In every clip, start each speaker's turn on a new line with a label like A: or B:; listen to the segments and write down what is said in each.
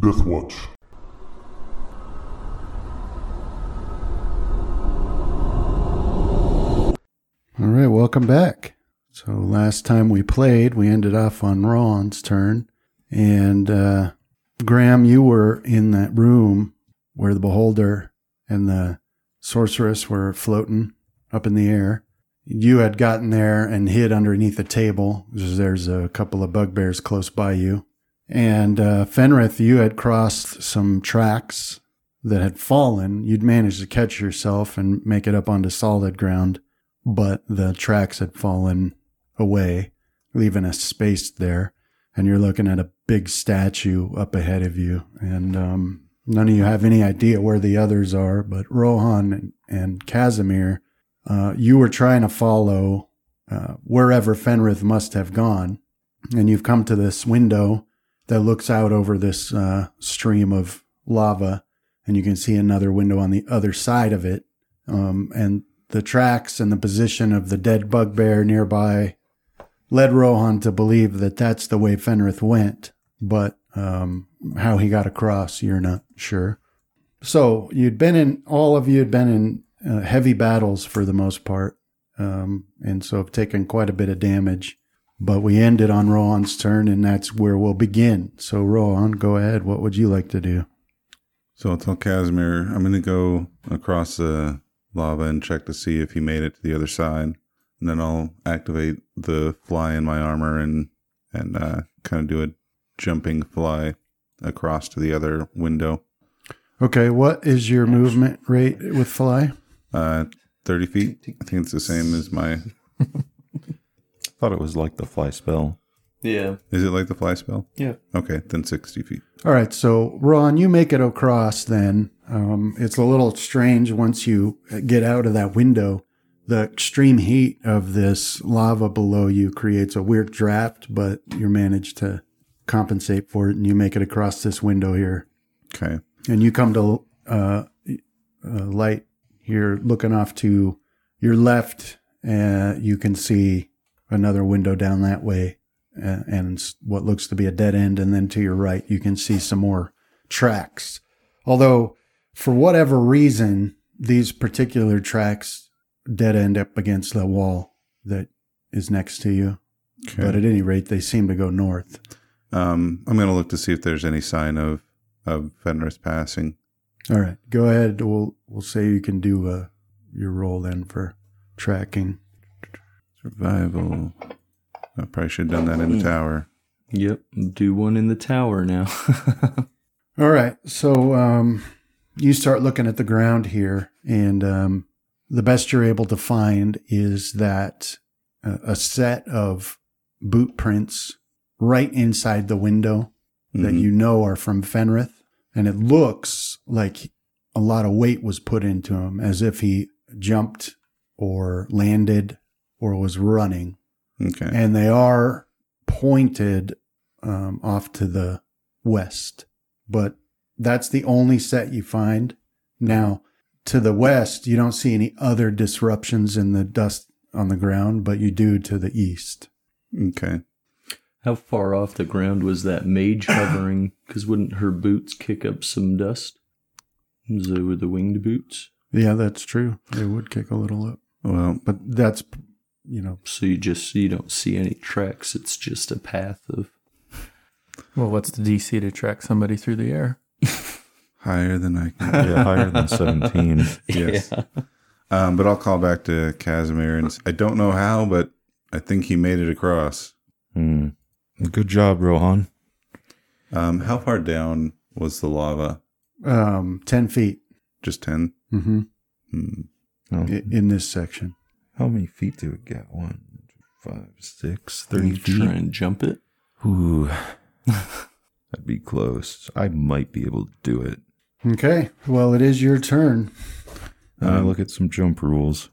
A: Death Watch.
B: All right, welcome back. So last time we played, we ended off on Ron's turn, and uh, Graham, you were in that room where the beholder and the sorceress were floating up in the air. You had gotten there and hid underneath a table. 'cause There's a couple of bugbears close by you, and uh, Fenrith, you had crossed some tracks that had fallen. You'd managed to catch yourself and make it up onto solid ground but the tracks had fallen away, leaving a space there. And you're looking at a big statue up ahead of you. And um, none of you have any idea where the others are, but Rohan and, and Casimir, uh, you were trying to follow uh, wherever Fenrith must have gone. And you've come to this window that looks out over this uh, stream of lava. And you can see another window on the other side of it um, and the tracks and the position of the dead bugbear nearby led Rohan to believe that that's the way Fenrith went, but um, how he got across, you're not sure. So you'd been in, all of you had been in uh, heavy battles for the most part, um, and so have taken quite a bit of damage. But we ended on Rohan's turn, and that's where we'll begin. So, Rohan, go ahead. What would you like to do?
C: So I'll tell Casimir I'm going to go across the lava and check to see if he made it to the other side, and then I'll activate the fly in my armor and and uh, kind of do a jumping fly across to the other window,
B: Okay, what is your movement rate with fly?
C: uh, thirty feet. I think it's the same as my.
D: Thought it was like the fly spell.
E: Yeah.
C: Is it like the fly spell?
E: Yeah.
C: Okay, then sixty feet.
B: All right, so Ron, you make it across then. Um, it's a little strange once you get out of that window. The extreme heat of this lava below you creates a weird draft, but you manage to compensate for it and you make it across this window here.
C: Okay,
B: And you come to uh, uh, light here, looking off to your left, uh, you can see another window down that way, uh, and s- what looks to be a dead end. And then to your right, you can see some more tracks. Although, for whatever reason, these particular tracks dead end up against the wall that is next to you.
C: okay.
B: But at any rate, they seem to go north.
C: um, I'm going to look to see if there's any sign of of Fenris passing.
B: All right, go ahead. We'll we'll say you can do uh, your roll then for tracking.
C: Survival. I probably should have done that in the tower.
D: Yep, do one in the tower now.
B: All right. So um, you start looking at the ground here, and um, the best you're able to find is that uh, a set of boot prints right inside the window that
C: Mhm.
B: you know are from Fenrith. And it looks like a lot of weight was put into him as if he jumped or landed or was running.
C: Okay.
B: And they are pointed um, off to the west, but that's the only set you find. Now, to the west, you don't see any other disruptions in the dust on the ground, but you do to the east.
C: okay.
D: How far off the ground was that mage hovering? Because wouldn't her boots kick up some dust? They were the winged boots.
B: Yeah, that's true. They would kick a little up,
C: Well,
B: but that's, you know,
D: So you just you don't see any tracks. It's just a path of
E: Well, what's the DC to track somebody through the air?
C: higher than I can.
D: Yeah, higher than 17.
C: Yes. Um, but I'll call back to Casimir and s- I don't know how, but I think he made it across.
D: Hmm.
F: Good job, Rohan.
C: Um, how far down was the lava?
B: um, 10 feet
C: Just 10?
B: hmm
C: Hmm.
F: Oh,
B: in this section.
F: How many feet do we get? One, two, five, six,
D: Can
F: 30
D: you
F: feet.
D: Try and jump it.
F: Ooh. That'd be close. I might be able to do it.
B: Okay. Well, it is your turn.
F: Let me
D: Hmm.
C: Um,
F: Uh, look at some jump rules.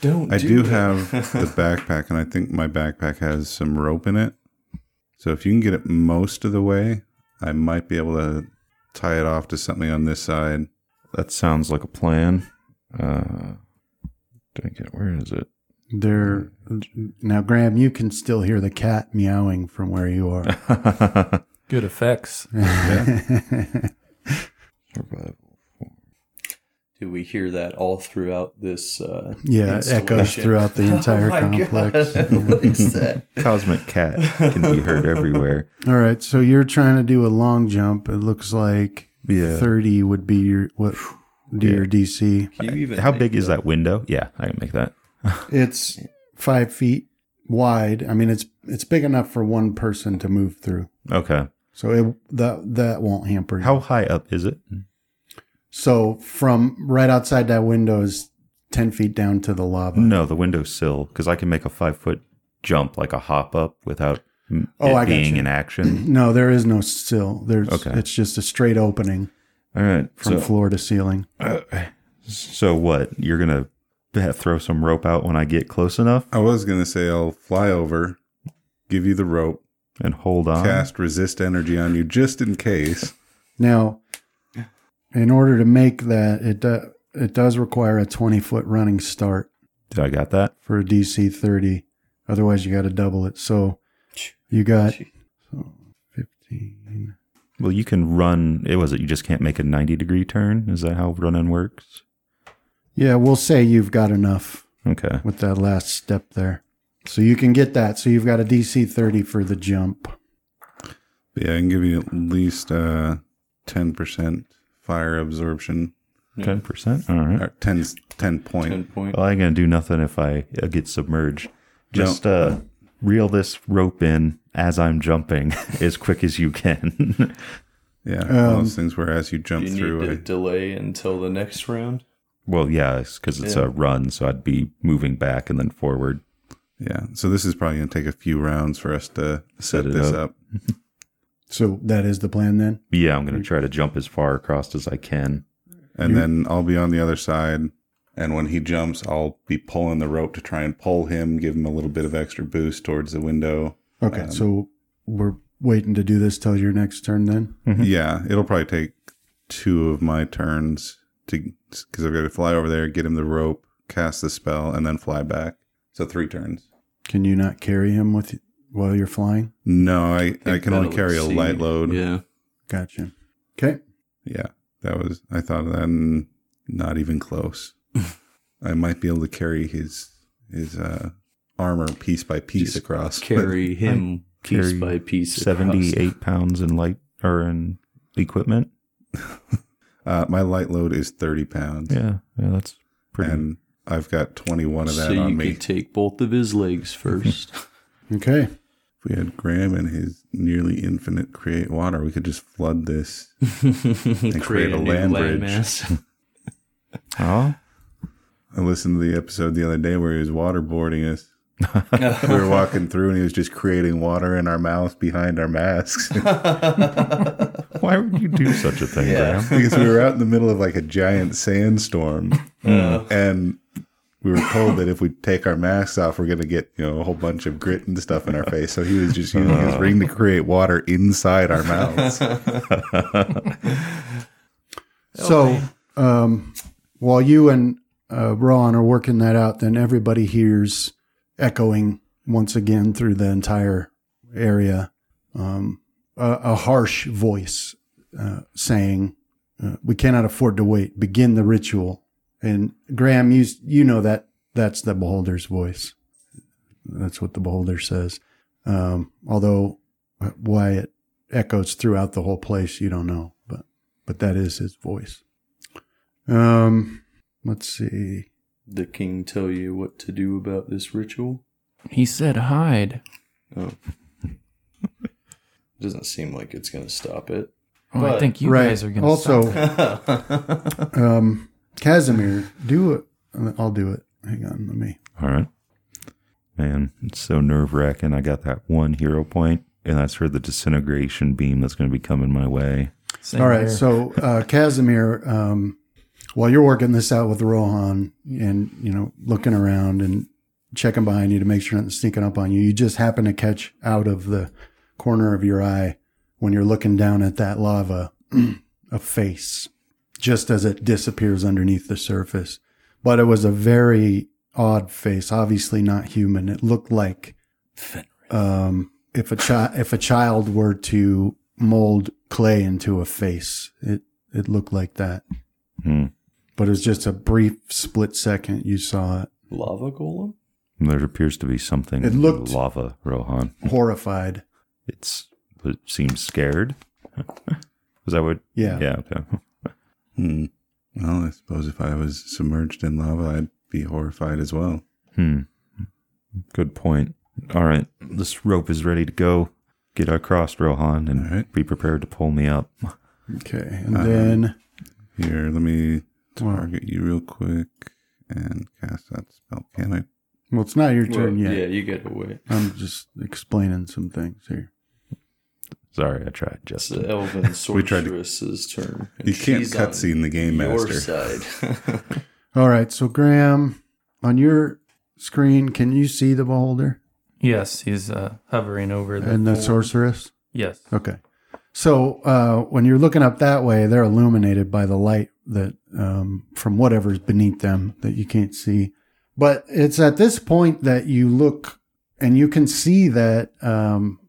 D: Don't.
C: I do have the backpack, and I think my backpack has some rope in it. So if you can get it most of the way, I might be able to tie it off to something on this side.
F: That sounds like a plan. Uh, dang it, where is it?
B: They're now, Graham. You can still hear the cat meowing from where you are.
E: Good effects.
F: Survival.
D: Do we hear that all throughout this? Uh,
B: yeah, it echoes
D: installation?
B: throughout the entire
D: my
B: complex.
D: God. what is that?
F: Cosmic cat can be heard everywhere.
B: All right, so you're trying to do a long jump. It looks like
F: Yeah.
B: thirty would be your what? Do your DC?
D: Can you even
F: How
D: make
F: big is that window? Yeah, I can make that.
B: It's five feet wide. I mean, it's it's big enough for one person to move through.
F: Okay.
B: So it that that won't hamper you.
F: How high up is it?
B: So from right outside that window is ten feet down to the lava.
F: No, the window sill, because I can make a five foot jump, like a hop up, without m-
B: Oh,
F: it
B: I got
F: being
B: you.
F: in action.
B: No, there is no sill. There's
F: Okay.
B: it's just a straight opening
F: All right.
B: from
F: so,
B: floor to ceiling.
F: so what? You're gonna be- throw some rope out when I get close enough
C: I was gonna say I'll fly over, give you the rope,
F: and hold on.
C: cast resist energy on you just in case.
B: Now, in order to make that, it do, it does require a twenty foot running start
F: Did I got that?
B: for a DC thirty. Otherwise, you got to double it. So you got so fifteen.
F: Well, you can run. It was it. You just can't make a ninety degree turn. Is that how running works?
B: Yeah, we'll say you've got enough
F: Okay.
B: with that last step there. So you can get that. So you've got a DC 30 for the jump.
C: But yeah, I can give you at least uh ten percent fire absorption.
F: Ten percent. All right.
C: Or 10, 10 point.
D: Ten point.
F: Well, I ain't gonna do nothing if I uh, get submerged. Just uh, reel this rope in as I'm jumping as quick as you can.
C: Yeah.
B: Um,
C: one of those things where as you
D: Do
C: jump
D: you
C: through
D: need to
C: it.
D: delay until the next round?
F: well, yeah, because it's
D: Yeah.
F: a run, so I'd be moving back and then forward.
C: Yeah. So this is probably gonna take a few rounds for us to set,
F: it
C: this
F: up.
C: up.
B: So that is the plan then?
F: Yeah, I'm
B: Mm.
F: gonna try to jump as far across as I can.
C: and then I'll be on the other side. And when he jumps, I'll be pulling the rope to try and pull him, give him a little bit of extra boost towards the window.
B: Okay.
F: Um,
B: so we're waiting to do this till your next turn then?
C: yeah, it'll probably take two of my turns to because I've got to fly over there, get him the rope, cast the spell, and then fly back. So three turns.
B: Can you not carry him with you while you're flying?
C: No, I, I,
D: think
C: can only
D: that'll
C: carry a
D: exceed-
C: light load.
D: Yeah.
B: Gotcha. Okay.
C: Yeah, that was I thought of that, and not even close. I might be able to carry his his uh, armor piece by piece across. but-
D: Carry him piece
F: carry
D: by piece. across.
F: Seventy-eight pounds in light or in equipment.
C: Uh, my light load is 30 pounds.
F: Yeah, yeah, that's pretty.
C: And I've got 21 of that
D: So you
C: on me.
D: could take both of his legs first.
B: Okay.
C: if we had Graham and his nearly infinite create water, we could just flood this.
D: create,
C: create a
D: new
C: land bridge.
D: mass.
F: oh,
C: I listened to the episode the other day where he was waterboarding us. we were walking through and he was just creating water in our mouths behind our masks.
F: why would you do such a thing, Graham?
C: because we were out in the middle of like a giant sandstorm. And we were told that if we take our masks off, we're going to get, you know, a whole bunch of grit and stuff in our face. So he was just using his
D: Uh.
C: ring to create water inside our mouths.
B: So um, while you and uh, Ron are working that out, then everybody hears echoing once again through the entire area um, a, a harsh voice uh, saying, uh, "We cannot afford to wait. Begin the ritual." And Graham, you you know that that's the beholder's voice. That's what the beholder says. Um, although uh, why it echoes throughout the whole place, you don't know, but but that is his voice. Um, let's see.
D: the king tell you what to do about this ritual?
E: He said hide.
D: Oh. Doesn't seem like it's going to stop it.
E: Oh, I
D: But-
E: think you
B: right.
E: guys are gonna
B: also,
E: stop.
B: um, Casimir, do it. I'll do it. Hang on, let me.
F: All right. Man, it's so nerve wracking. I got that one hero point, and that's for the disintegration beam that's going to be coming my way.
E: Same
B: All right.
E: here.
B: So, uh, Casimir, um, while you're working this out with Rohan and, you know, looking around and checking behind you to make sure nothing's sneaking up on you, you just happen to catch out of the corner of your eye when you're looking down at that lava a face just as it disappears underneath the surface. But it was a very odd face, obviously not human. It looked like um, if a child if a child were to mold clay into a face, it it looked like that.
F: Hmm.
B: But it was just a brief split second you saw it,
D: Lava golem?
F: There appears to be something
B: It
F: in
B: looked-
F: the lava, Rohan.
B: horrified.
F: It's it seems scared. Is that what?
B: Yeah.
F: Yeah. Okay.
C: Hmm. Well, I suppose if I was submerged in lava, I'd be horrified as well.
F: Hmm. Good point. All right, this rope is ready to go. Get across, Rohan, and
C: All right.
F: be prepared to pull me up.
B: Okay, and
C: Uh,
B: then
C: Here, let me target you real quick and cast that spell. Can I?
B: well, it's not your turn
D: Well,
B: yet.
D: Yeah, you get away.
B: I'm just explaining some things here.
F: Sorry, I tried. Just
D: It's the elven
C: We tried to-
D: sorceress's turn. and
C: You can't
D: she's on
C: cutscene the game
D: your
C: master.
D: side.
B: All right, so Graham, on your screen, can you see the beholder
E: Yes, he's uh, hovering over the
B: and the
E: pool.
B: sorceress?
E: Yes.
B: Okay. So uh, when you're looking up that way, they're illuminated by the light that um, from whatever's beneath them that you can't see. But it's at this point that you look and you can see that um,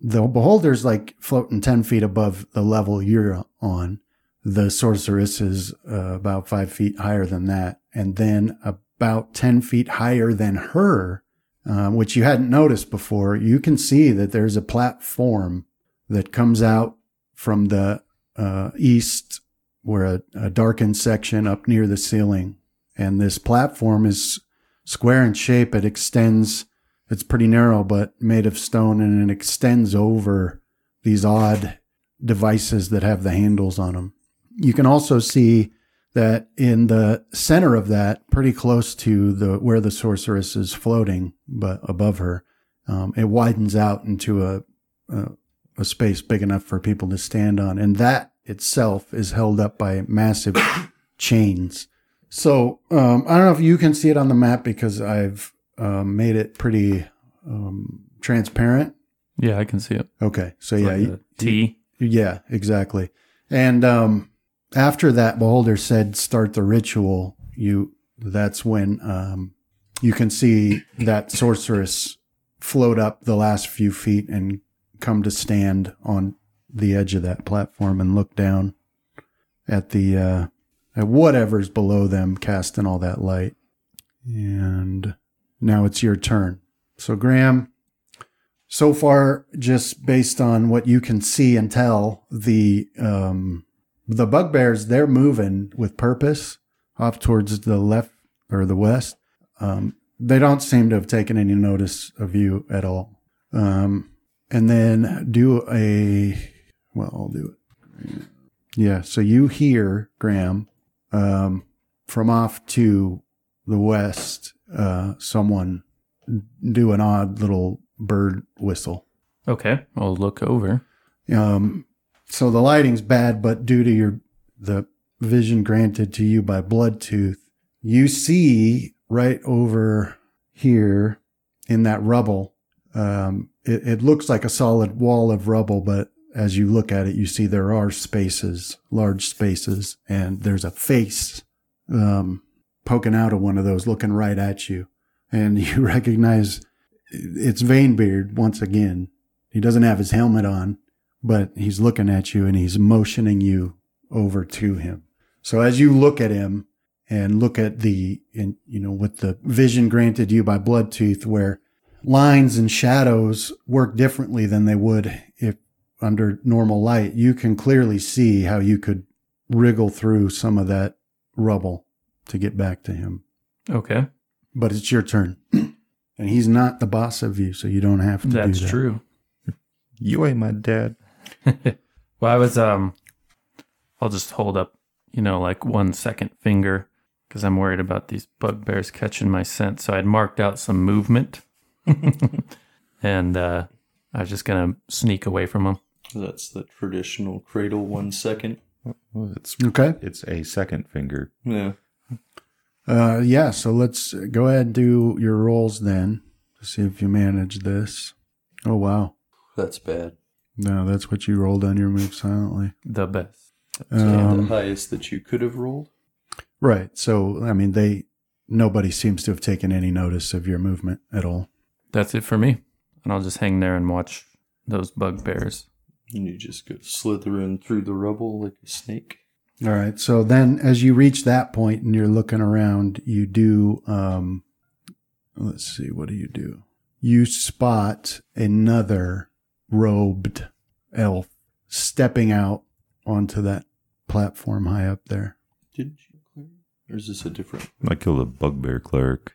B: the beholder's like floating 10 feet above the level you're on. The sorceress is uh, about five feet higher than that. And then about 10 feet higher than her um, which you hadn't noticed before, you can see that there's a platform that comes out from the uh, east, where a, a darkened section up near the ceiling. And this platform is square in shape. It extends, it's pretty narrow, but made of stone, and it extends over these odd devices that have the handles on them. You can also see that in the center of that, pretty close to the where the sorceress is floating, but above her, um, it widens out into a, a a space big enough for people to stand on, and that itself is held up by massive chains. So um, I don't know if you can see it on the map because I've um, made it pretty um, transparent.
E: Yeah, I can see it.
B: Okay, so yeah,
E: Like
B: you-
E: a T.
B: yeah, exactly. And um, after that, Beholder said, "Start the ritual." You. That's when um, you can see that sorceress float up the last few feet and come to stand on the edge of that platform and look down at the uh, at whatever's below them, casting all that light. And now it's your turn. So Graham, so far, just based on what you can see and tell, the um, the bugbears they're moving with purpose off towards the left or the west. Um, they don't seem to have taken any notice of you at all. Um, and then do a well, I'll do it. Yeah. So you hear Graham um, from off to the west, uh, someone do an odd little bird whistle.
E: Okay, I'll look over.
B: Um, so the lighting's bad, but due to your the vision granted to you by Bloodtooth, you see right over here in that rubble. Um, it, it looks like a solid wall of rubble, but as you look at it, you see there are spaces, large spaces, and there's a face um, poking out of one of those, looking right at you, and you recognize it's Vanebeard once again. He doesn't have his helmet on, but he's looking at you and he's motioning you over to him. So as you look at him and look at the, and you know, with the vision granted you by Bloodtooth, where lines and shadows work differently than they would if under normal light, you can clearly see how you could wriggle through some of that rubble to get back to him.
E: Okay,
B: But it's your turn. and he's not the boss of you, so you don't have to
E: that's
B: do that.
E: true.
F: you ain't my dad.
E: Well, I was um, I'll just hold up, you know, like one second finger because I'm worried about these bugbears catching my scent. So I'd marked out some movement, and uh, I was just gonna sneak away from them.
D: That's the traditional cradle one second.
F: Well, it's
B: Okay.
F: it's a second finger.
D: Yeah.
B: Uh, yeah, so let's go ahead and do your rolls then to see if you manage this. Oh, wow.
D: That's bad.
B: No, that's what you rolled on your move silently.
E: The best.
D: Is that
B: Um,
D: the highest that you could have rolled?
B: right. So, I mean, they nobody seems to have taken any notice of your movement at all.
E: That's it for me. And I'll just hang there and watch those bugbears.
D: And you just go slithering through the rubble like a snake.
B: All right. So then, as you reach that point and you're looking around, you do. Um, let's see. What do you do? You spot another robed elf stepping out onto that platform high up there.
D: Did you clear? it? Or is this a different?
F: I killed a bugbear cleric.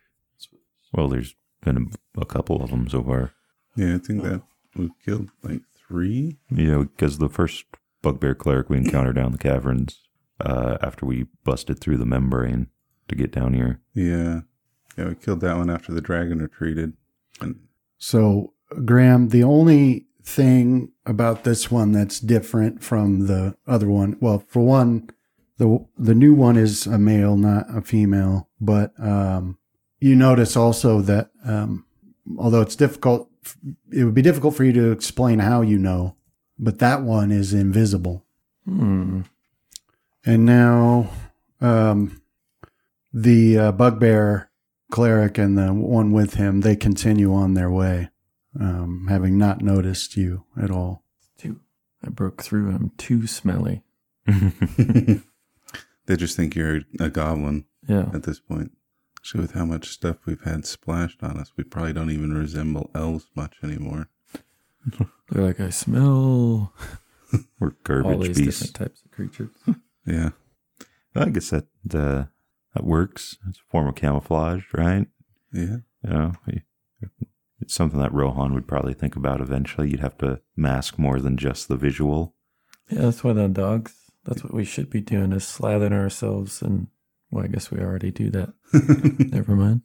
F: Well, there's been a, a couple of them so far.
C: Yeah, I think that we killed like three.
F: You know, because the first bugbear cleric we encountered down the caverns uh, after we busted through the membrane to get down here.
C: Yeah. Yeah, we killed that one after the dragon retreated. And
B: So, Graham, the only thing about this one that's different from the other one, well, for one, the the new one is a male, not a female. But um, you notice also that um, although it's difficult, it would be difficult for you to explain how you know, but that one is invisible.
E: Hmm.
B: And now, um, the uh, bugbear cleric and the one with him they continue on their way, um, having not noticed you at all.
E: Too. I broke through. I'm too smelly.
C: they just think you're a goblin
E: Yeah.
C: at this point. See, with how much stuff we've had splashed on us, we probably don't even resemble elves much anymore.
E: They're like, I smell
F: We're
E: all
F: garbage
E: these
F: beasts.
E: different types of creatures.
C: Yeah.
F: I guess that uh, that works. It's a form of camouflage, right?
C: Yeah.
F: You know, it's something that Rohan would probably think about eventually. You'd have to mask more than just the visual.
E: Yeah, that's why the dogs. That's what we should be doing is slathering ourselves and well, I guess we already do that. Never mind.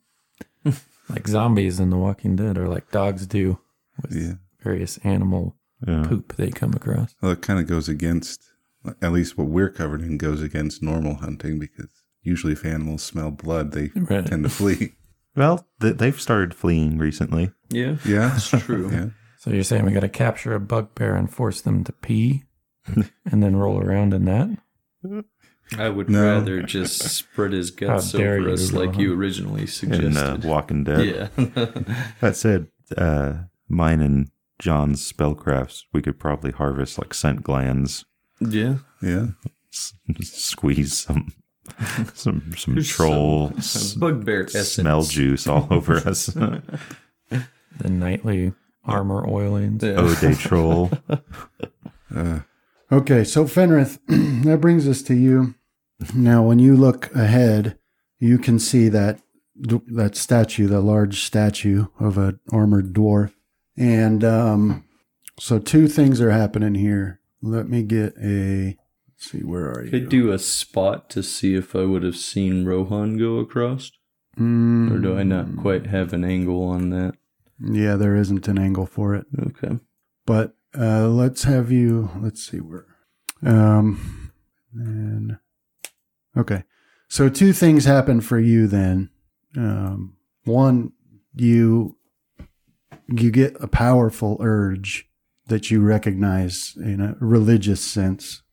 E: like zombies in The Walking Dead or like dogs do with
C: Yeah.
E: various animal
F: Yeah.
E: poop they come across.
C: Well, it kind of goes against, at least what we're covered in, goes against normal hunting because usually if animals smell blood, they
E: Right.
C: tend to flee.
F: Well, th- they've started fleeing recently.
D: Yeah,
C: Yeah.
D: that's true.
C: Yeah.
E: So you're saying we gotta capture a bugbear and force them to pee and then roll around in that?
D: I would
C: No.
D: rather just spread his guts
E: How dare
D: over
E: you,
D: us like
E: Rohan.
D: you originally
F: in uh,
D: suggested.
F: Walking Dead.
D: yeah.
F: That said, uh, mine and John's spellcrafts, we could probably harvest like scent glands,
D: yeah.
C: Yeah.
F: s- squeeze some some some
D: There's
F: troll
D: some
F: s-
D: bugbear essence.
F: smell juice all over us.
E: The nightly armor oilings.
D: Yeah.
F: O'Day troll.
C: Uh,
B: Okay, so Fenrith, that brings us to you. Now, when you look ahead, you can see that that statue, the large statue of an armored dwarf, and um, so two things are happening here. Let me get a. Let's see, where are you?
D: Could do a spot to see if I would have seen Rohan go across,
B: Mm,
D: or do I not quite have an angle on that?
B: Yeah, there isn't an angle for it.
D: Okay.
B: But uh, let's have you. Let's see where. Um, and okay, so two things happen for you then. Um, one, you you get a powerful urge that you recognize in a religious sense.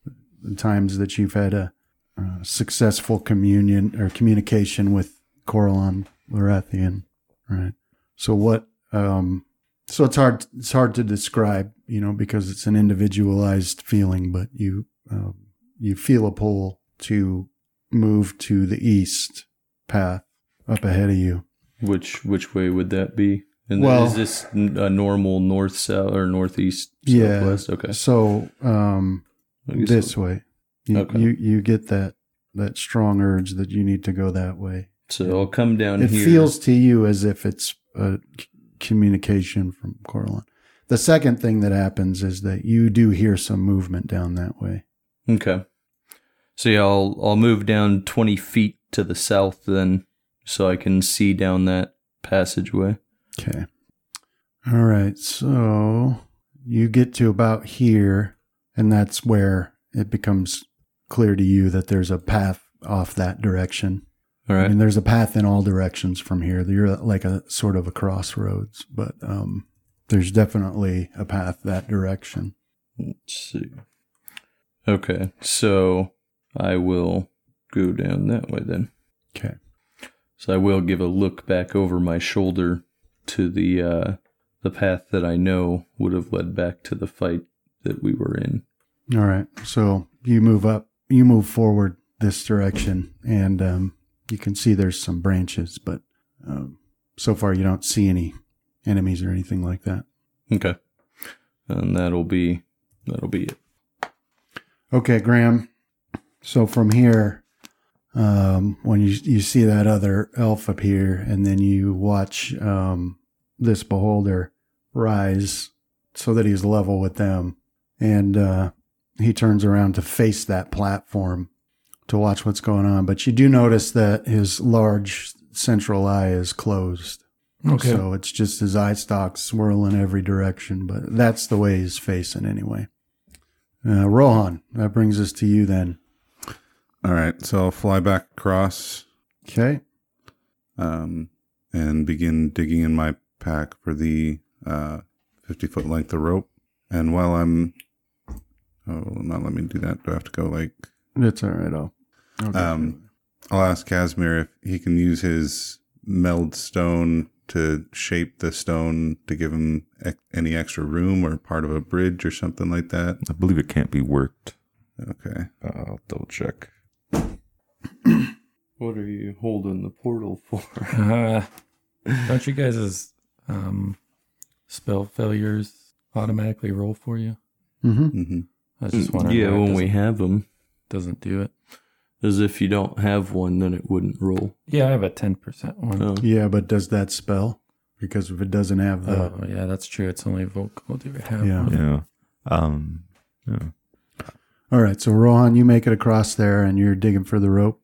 B: The times that you've had a, uh successful communion or communication with Coralon Lorathian, right? So what? Um, so it's hard it's hard to describe you know because it's an individualized feeling but you um, you feel a pull to move to the east path up ahead of you
D: Which which way would that be? And
B: Well-
D: is this n- a normal north south or northeast
B: Yeah.
D: southwest? Okay.
B: so um
D: I guess
B: this way you,
D: Okay.
B: you you get that that strong urge that you need to go that way
D: So I'll come down
B: it
D: here.
B: feels to you as if it's a c- communication from Corlon. the second thing that happens is that you do hear some movement down that way
D: okay. So yeah, I'll I'll move down twenty feet to the south then, so I can see down that passageway.
B: Okay. All right. So you get to about here, and that's where it becomes clear to you that there's a path off that direction.
D: All
B: I
D: right.
B: mean, there's a path in all directions from here. You're at like a sort of a crossroads, but um, there's definitely a path that direction.
D: Let's see. Okay, so I will go down that way then.
B: Okay.
D: So I will give a look back over my shoulder to the uh, the path that I know would have led back to the fight that we were in.
B: All right. So you move up, you move forward this direction, and um, you can see there's some branches, but um, so far you don't see any enemies or anything like that.
D: Okay, and that'll be that'll be it.
B: Okay, Graham. So from here, um, when you you see that other elf appear, and then you watch um, this beholder rise so that he's level with them, and uh, he turns around to face that platform to watch what's going on. But you do notice that his large central eye is closed.
E: Okay.
B: So it's just his eye stalks swirling every direction, but that's the way he's facing anyway. Uh, Rohan, that brings us to you then.
C: All right, so I'll fly back across
B: Okay.
C: um, and begin digging in my pack for the uh, 50 foot length of rope. And while I'm. Oh, not let me do that. Do I have to go like.
B: That's all right. I'll, I'll get
C: Um,
B: you it.
C: I'll ask Casimir if he can use his meld stone to shape the stone to give him ex- any extra room or part of a bridge or something like that.
F: I believe it can't be worked.
C: Okay.
F: Uh, I'll double check.
D: What are you holding the portal for?
E: Uh, don't you guys' um, spell failures automatically roll for you?
B: Mhm.
C: hmm
E: I was just wondering.
D: Mm, yeah,
E: why it
D: when we
E: doesn't-
D: have them,
E: doesn't do it.
D: as if you don't have one, then it wouldn't roll.
E: Yeah, I have a ten percent one.
D: Oh.
B: Yeah, but does that spell? Because if it doesn't have the.
E: Oh yeah, that's true. It's only vocal. Do we have?
B: Yeah.
E: one.
F: Yeah. Um, yeah.
B: All right. So, Rohan, you make it across there and you're digging for the rope.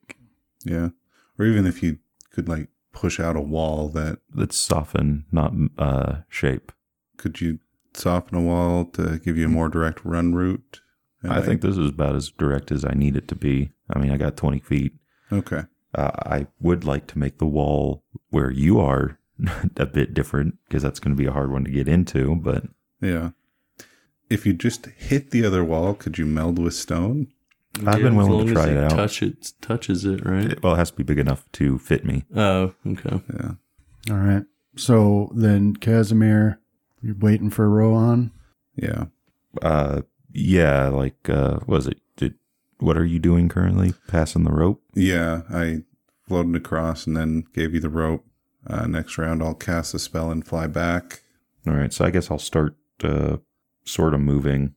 C: Yeah. Or even if you could like push out a wall that
F: Let's soften, not uh, shape.
C: could you soften a wall to give you a more direct run route? And,
F: I
C: like-
F: think this is about as direct as I need it to be. I mean, I got 20 feet.
C: Okay.
F: Uh, I would like to make the wall where you are a bit different because that's going to be a hard one to get into. But
C: Yeah. If you just hit the other wall, could you meld with stone?
F: I've been
D: as
F: willing to
D: long as
F: try it out.
D: Touch it, touches it, right?
F: it, well, it has to be big enough to fit me.
D: Oh, okay.
C: Yeah.
B: All right. So then, Casimir, you're waiting for Rohan.
C: Yeah.
F: Uh, yeah, like uh, was it? Did what are you doing currently? Passing the rope?
C: Yeah. I floated across and then gave you the rope. Uh, next round, I'll cast a spell and fly back.
F: All right, so I guess I'll start uh, sort of moving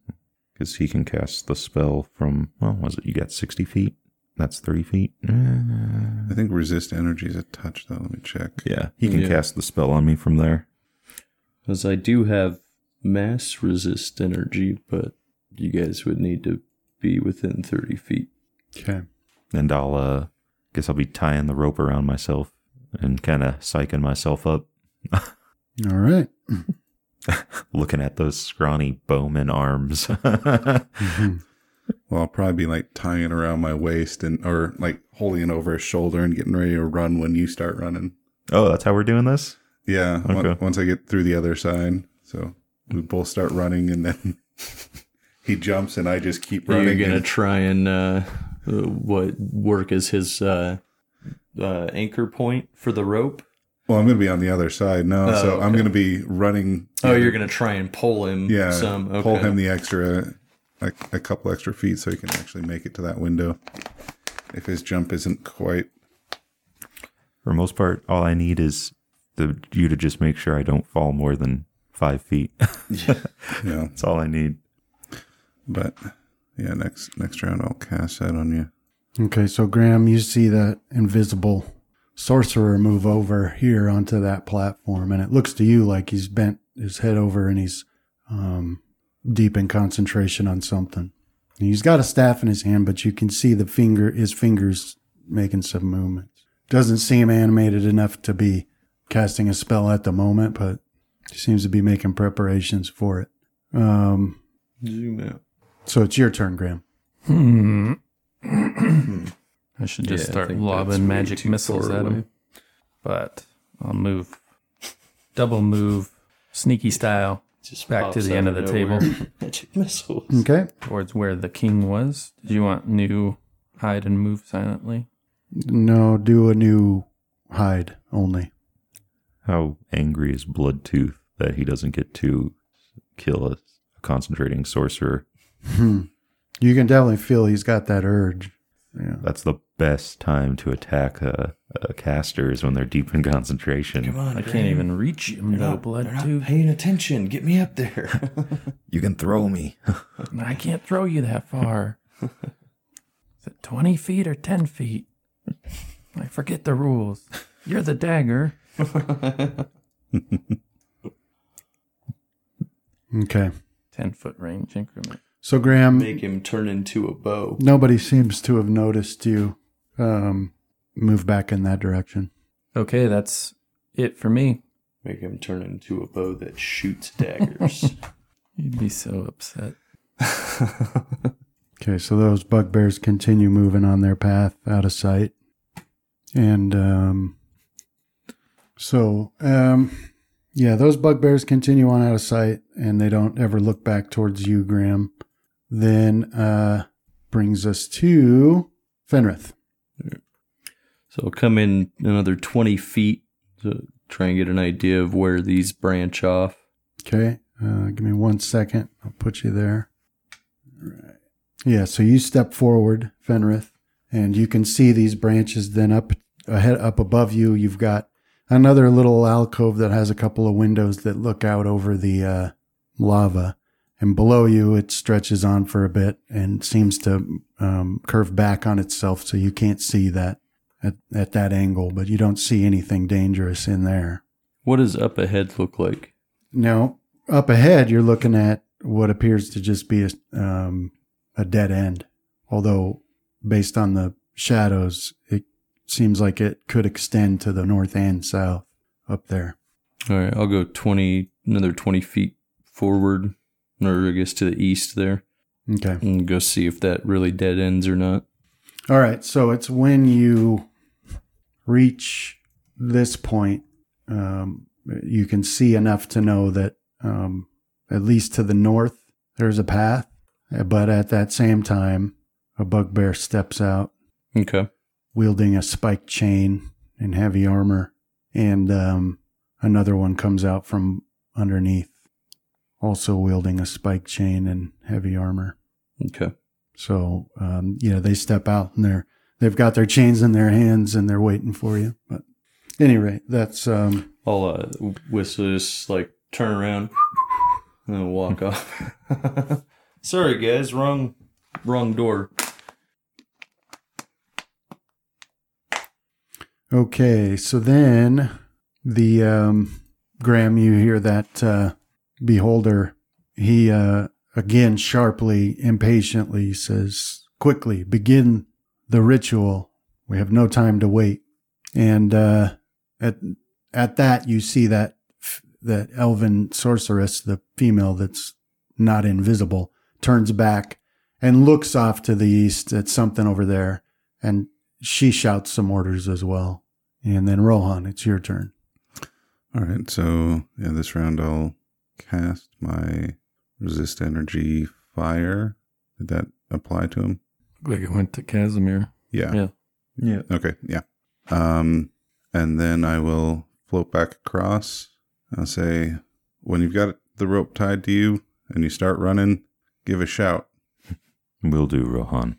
F: because he can cast the spell from. Well, was it you got sixty feet? That's thirty feet. Eh,
C: I think resist energy is a touch, though. Let me check.
F: yeah, he can
D: Yeah.
F: cast the spell on me from there.
D: Because I do have mass resist energy, but you guys would need to be within 30 feet.
B: Okay.
F: and I'll uh guess I'll be tying the rope around myself and kind of psyching myself up,
B: All right.
F: looking at those scrawny bowman arms.
B: Mhm.
C: Well, I'll probably be like tying it around my waist and or like holding it over his shoulder and getting ready to run when you start running.
F: oh, that's how we're doing this.
C: Yeah. on-
F: Okay.
C: once I get through the other side. So we both start running and then he jumps and I just keep
D: Are
C: running.
D: you going to
C: and-
D: try and uh, uh, what work as his uh, uh, anchor point for the rope?
C: well, I'm going to be on the other side now.
D: Oh,
C: so I'm
D: okay.
C: going to be running.
D: Oh, you're going to try and pull him
C: Yeah.
D: some. Okay.
C: Pull him the extra, like a couple extra feet so he can actually make it to that window. If his jump isn't quite.
F: For the most part, all I need is the you to just make sure I don't fall more than five feet.
C: You know,
F: that's all I need.
C: But yeah, next next round I'll cast that on you.
B: Okay. So, Graham, you see that invisible sorcerer move over here onto that platform, and it looks to you like he's bent his head over and he's um, deep in concentration on something. And he's got a staff in his hand, but you can see the finger, his fingers making some movements. Doesn't seem animated enough to be casting a spell at the moment, but he seems to be making preparations for it. Um,
D: Zoom out.
B: so it's your turn, Graham.
E: Hmm. I should just
D: Yeah, I
E: start
D: think that's
E: lobbing
D: way
E: magic
D: too
E: missiles
D: far
E: at
D: away.
E: him. But I'll move, double move, sneaky style,
D: Just
E: back to
D: pops
E: the end of
D: out
E: the
D: nowhere.
E: table
D: Magic missiles.
B: Okay.
E: towards where the king was. Did you want new hide and move silently?
B: No, do a new hide only.
F: How angry is Bloodtooth that he doesn't get to kill a concentrating sorcerer?
B: Hmm. You can definitely feel he's got that urge. Yeah.
F: That's the best time to attack a, a caster is when they're deep in concentration.
D: on,
E: I can't even reach him
D: They're
E: though,
D: not,
E: blood
D: they're not
E: tooth.
D: paying attention. Get me up there.
F: You can throw me.
E: I can't throw you that far. Is it twenty feet or ten feet? I forget the rules. You're the dagger.
B: Okay.
E: Ten foot range increment.
B: So Graham,
D: Make him turn into a bow.
B: nobody seems to have noticed you um, move back in that direction.
E: Okay, that's it for me.
D: Make him turn into a bow that shoots daggers.
E: You'd be so upset.
B: Okay, so those bugbears continue moving on their path out of sight. And um, so, um, yeah, those bugbears continue on out of sight and they don't ever look back towards you, Graham. Then uh, brings us to Fenrith.
D: So I'll come in another 20 feet to try and get an idea of where these branch off.
B: Okay, uh, give me one second. I'll put you there. All right. Yeah, so you step forward, Fenrith, and you can see these branches. Then up ahead, up above you, you've got another little alcove that has a couple of windows that look out over the uh, lava. And below you, it stretches on for a bit and seems to um, curve back on itself, so you can't see that at, at that angle. But you don't see anything dangerous in there.
D: What does up ahead look like?
B: Now, up ahead, you're looking at what appears to just be a, um, a dead end. Although, based on the shadows, it seems like it could extend to the north and south up there.
D: All right, I'll go 20, another 20 feet forward, or I guess to the east there,
B: Okay.
D: and go see if that really dead ends or not.
B: All right. So it's when you reach this point, um, you can see enough to know that um, at least to the north, there's a path. But at that same time, a bugbear steps out
D: Okay.
B: wielding a spiked chain and heavy armor, and um, another one comes out from underneath, also wielding a spiked chain and heavy armor.
D: Okay.
B: So um, you know they step out and they're they've got their chains in their hands and they're waiting for you. But any rate, that's um,
D: I'll uh, whistle this, like, turn around and then walk off. Sorry, guys, wrong, wrong door.
B: okay. So then the um, Graham, you hear that uh, beholder? He uh, again sharply, impatiently says, "Quickly begin the ritual. We have no time to wait." And uh, at at that, you see that f- that elven sorceress, the female that's not invisible, turns back and looks off to the east at something over there, and she shouts some orders as well. And then Rohan, it's your turn.
C: All right, so yeah, this round I'll cast my resist energy fire. Did that apply to him?
E: Like it went to Casimir.
C: Yeah.
E: Yeah.
F: Yeah.
C: Okay. Yeah. Um, and then I will float back across. I'll say, when you've got the rope tied to you and you start running, give a shout.
F: Will do, Rohan.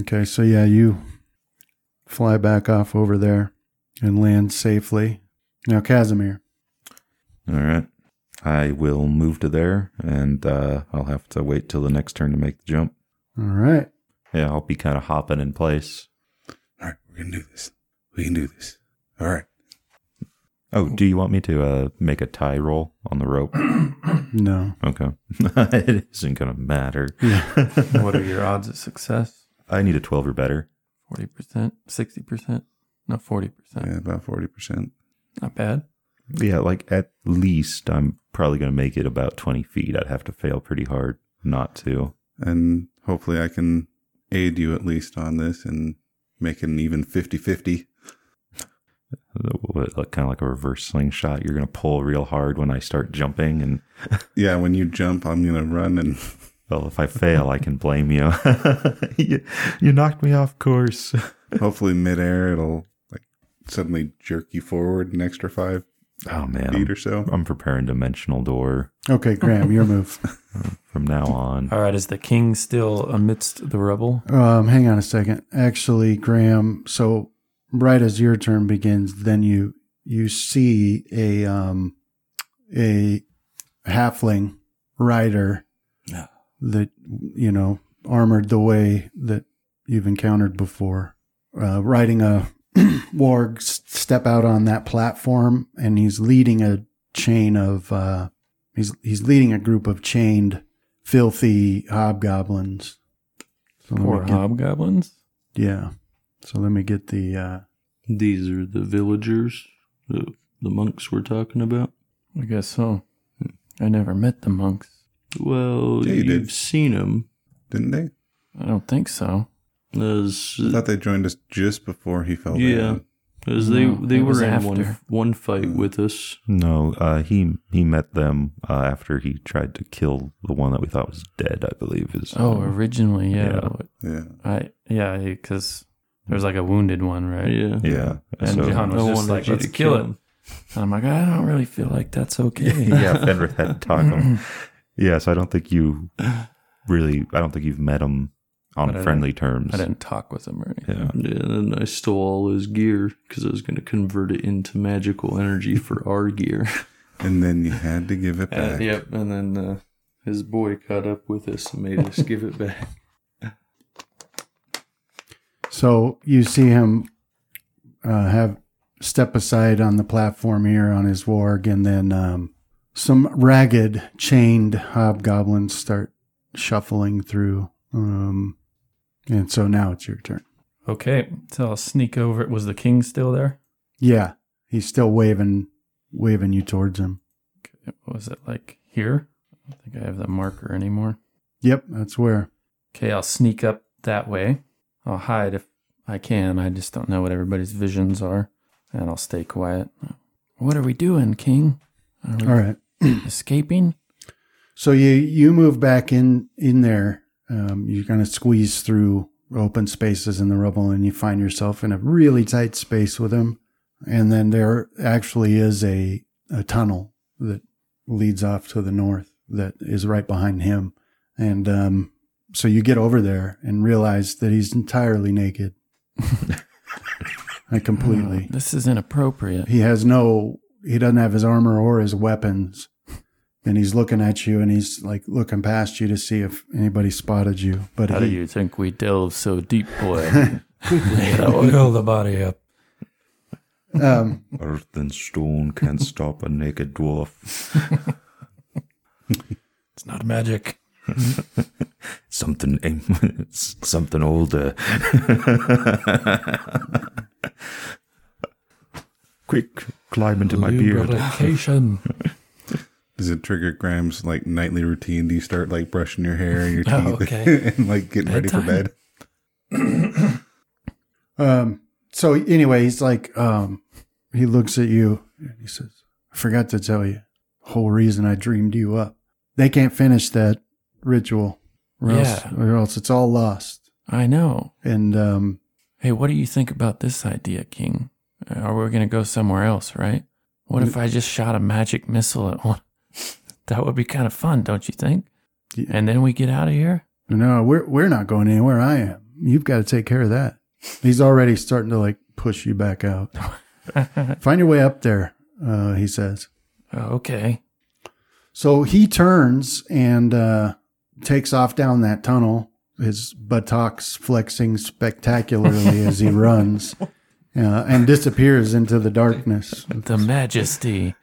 B: Okay, so yeah, you fly back off over there and land safely. Now, Casimir.
F: All right. I will move to there and uh, I'll have to wait till the next turn to make the jump.
B: All right.
F: Yeah, I'll be kind of hopping in place.
C: All right, we're gonna do this. We can do this. All right.
F: Oh, do you want me to uh, make a tie roll on the rope?
B: No.
F: Okay. it isn't going to matter.
E: what are your odds of success?
F: I need a 12 or better.
E: Forty percent, sixty percent, no forty percent.
C: Yeah, about forty percent.
E: Not bad.
F: Yeah, like at least I'm probably going to make it about 20 feet. I'd have to fail pretty hard not to.
C: And hopefully I can aid you at least on this and make it an even 50-50.
F: What, Like, kind of like a reverse slingshot. You're going to pull real hard when I start jumping. And,
C: Yeah, when you jump, I'm gonna run and
F: well, if I fail, I can blame you. you. You knocked me off course.
C: hopefully midair it'll like suddenly jerk you forward an extra five
F: Oh man,
C: feet
F: I'm,
C: or so.
F: I'm preparing dimensional door
B: Okay, Graham, your move.
F: from now on.
E: All right, is the king still amidst the rubble?
B: Um, hang on a second. Actually, Graham, so right as your turn begins, then you you see a um a halfling rider that you know armored the way that you've encountered before, uh, riding a warg s- step out on that platform, and he's leading a chain of uh, he's he's leading a group of chained, filthy hobgoblins. So let me
E: Poor
B: get-
E: hobgoblins.
B: yeah. So let me get the uh,
D: These are the villagers, the, the monks we're talking about.
E: I guess so. I never met the monks.
D: Well,
C: Yeah, you
D: you
C: did.
D: have seen them.
C: Didn't they?
E: I don't think so.
D: As,
C: I thought they joined us just before he fell
D: yeah,
C: down.
D: as they,
E: No,
D: they
E: it was
D: were in
E: after.
D: one, one fight
C: Hmm.
D: with us.
F: No, uh, he he met them uh, after he tried to kill the one that we thought was dead. I believe is
E: Oh, originally, yeah.
C: Yeah.
E: I yeah, because there was like a wounded one, right?
D: Yeah.
F: yeah.
E: And
F: so,
E: John was
D: I
E: just
D: wanted
E: like,
D: you
E: "Let's
D: to
E: kill
D: kill
E: it."
D: him.
E: And I'm like, I don't really feel like that's okay.
F: yeah, Fenrith had taught him. Yeah, so I don't think you really. I don't think you've met him on
E: But I
F: friendly terms.
E: I didn't talk with him or anything.
F: Yeah.
D: Yeah, and then I stole all his gear because I was going to convert it into magical energy for our gear.
C: And then you had to give it
D: Uh,
C: back.
D: yep, and then uh, his boy caught up with us and made us give it back.
B: So you see him uh, have step aside on the platform here on his warg, and then um, some ragged, chained hobgoblins start shuffling through. Um, and so now it's your turn.
E: Okay, so I'll sneak over. Was the king still there?
B: Yeah, he's still waving, waving you towards him.
E: What was it like here? I don't think I have that marker anymore.
B: Yep, that's where.
E: Okay, I'll sneak up that way. I'll hide if I can. I just don't know what everybody's visions are, and I'll stay quiet. What are we doing, King? Are we
B: All right.
E: escaping?
B: So you you move back in in there. Um, you kind of squeeze through open spaces in the rubble, and you find yourself in a really tight space with him. And then there actually is a a tunnel that leads off to the north that is right behind him. And um, so you get over there and realize that he's entirely naked, like completely.
E: Oh, this is inappropriate.
B: He has no, he doesn't have his armor or his weapons. And he's looking at you and he's like looking past you to see if anybody spotted you. But
E: How
B: he,
E: do you think we delve so deep, boy? oil the body up.
B: um,
F: Earth and stone can't stop a naked dwarf.
E: It's not magic.
F: Something, aim- something older. Quick, climb into my beard.
C: Does it trigger Graham's like nightly routine? Do you start like brushing your hair and your teeth
E: Oh, okay.
C: and like getting ready for
E: Bedtime.
C: bed?
B: um, so anyway, he's like, um, he looks at you and he says, I forgot to tell you. Whole reason I dreamed you up. They can't finish that ritual or, else,
E: Yeah.
B: or else it's all lost.
E: I know.
B: And, um,
E: Hey, what do you think about this idea, King? Are we going to go somewhere else, right? What if I just shot a magic missile at one? That would be kind of fun, don't you think?
B: Yeah.
E: And then we get out of here?
B: No, we're we're not going anywhere. I am. You've got to take care of that. He's already starting to like push you back out. Find your way up there, uh, he says.
E: Oh, okay.
B: So he turns and uh, takes off down that tunnel. His buttocks flexing spectacularly as he runs, uh, and disappears into the darkness.
E: The majesty.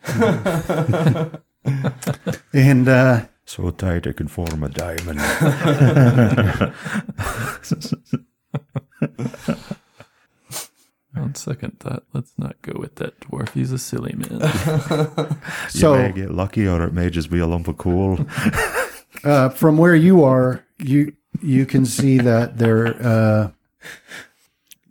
B: And uh,
F: So tight it can form a diamond.
E: On second thought, let's not go with that dwarf. He's a silly man.
B: so
F: you may get lucky, or it may just be a lump of coal.
B: uh, from where you are, you you can see that there. Uh,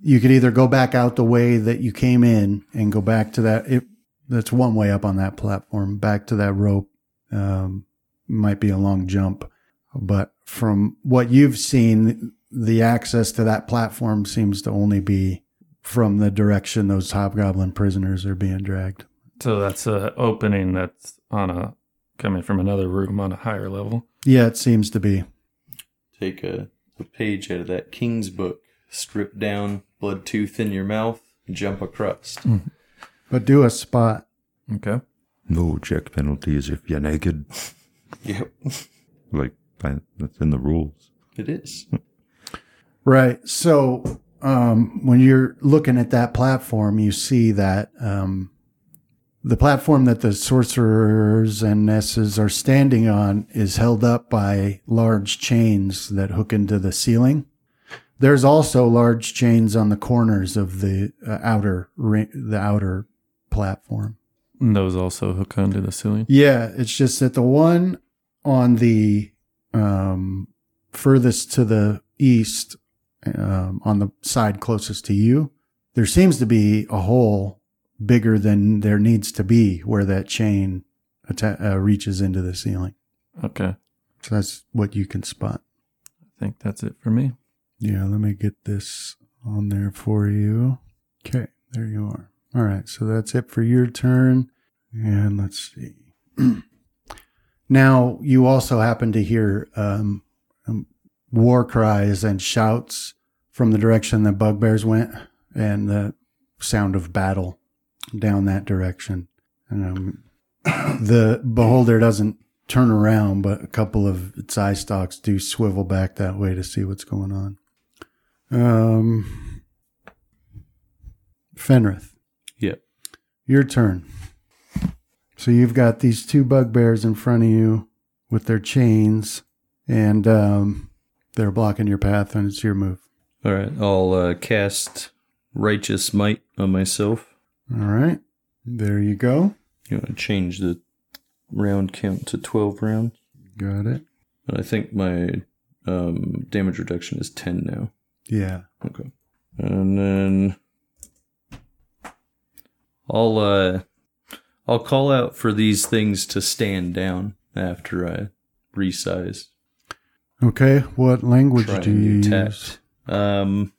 B: you could either go back out the way that you came in and go back to that. It, that's one way up on that platform. Back to that rope um, might be a long jump, but from what you've seen, the access to that platform seems to only be from the direction those hobgoblin prisoners are being dragged.
E: So that's a opening that's on a coming from another room on a higher level.
B: Yeah, it seems to be.
D: Take a, a page out of that King's book, strip down, blood tooth in your mouth, jump a crust.
B: But do a spot.
E: Okay.
F: No check penalties if you're naked.
D: Yep,
F: Like I, that's in the rules.
D: it is.
B: Right. So um, when you're looking at that platform, you see that um, the platform that the sorcerers and nesses are standing on is held up by large chains that hook into the ceiling. There's also large chains on the corners of the uh, outer ri- the outer platform.
E: And those also hook onto the ceiling.
B: Yeah, it's just that the one on the um, furthest to the east, um, on the side closest to you, there seems to be a hole bigger than there needs to be where that chain atta- uh, reaches into the ceiling.
E: Okay.
B: So that's what you can spot.
E: I think that's it for me.
B: Yeah, let me get this on there for you. Okay, there you are. All right, so that's it for your turn. And let's see. now, you also happen to hear um, um, war cries and shouts from the direction the bugbears went and the sound of battle down that direction. And um, the beholder doesn't turn around, but a couple of its eye stalks do swivel back that way to see what's going on. Um, Fenrith.
D: Yep.
B: Your turn. So you've got these two bugbears in front of you with their chains, and um, they're blocking your path, and it's your move.
D: All right, I'll uh, cast Righteous Might on myself.
B: All right. There you go.
D: You want to change the round count to 12 rounds?
B: Got it.
D: And I think my um, damage reduction is 10 now.
B: Yeah.
D: Okay. And then I'll uh I'll call out for these things to stand down after I resize.
B: Okay. What language
D: try
B: do
D: and
B: you
D: attack.
B: use?
D: Um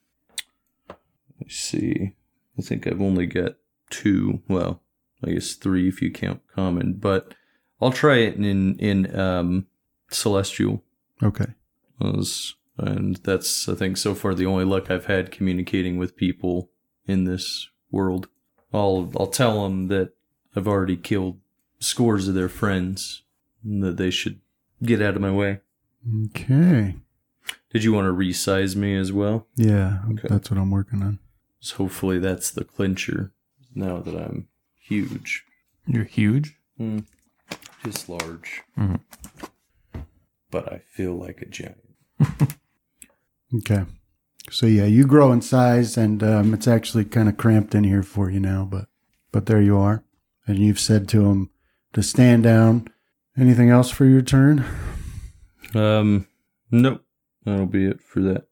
D: let's see. I think I've only got two well, I guess three if you count common, but I'll try it in in um celestial.
B: Okay.
D: was- and that's I think so far the only luck I've had communicating with people in this world. I'll I'll tell them that I've already killed scores of their friends and that they should get out of my way.
B: Okay.
D: Did you want to resize me as well?
B: Yeah.
D: Okay.
B: That's what I'm working on.
D: So hopefully that's the clincher now that I'm huge.
E: You're huge.
D: Mm. Just large.
E: Mhm.
D: But I feel like a giant.
B: Okay. So yeah, you grow in size, and um, it's actually kind of cramped in here for you now. But but there you are, and you've said to him to stand down. Anything else for your turn?
D: Um nope. That'll be it for that.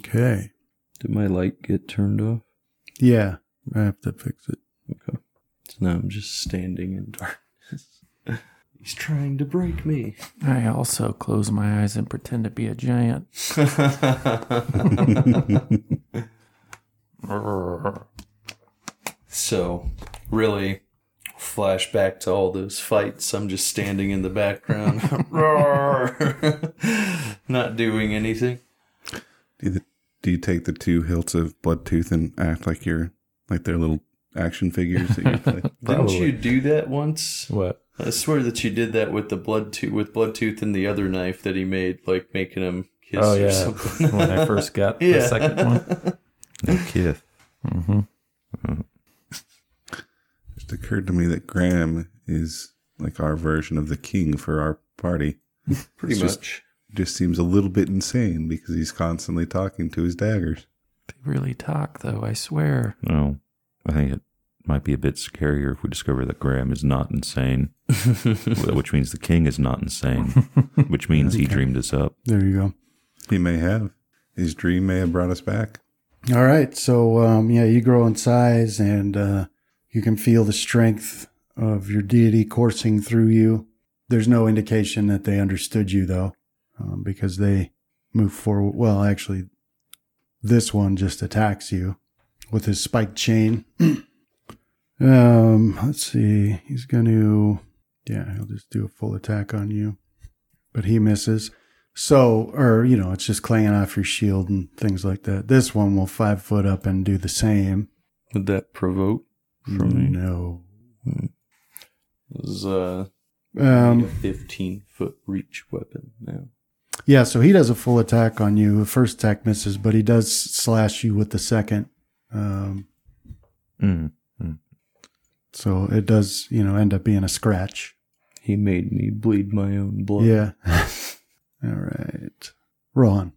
B: Okay.
D: Did my light get turned off?
B: Yeah, I have to fix it.
D: Okay. So now I'm just standing in darkness. He's trying to break me.
E: I also close my eyes and pretend to be a giant.
D: so, really, flash back to all those fights. I'm just standing in the background, Roar. not doing anything.
C: Do you, do you take the two hilts of Bloodtooth and act like you're like they're little action figures that you play?
D: Didn't you do that once?
E: What?
D: I swear that you did that with the blood tooth, with Bloodtooth and the other knife that he made, like making him kiss
E: Oh
D: or
E: yeah.
D: something.
E: when I first got the
D: Yeah.
E: second one.
F: No kith.
E: Mm-hmm.
C: It occurred to me that Graham is like our version of the king for our party.
D: Pretty
C: It's
D: much.
C: just- Just seems a little bit insane because he's constantly talking to his daggers.
E: They really talk though. I swear.
F: No, I think it might be a bit scarier if we discover that Graham is not insane, wh- which means the king is not insane, which means he dreamed us up.
B: There you go.
C: He may have. His dream may have brought us back.
B: All right. So, um, yeah, you grow in size and uh, you can feel the strength of your deity coursing through you. There's no indication that they understood you, though, um, because they move forward. Well, actually, this one just attacks you with his spiked chain. um, let's see. He's going to, yeah, he'll just do a full attack on you, but he misses. So, or you know, it's just clanging off your shield and things like that. This one will five foot up and do the same.
D: Would that provoke from me?
B: No.
D: This is uh, a
B: Um,
D: 15 foot reach weapon now.
B: yeah, so he does a full attack on you. The first attack misses, but he does slash you with the second. Um,
F: Mm.
B: so it does, you know, end up being a scratch.
D: He made me bleed my own blood.
B: Yeah. All right. Ron.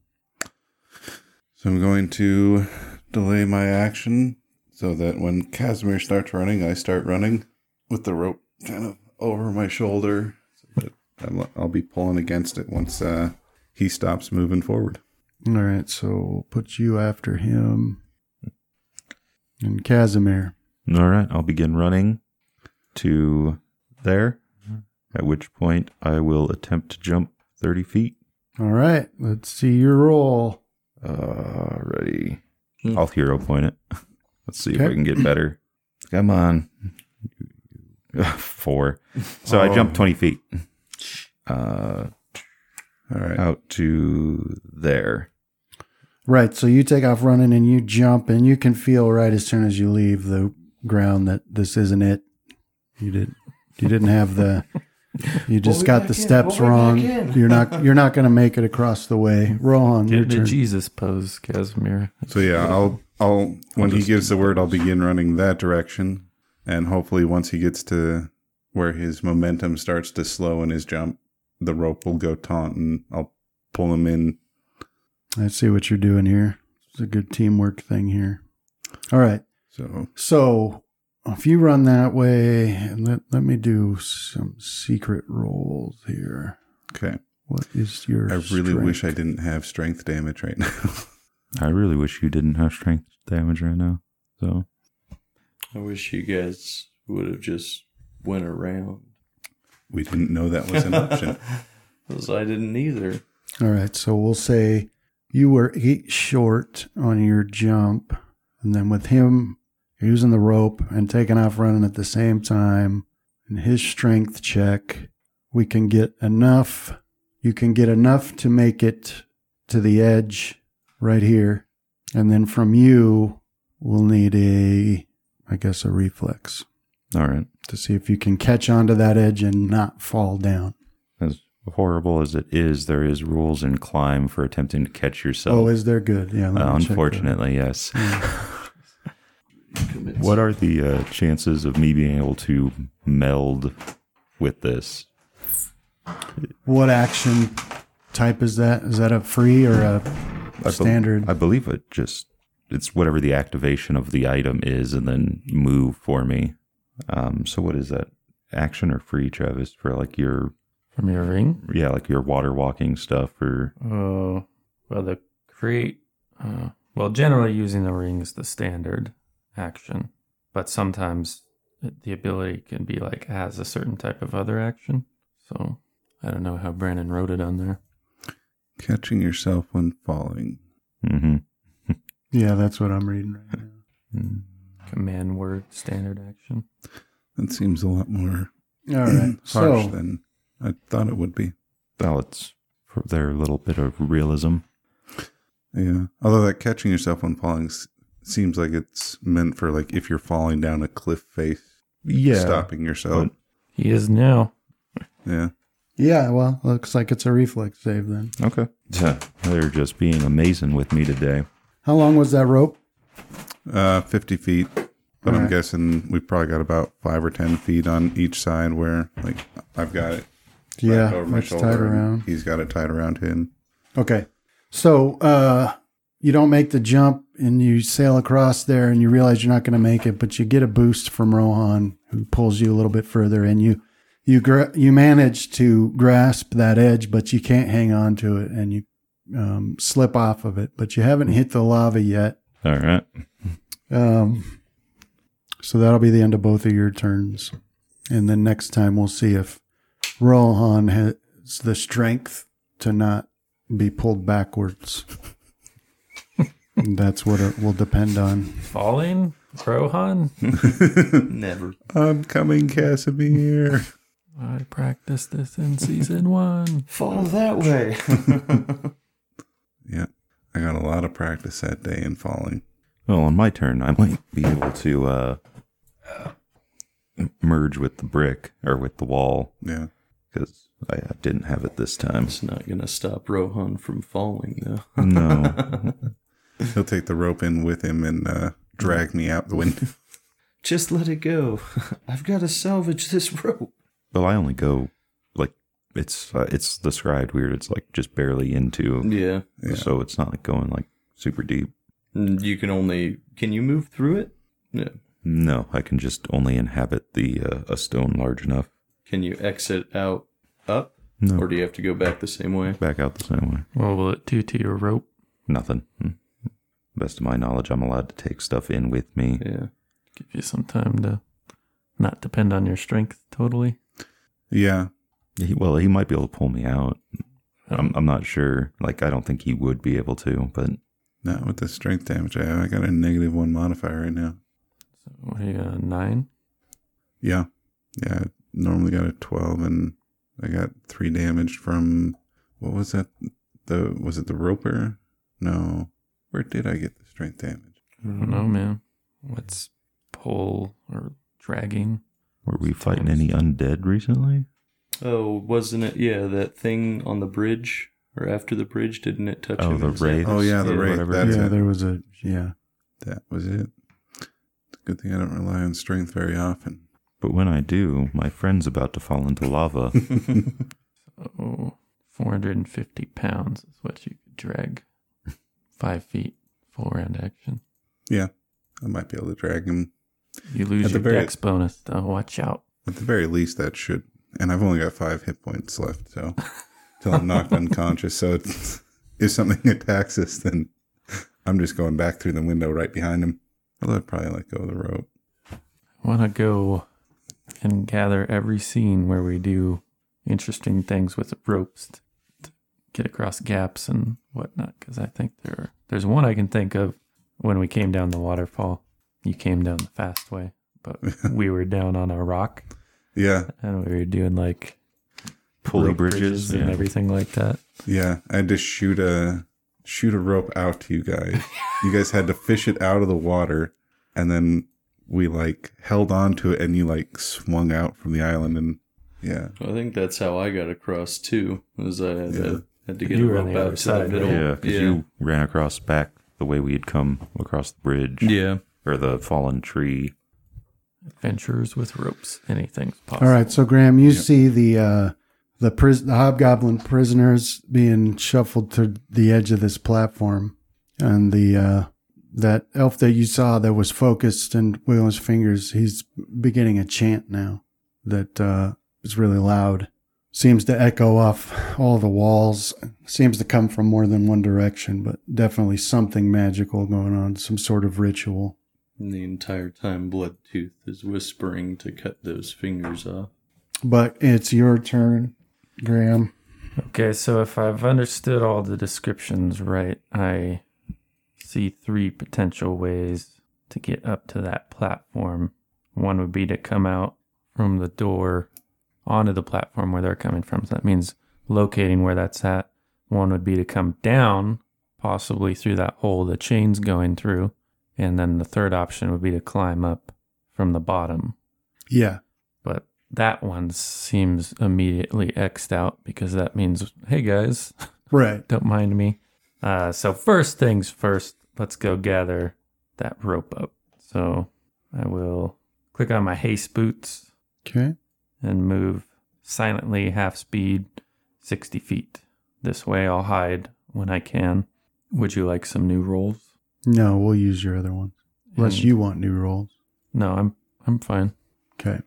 C: So I'm going to delay my action so that when Casimir starts running, I start running with the rope kind of over my shoulder. So that I'll, I'll be pulling against it once uh, he stops moving forward.
B: All right, so we'll put you after him. And Casimir.
F: All right, I'll begin running to there, at which point I will attempt to jump 30 feet.
B: All right, let's see your roll.
F: Uh, ready.
D: Hmm.
F: I'll hero point it. Let's see if
B: Okay.
F: I can get better. Come on. Four. So I jumped 20 feet. Uh,
C: All right.
F: out to there.
B: Right, so you take off running and you jump, and you can feel right as soon as you leave the ground that this isn't it. You did, you didn't have the, you just got the steps wrong. You're not, you're not going to make it across the way. Rohan, your
E: Get the
B: turn.
E: Jesus pose, Casimir.
C: So yeah, I'll I'll when he gives the word, I'll begin running that direction, and hopefully once he gets to where his momentum starts to slow in his jump, the rope will go taut, and I'll pull him in.
B: I see what you're doing here. It's a good teamwork thing here. All right.
C: So
B: So if you run that way, and let, let me do some secret rolls here.
C: okay,
B: What is your?
C: I really wish I didn't have strength damage right now.
F: I really wish you didn't have strength damage right now. So
D: I wish you guys would have just went around.
C: we didn't know that was an option.
D: 'Cause I didn't either.
B: All right. So we'll say you were eight short on your jump, and then with him using the rope and taking off running at the same time, and his strength check, we can get enough. You can get enough to make it to the edge right here, and then from you, we'll need a, I guess, a reflex
F: all right.
B: to see if you can catch onto that edge and not fall down.
F: As horrible as it is, there is rules in climb for attempting to catch yourself.
B: oh, is there good? Yeah. let
F: Uh,
B: me check that.
F: unfortunately, yes.
D: Commit
F: What are the uh, chances of me being able to meld with this?
B: What action type is that? Is that a free or a
F: I bel-
B: Standard.
F: I believe it just it's whatever the activation of the item is, and then move for me. Um, so what is that? Action or free, Travis, for like your
E: From your ring?
F: yeah, like your water walking stuff or
E: Oh, well, the create. Uh, well, generally using the ring is the standard action, but sometimes it- the ability can be like has a certain type of other action. So I don't know how Brandon wrote it on there.
C: Catching yourself when falling.
F: hmm
B: yeah? That's what I'm reading right now.
E: Command word standard action.
C: That seems a lot more
B: All right,
C: harsh
B: so
C: than I thought it would be.
F: well, it's for their little bit of realism.
C: Yeah. Although that catching yourself when falling s- seems like it's meant for like if you're falling down a cliff face,
F: Yeah,
C: stopping yourself.
E: He is now.
C: yeah.
B: yeah, well, looks like it's a reflex save then.
F: Okay, they're just being amazing with me today.
B: How long was that rope?
C: Uh, 50 feet. But I'm
B: Alright.
C: guessing we've probably got about five or 10 feet on each side where, like, I've got it wrapped
B: yeah,
C: over my
B: it's
C: shoulder.
B: tied
C: and
B: around.
C: He's got it tied around him.
B: Okay, so uh, you don't make the jump and you sail across there, and you realize you're not going to make it, but you get a boost from Rohan, who pulls you a little bit further, and you you gra- you manage to grasp that edge, but you can't hang on to it, and you um, slip off of it, but you haven't hit the lava yet.
F: All right.
B: Um, so that'll be the end of both of your turns. And then next time we'll see if Rohan has the strength to not be pulled backwards. That's what it will depend on.
E: Falling? Rohan?
D: Never.
C: I'm coming, Casimir.
E: I practiced this in season one.
D: Fall that way.
C: yeah, I got a lot of practice that day in falling.
F: Well, on my turn, I might be able to uh, merge with the brick or with the wall
C: Yeah,
F: because I I didn't have it this time.
D: it's not going to stop Rohan from falling, though.
F: No,
C: he'll take the rope in with him and uh, drag me out the window.
D: Just let it go. I've got to salvage this rope.
F: well, I only go like it's uh, it's described weird. It's like just barely into,
D: Yeah.
C: Yeah.
F: so it's not like going like super deep.
D: And Mm, You can only. Can you move through it? No.
F: No, I can just only inhabit the uh, a stone large enough.
D: Can you exit out up?
F: No.
D: Or do you have to go back the same way?
F: Back out the same way.
E: What will it do to your rope?
F: Nothing. Hmm. Best of my knowledge, I'm allowed to take stuff in with me.
D: Yeah.
E: Give you some time to not depend on your strength totally.
C: Yeah,
F: He, well, he might be able to pull me out. I'm, I'm not sure. Like, I don't think he would be able to, but
C: not with the strength damage I have. I got a negative one modifier right now.
E: What are you, uh, nine?
C: Yeah, yeah. I normally got a twelve, and I got three damage from what was that? The was it the roper? No, where did I get the strength damage?
E: I don't
C: Mm-hmm.
E: know, man. What's pull or dragging?
F: were we fighting any undead recently?
D: Oh, wasn't it? Yeah, that thing on the bridge or after the bridge, didn't it touch
F: Oh,
D: him?
F: the
D: It was that-
F: wraith.
C: Oh yeah, the
D: Yeah,
C: wraith.
F: whatever.
C: That's
B: yeah,
C: it.
B: there was a yeah.
C: That was it. It's a good thing I don't rely on strength very often.
F: But when I do, my friend's about to fall into lava.
E: Oh, 450 pounds is what you could drag. Five feet, full round action.
C: Yeah, I might be able to drag him.
E: You
C: At
E: lose
C: the
E: your
C: very-
E: dex bonus, though. Watch out.
C: At the very least, that should. And I've only got five hit points left, so till I'm knocked unconscious. So it's, if something attacks us, then I'm just going back through the window right behind him. Although I'd probably let go of the rope.
E: I want to go and gather every scene where we do interesting things with ropes to, to get across gaps and whatnot. Because I think there are, there's one I can think of when we came down the waterfall. You came down the fast way, but we were down on a rock
C: Yeah,
E: and we were doing like
F: Pulley
E: rope
F: bridges.
E: and
F: yeah.
E: everything like that.
C: yeah. I had to shoot a shoot a rope out to you guys. you guys had to fish it out of the water, and then we like held on to it, and you like swung out from the island, and yeah.
D: I think that's how I got across too. Was I had,
C: Yeah.
D: to, had to get
E: You
D: a
E: were
D: rope
E: on the
D: out
E: other
D: to
E: side,
D: the middle.
F: Yeah, because you ran across back the way we had come across the bridge
D: yeah.
F: or the fallen tree.
E: Adventurers with ropes. Anything's possible.
B: All right, so Graham, you see the uh, the, pris- the hobgoblin prisoners being shuffled to the edge of this platform, and the uh, that elf that you saw that was focused and wiggling his fingers, he's beginning a chant now that uh, is really loud. Seems to echo off all the walls. Seems to come from more than one direction, but definitely something magical going on, some sort of ritual.
D: And the entire time, Bloodtooth is whispering to cut those fingers off.
B: But it's your turn, Graham.
E: Okay, so if I've understood all the descriptions right, I see three potential ways to get up to that platform. One would be to come out from the door onto the platform where they're coming from. So that means locating where that's at. One would be to come down, possibly through that hole the chain's going through. And then the third option would be to climb up from the bottom
B: Yeah.
E: but that one seems immediately xed out because that means hey guys
B: Right.
E: don't mind me uh, so first things first let's go gather that rope up so i will click on my haste boots
B: Okay.
E: and move silently half speed 60 feet this way i'll hide when i can would you like some new rolls
B: No, we'll use your other one. Unless
E: And-
B: you want new rolls.
E: no i'm i'm fine
B: Okay.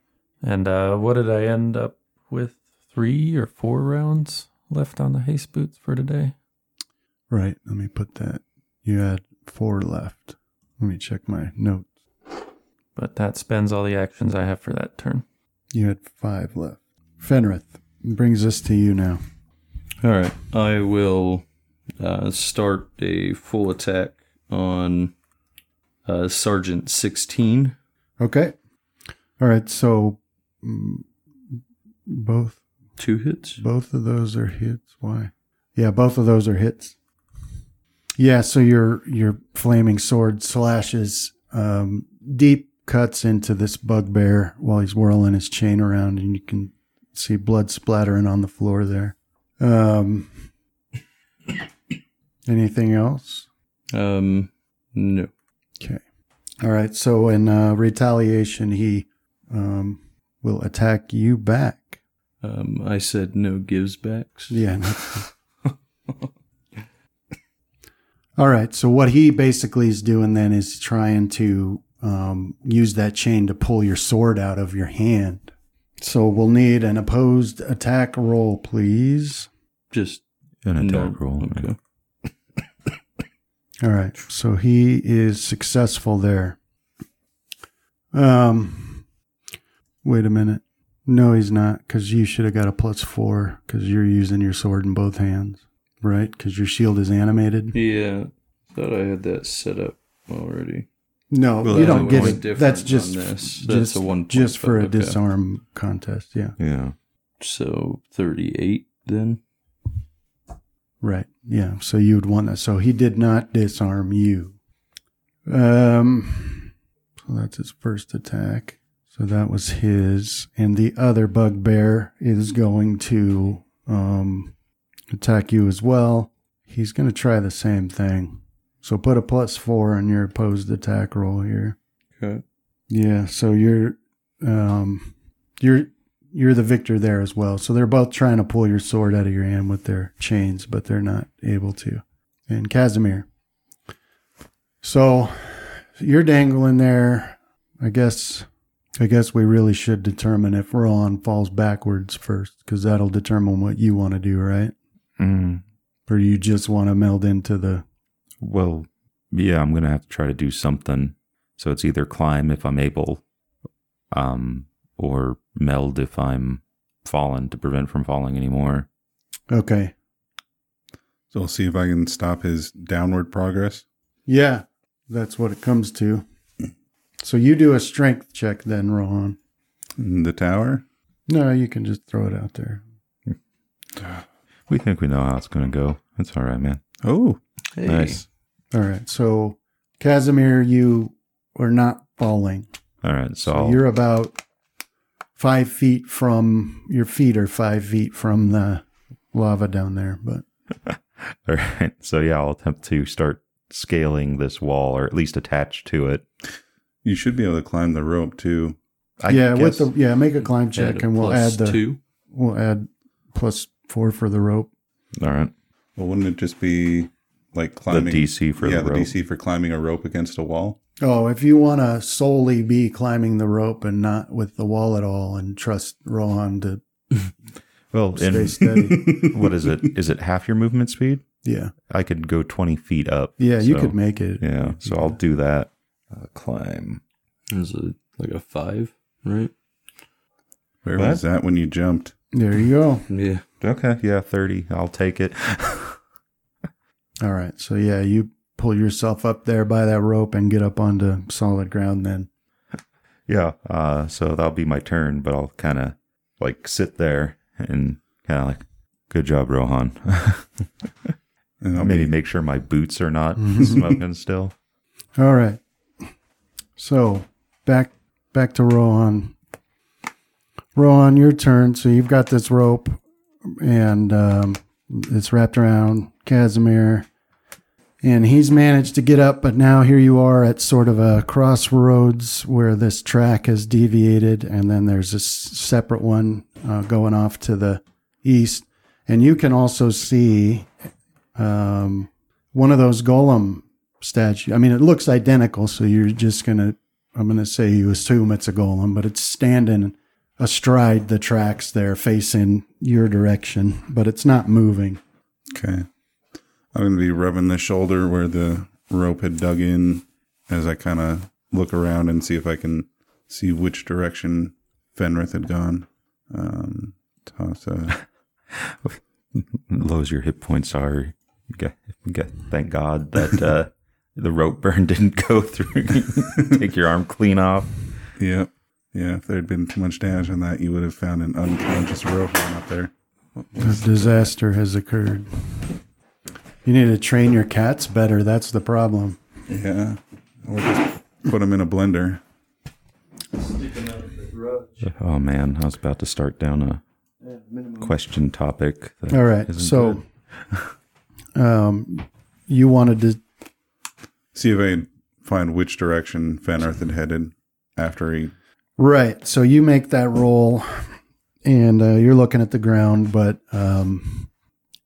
E: and uh, what did i end up with three or four rounds left on the haste boots for today
B: Right. Let me put that. You had four left. Let me check my notes.
E: But that spends all the actions I have for that turn.
B: You had five left. Fenrith brings us to you now.
D: All right. I will uh, start a full attack on uh, Sergeant 16.
B: Okay. All right. So mm, both
D: Two hits.
B: both of those are hits. Why? Yeah, both of those are hits. Yeah. So your your flaming sword slashes um, deep cuts into this bugbear while he's whirling his chain around, and you can see blood splattering on the floor there. Um, anything else?
D: Um, no.
B: Okay. All right. So in uh, retaliation, he um, will attack you back.
D: Um, I said no gives backs.
B: Yeah. no. All right. So what he basically is doing then is trying to um, use that chain to pull your sword out of your hand. So we'll need an opposed attack roll, please.
D: Just
F: An
D: no.
F: attack roll.
D: Okay.
B: All right. So he is successful there. Um, wait a minute. No, he's not, because you should have got a plus four, because you're using your sword in both hands, right? Because your shield is animated.
D: Yeah. Thought I had that set up already.
B: No,
C: Well,
B: you
C: that's
B: don't
C: a
B: get
C: point
B: it. That's
D: different
B: just
D: on this.
B: just
D: That's a one point,
B: just for a
D: but okay.
B: disarm contest. Yeah,
F: Yeah.
D: So 38 then.
B: right. Yeah, so you'd want that. So he did not disarm you. Um, so that's his first attack. So that was his, and the other bugbear is going to um attack you as well. He's going to try the same thing. So put a plus four on your opposed attack roll here.
D: Okay.
B: Yeah, so you're um you're you're the victor there as well. So they're both trying to pull your sword out of your hand with their chains, but they're not able to. And Casimir. So you're dangling there. I guess I guess we really should determine if Ron falls backwards first cuz that'll determine what you want to do, right?
F: Mm,
B: Or you just want to meld into the
F: well, yeah, I'm going to have to try to do something. So it's either climb if I'm able, um, or meld if I'm fallen to prevent from falling anymore.
B: Okay.
C: So I'll see if I can stop his downward progress.
B: Yeah, that's what it comes to. So you do a strength check then, Rohan.
C: In the tower.
B: No, you can just throw it out there.
F: We think we know how it's going to go. It's all right, man.
C: Oh,
D: Hey.
F: Nice.
B: All right. So, Casimir, you are not falling.
F: All right.
B: So
F: So, I'll-
B: you're about five feet from your feet are five feet from the lava down there. But
F: All right. So yeah, I'll attempt to start scaling this wall or at least attach to it.
C: you should be able to climb the rope too.
F: I
B: yeah, with
F: guess-
B: the yeah, make a climb check,
D: Add a
B: and we'll add
D: plus
B: the we
D: two.
B: we'll add plus four for the rope.
F: all right,
C: Well, wouldn't it just be like climbing
F: DC for
C: yeah,
F: the
C: the
F: rope.
C: DC for climbing a rope against a wall?
B: Oh, if you want to solely be climbing the rope and not with the wall at all, and trust Rohan to
F: well,
B: stay
F: in,
B: steady.
F: what is it? Is it half your movement speed?
B: Yeah,
F: I could go twenty feet up.
B: yeah, you
F: so-
B: could make it.
F: Yeah, so I'll do that. Uh, climb.
D: Is it like a five, right?
C: Where
F: What?
C: was that when you jumped?
B: There you go.
D: Yeah.
F: Okay, yeah, thirty. I'll take it.
B: All right. So yeah, you pull yourself up there by that rope and get up onto solid ground then.
F: yeah. Uh, so that'll be my turn, but I'll kind of like sit there and kind of like, good job, Rohan.
C: And I'll
F: Maybe
C: be-
F: make sure my boots are not smoking still.
B: All right. So back back to Rohan. Rohan, your turn. So you've got this rope and um, it's wrapped around Casimir. And he's managed to get up, but now here you are at sort of a crossroads where this track has deviated, and then there's this separate one uh, going off to the east. And you can also see um, one of those golem statue. I mean, it looks identical, so you're just gonna. I'm gonna say you assume it's a golem, but it's standing astride the tracks there, facing your direction, but it's not moving.
C: okay. I'm gonna be rubbing the shoulder where the rope had dug in as I kind of look around and see if I can see which direction Fenrith had gone. Um, toss a
F: low as your hit points are, g- g- thank God that uh, the rope burn didn't go through. Take your arm clean off.
C: Yep. Yeah, if there had been too much damage on that, you would have found an unconscious rope line up there.
B: A disaster has occurred. You need to train your cats better. That's the problem.
C: Yeah. Or just put them in a blender.
F: Oh man, I was about to start down a question topic. that
B: All right.
F: isn't
B: so,
F: good.
B: um, you wanted to
C: See if I can find which direction Fenrith had headed after he.
B: Right. So you make that roll, and uh, you're looking at the ground, but um,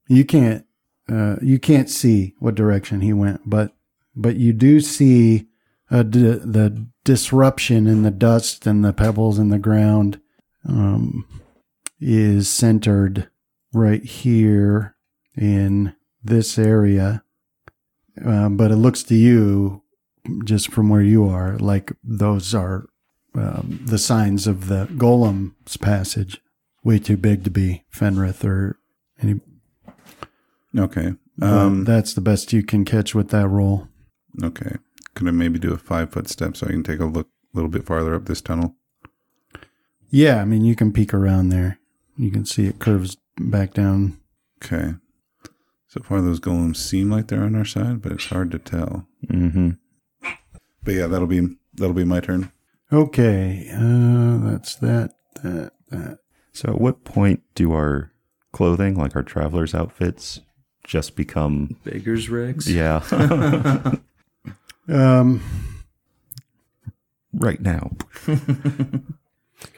B: you can't uh, you can't see what direction he went. But but you do see uh, d- the disruption in the dust and the pebbles in the ground um, is centered right here in this area. Um, but it looks to you, just from where you are, like those are um, the signs of the golem's passage. Way too big to be Fenrith or any.
C: Okay. Um,
B: that's the best you can catch with that roll.
C: okay. Could I maybe do a five foot step so I can take a look a little bit farther up this tunnel?
B: Yeah, I mean you can peek around there. You can see it curves back down.
C: Okay. So far, those golems seem like they're on our side, but it's hard to tell.
F: Mhm.
C: But yeah, that'll be that'll be my turn.
B: Okay, uh, that's that. That that.
F: So, at what point do our clothing, like our travelers' outfits, just become?
D: Beggar's Rex.
F: Yeah,
B: Um,
F: right now.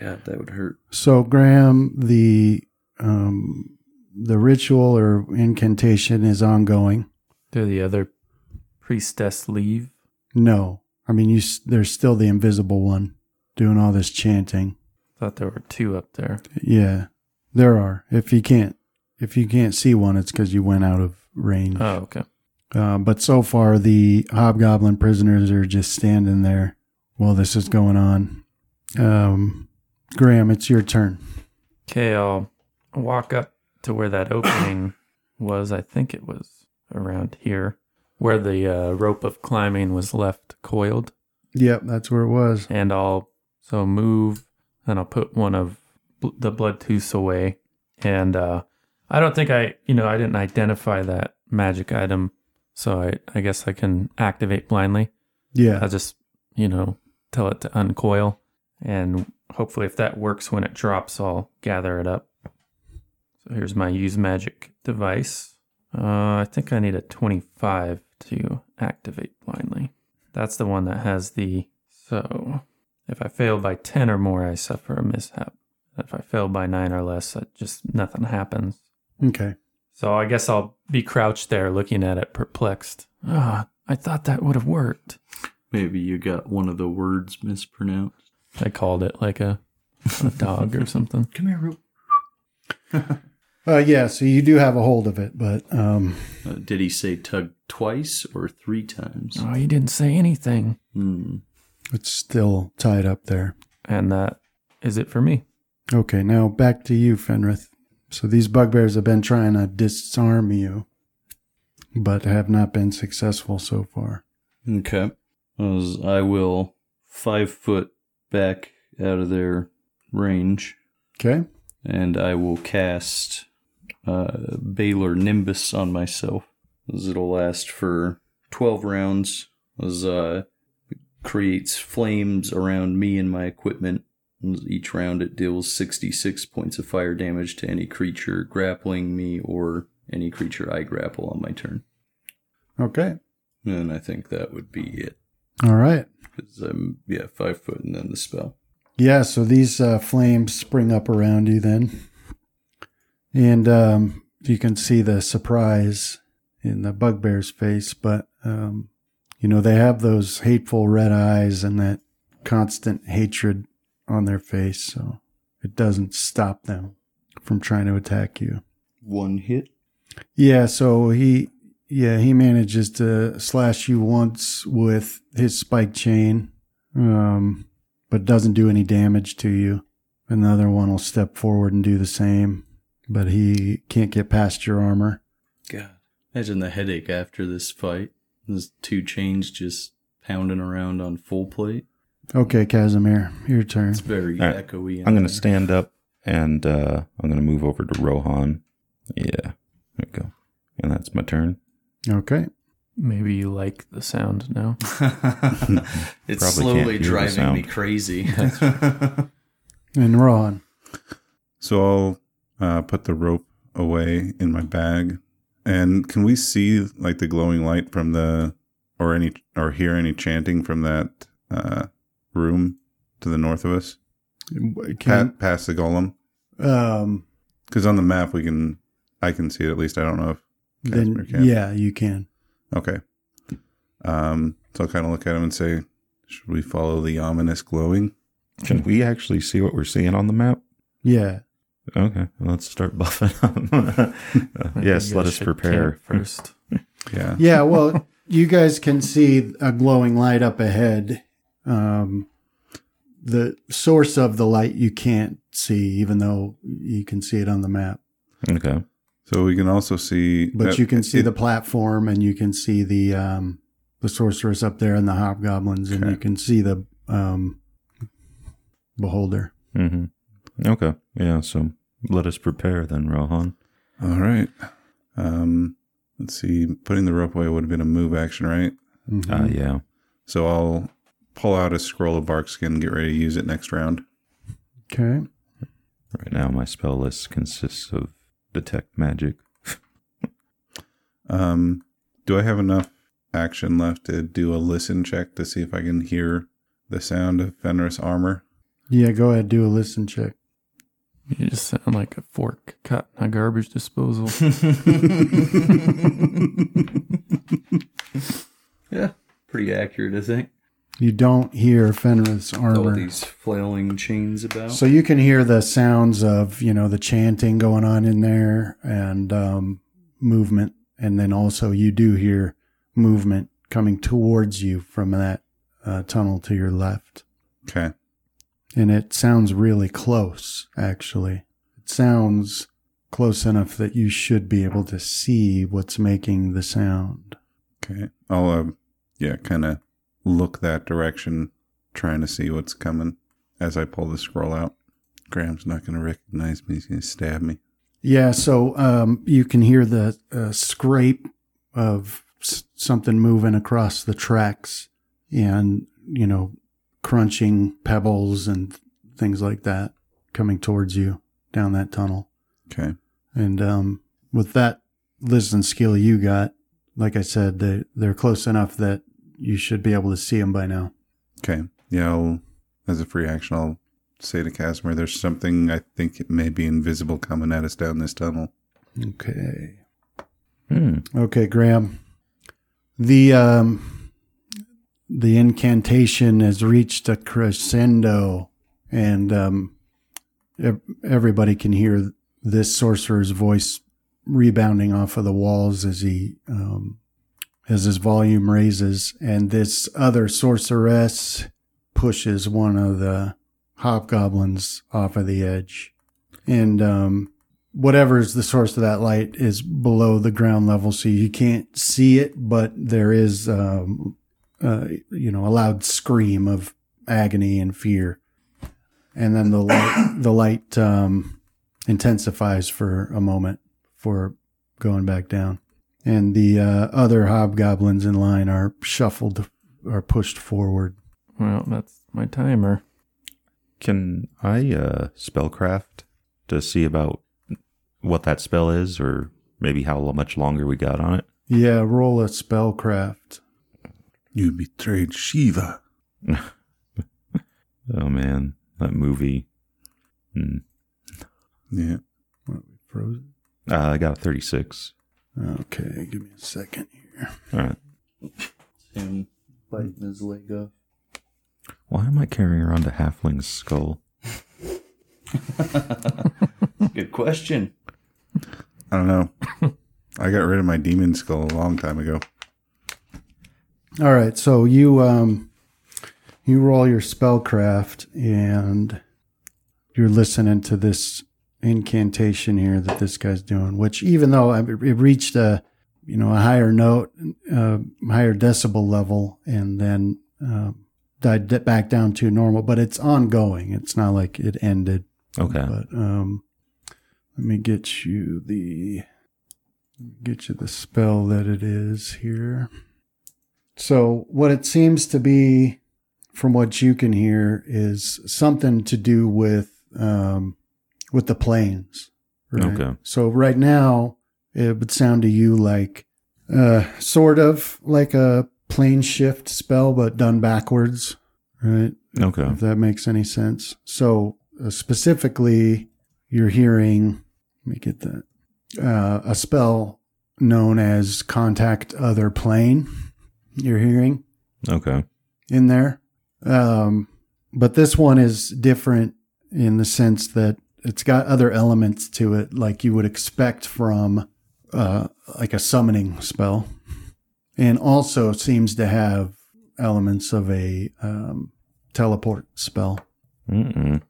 D: God, that would hurt.
B: so Graham, the um, the ritual or incantation is ongoing.
E: Do the other priestess leave?
B: No, I mean you. s- There's still the invisible one doing all this chanting.
E: Thought there were two up there.
B: Yeah, there are. If you can't, if you can't see one, it's because you went out of range.
E: Oh, okay.
B: Uh, but so far, the hobgoblin prisoners are just standing there while this is going on. Um, Graham, it's your turn.
E: Okay, I'll walk up to where that opening was. I think it was around here where the uh, rope of climbing was left coiled.
B: Yep, that's where it was.
E: And I'll so move and I'll put one of bl- the blood tooth away. And uh, I don't think I, you know, I didn't identify that magic item. So I, I guess I can activate blindly.
B: Yeah,
E: I'll just, you know, tell it to uncoil. And hopefully, if that works when it drops, I'll gather it up. So here's my use magic device. Uh, I think I need a 25 to activate blindly. That's the one that has the. So if I fail by 10 or more, I suffer a mishap. If I fail by 9 or less, I just nothing happens.
B: okay.
E: So I guess I'll be crouched there looking at it, perplexed. Ah, I thought that would have worked.
D: Maybe you got one of the words mispronounced.
E: I called it like a, a dog or something.
D: Come here, Ru-
B: Uh, yeah, so you do have a hold of it, but um,
D: Uh, did he say tug twice or three times?
E: Oh, you didn't say anything.
D: Hmm.
B: it's still tied up there.
E: And that is it for me.
B: Okay, now back to you, Fenrith. So these bugbears have been trying to disarm you, but have not been successful so far.
D: Okay. As I will five foot back out of their range,
B: Okay.
D: and I will cast uh, Baylor Nimbus on myself. As it'll last for 12 rounds. As uh, it creates flames around me and my equipment. As Each round it deals 66 points of fire damage to any creature grappling me or any creature I grapple on my turn.
B: Okay.
D: And I think that would be it.
B: All right.
D: Because I'm yeah five foot and then the spell.
B: Yeah, so these uh, flames spring up around you then. And um, you can see the surprise in the bugbear's face, but, um, you know, they have those hateful red eyes and that constant hatred on their face, so it doesn't stop them from trying to attack you.
D: One hit.
B: Yeah, so he yeah, he manages to slash you once with his spike chain. Um but doesn't do any damage to you. Another one will step forward and do the same, but he can't get past your armor.
D: God, imagine the headache after this fight. There's two chains just pounding around on full plate.
B: Okay, Casimir, your turn.
D: It's very
F: All right.
D: echoey. in
F: I'm going to
D: there.
F: stand up and uh, I'm going to move over to Rohan. Yeah, there we go. And that's my turn.
B: Okay.
E: Maybe you like the sound now.
D: it's
F: Probably can't
D: slowly
F: hear the
D: driving me
F: sound.
D: crazy.
B: And Ron.
C: So I'll uh, put the rope away in my bag. And can we see like the glowing light from the or any or hear any chanting from that uh, room to the north of us?
B: Can,
C: Pat, past the golem,
B: um,
C: because on the map we can I can see it at least. I don't know if Casimir
B: then,
C: can.
B: yeah, you can.
C: okay. Um, so I'll kind of look at him and say, "Should we follow the ominous glowing?"
F: Can we actually see what we're seeing on the map?
B: Yeah.
F: Okay, let's start buffing up. Uh,
E: Maybe
F: yes,
E: you
F: let
E: guys
F: us
E: should
F: prepare
E: camp first.
C: Yeah.
B: Yeah, well, you guys can see a glowing light up ahead. Um, the source of the light you can't see, even though you can see it on the map.
F: Okay.
C: So we can also see,
B: But
C: that
B: you can see
C: it-
B: the platform and you can see the um, the sorceress up there and the hobgoblins, and
C: Okay.
B: you can see the um, beholder.
F: hmm Okay. Yeah. So let us prepare then, Rohan.
C: All right. Um, let's see. Putting the rope away would have been a move action, right?
B: Mhm.
F: Uh, yeah.
C: So I'll pull out a scroll of barkskin and get ready to use it next round.
B: Okay.
F: Right now, my spell list consists of detect magic.
C: Um, do I have enough action left to do a listen check to see if I can hear the sound of Fenris armor?
B: Yeah, go ahead, do a listen check.
E: You just sound like a fork caught in a garbage disposal.
D: yeah, pretty accurate, I think.
B: You don't hear Fenris
D: All
B: armor.
D: these flailing chains about.
B: So you can hear the sounds of you know the chanting going on in there and um, movement, and then also you do hear movement coming towards you from that uh, tunnel to your left,
C: Okay.
B: and it sounds really close. Actually, it sounds close enough that you should be able to see what's making the sound.
C: Okay. I'll, uh, yeah, kind of look that direction, trying to see what's coming as I pull the scroll out. Graham's not going to recognize me. He's going to stab me.
B: Yeah, so um, you can hear the uh, scrape of s- something moving across the tracks and, you know, crunching pebbles and things like that coming towards you down that tunnel.
C: Okay.
B: And um, with that listen skill you got, like I said, they, they're close enough that you should be able to see them by now.
C: Okay. Yeah, I'll, as a free action, I'll say to Casimir, there's something I think it may be invisible coming at us down this tunnel.
B: Okay.
F: Hmm.
B: Okay, Graham. The um, the incantation has reached a crescendo, and um, ev- everybody can hear this sorcerer's voice rebounding off of the walls as he um, as his volume raises, and this other sorceress pushes one of the hobgoblins off of the edge, and um, whatever is the source of that light is below the ground level, so you can't see it, but there is, um, uh, you know, a loud scream of agony and fear, and then the light, the light um, intensifies for a moment before going back down, and the uh, other hobgoblins in line are shuffled or pushed forward.
E: well, that's my timer.
F: Can I uh, spellcraft to see about what that spell is, or maybe how lo- much longer we got on it?
B: Yeah, roll a spellcraft.
C: You betrayed Shiva.
F: Oh man, that movie. Hmm.
C: Yeah.
B: Frozen.
F: Uh, I got a 36.
B: Okay, give me a second here.
F: All right.
D: him biting his leg off.
F: Why am I carrying around a halfling's skull?
D: Good question.
C: I don't know. I got rid of my demon skull a long time ago.
B: All right, so you um, you roll your spellcraft, and you're listening to this incantation here that this guy's doing. Which, even though I- it reached a you know, a higher note, uh, higher decibel level, and then uh, died d- back down to normal. But it's ongoing. It's not like it ended.
F: Okay.
B: But um, let me get you the let me get you the spell that it is here. So what it seems to be, from what you can hear, is something to do with um, with the planes.
F: Okay.
B: So right now it would sound to you like uh, sort of like a plane shift spell, but done backwards. Right
F: Okay.
B: if that makes any sense. So uh, specifically, you're hearing. Let me get that. Uh, a spell known as contact other plane. You're hearing
F: Okay.
B: in there, um, but this one is different in the sense that it's got other elements to it, like you would expect from uh, like a summoning spell, and also seems to have elements of a um, teleport spell.
F: Mm-mm.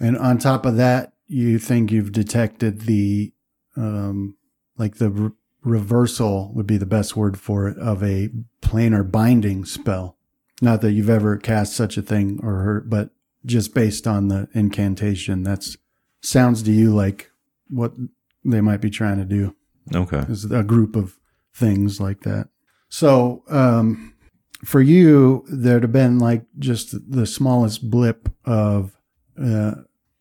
B: And on top of that, you think you've detected the, um, like the re- reversal would be the best word for it of a planar binding spell. Not that you've ever cast such a thing or heard, but just based on the incantation, that's sounds to you like what they might be trying to do
F: Okay.
B: is a group of things like that. So, um, for you, there'd have been like just the smallest blip of uh,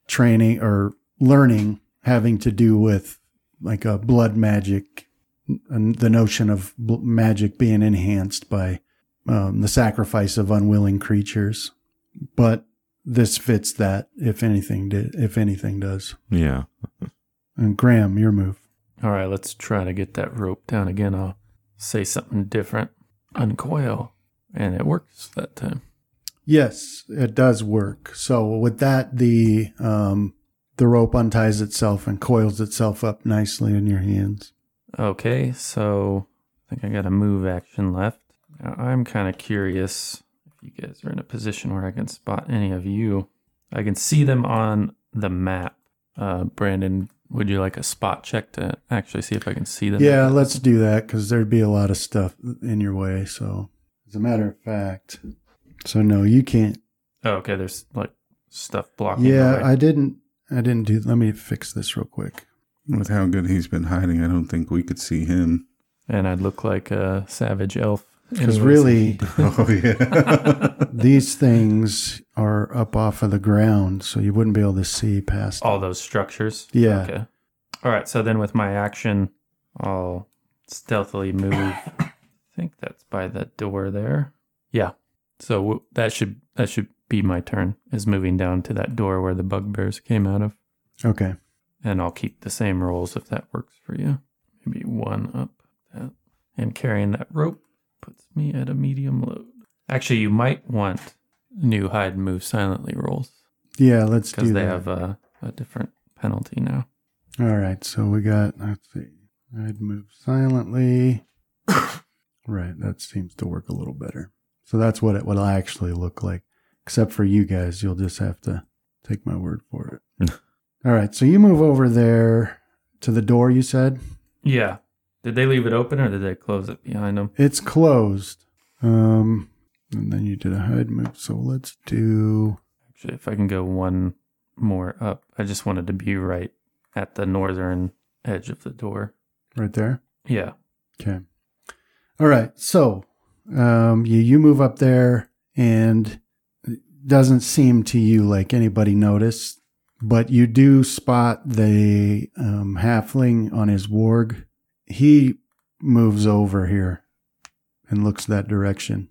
B: training or learning having to do with like a blood magic and the notion of bl- magic being enhanced by um, the sacrifice of unwilling creatures. But this fits that, if anything, did, if anything does.
F: Yeah.
B: And Graham, your move.
E: All right, let's try to get that rope down again. I'll say something different. Uncoil. And it works that time.
B: Yes, it does work. So with that, the um, the rope unties itself and coils itself up nicely in your hands.
E: Okay, so I think I got a move action left. Now, I'm kind of curious if you guys are in a position where I can spot any of you. I can see them on the map. Uh, Brandon, would you like a spot check to actually see if I can see them?
B: Yeah, let's do that because there'd be a lot of stuff in your way. So as a matter of fact, so no, you can't.
E: Oh, okay, there's like stuff blocking.
B: Yeah,
E: the Oh, way.
B: I didn't. I didn't do. Let me fix this real quick.
C: With how good he's been hiding, I don't think we could see him.
E: and I'd look like a savage elf.
B: Because
E: anyways.
B: really,
C: Oh yeah.
B: these things are up off of the ground, so you wouldn't be able to see past.
E: all those structures.
B: Oh. Yeah.
E: Okay. All right. So then with my action, I'll stealthily move. I think that's by that door there. Yeah. So w- that should that should be my turn. Is moving down to that door where the bugbears came out of,
B: Okay.
E: and I'll keep the same rolls if that works for you. Maybe one up. That. And carrying that rope puts me at a medium load. Actually, you might want new hide and move silently rolls
B: Yeah, let's do
E: because they
B: that.
E: have a, a different penalty now.
B: All right, so we got. Let's see. I'd move silently. right, that seems to work a little better. So that's what it will actually look like. Except for you guys, you'll just have to take my word for it. All right, so you move over there to the door. You said
E: Yeah. Did they leave it open or did they close it behind them?
B: it's closed. Um, and then you did a hide move. So let's do.
E: Actually, if I can go one more up, I just wanted to be right at the northern edge of the door.
B: Right there.
E: Yeah.
B: Okay. All right. So um, you you move up there, and it doesn't seem to you like anybody noticed, but you do spot the um, halfling on his warg. He moves over here and looks that direction.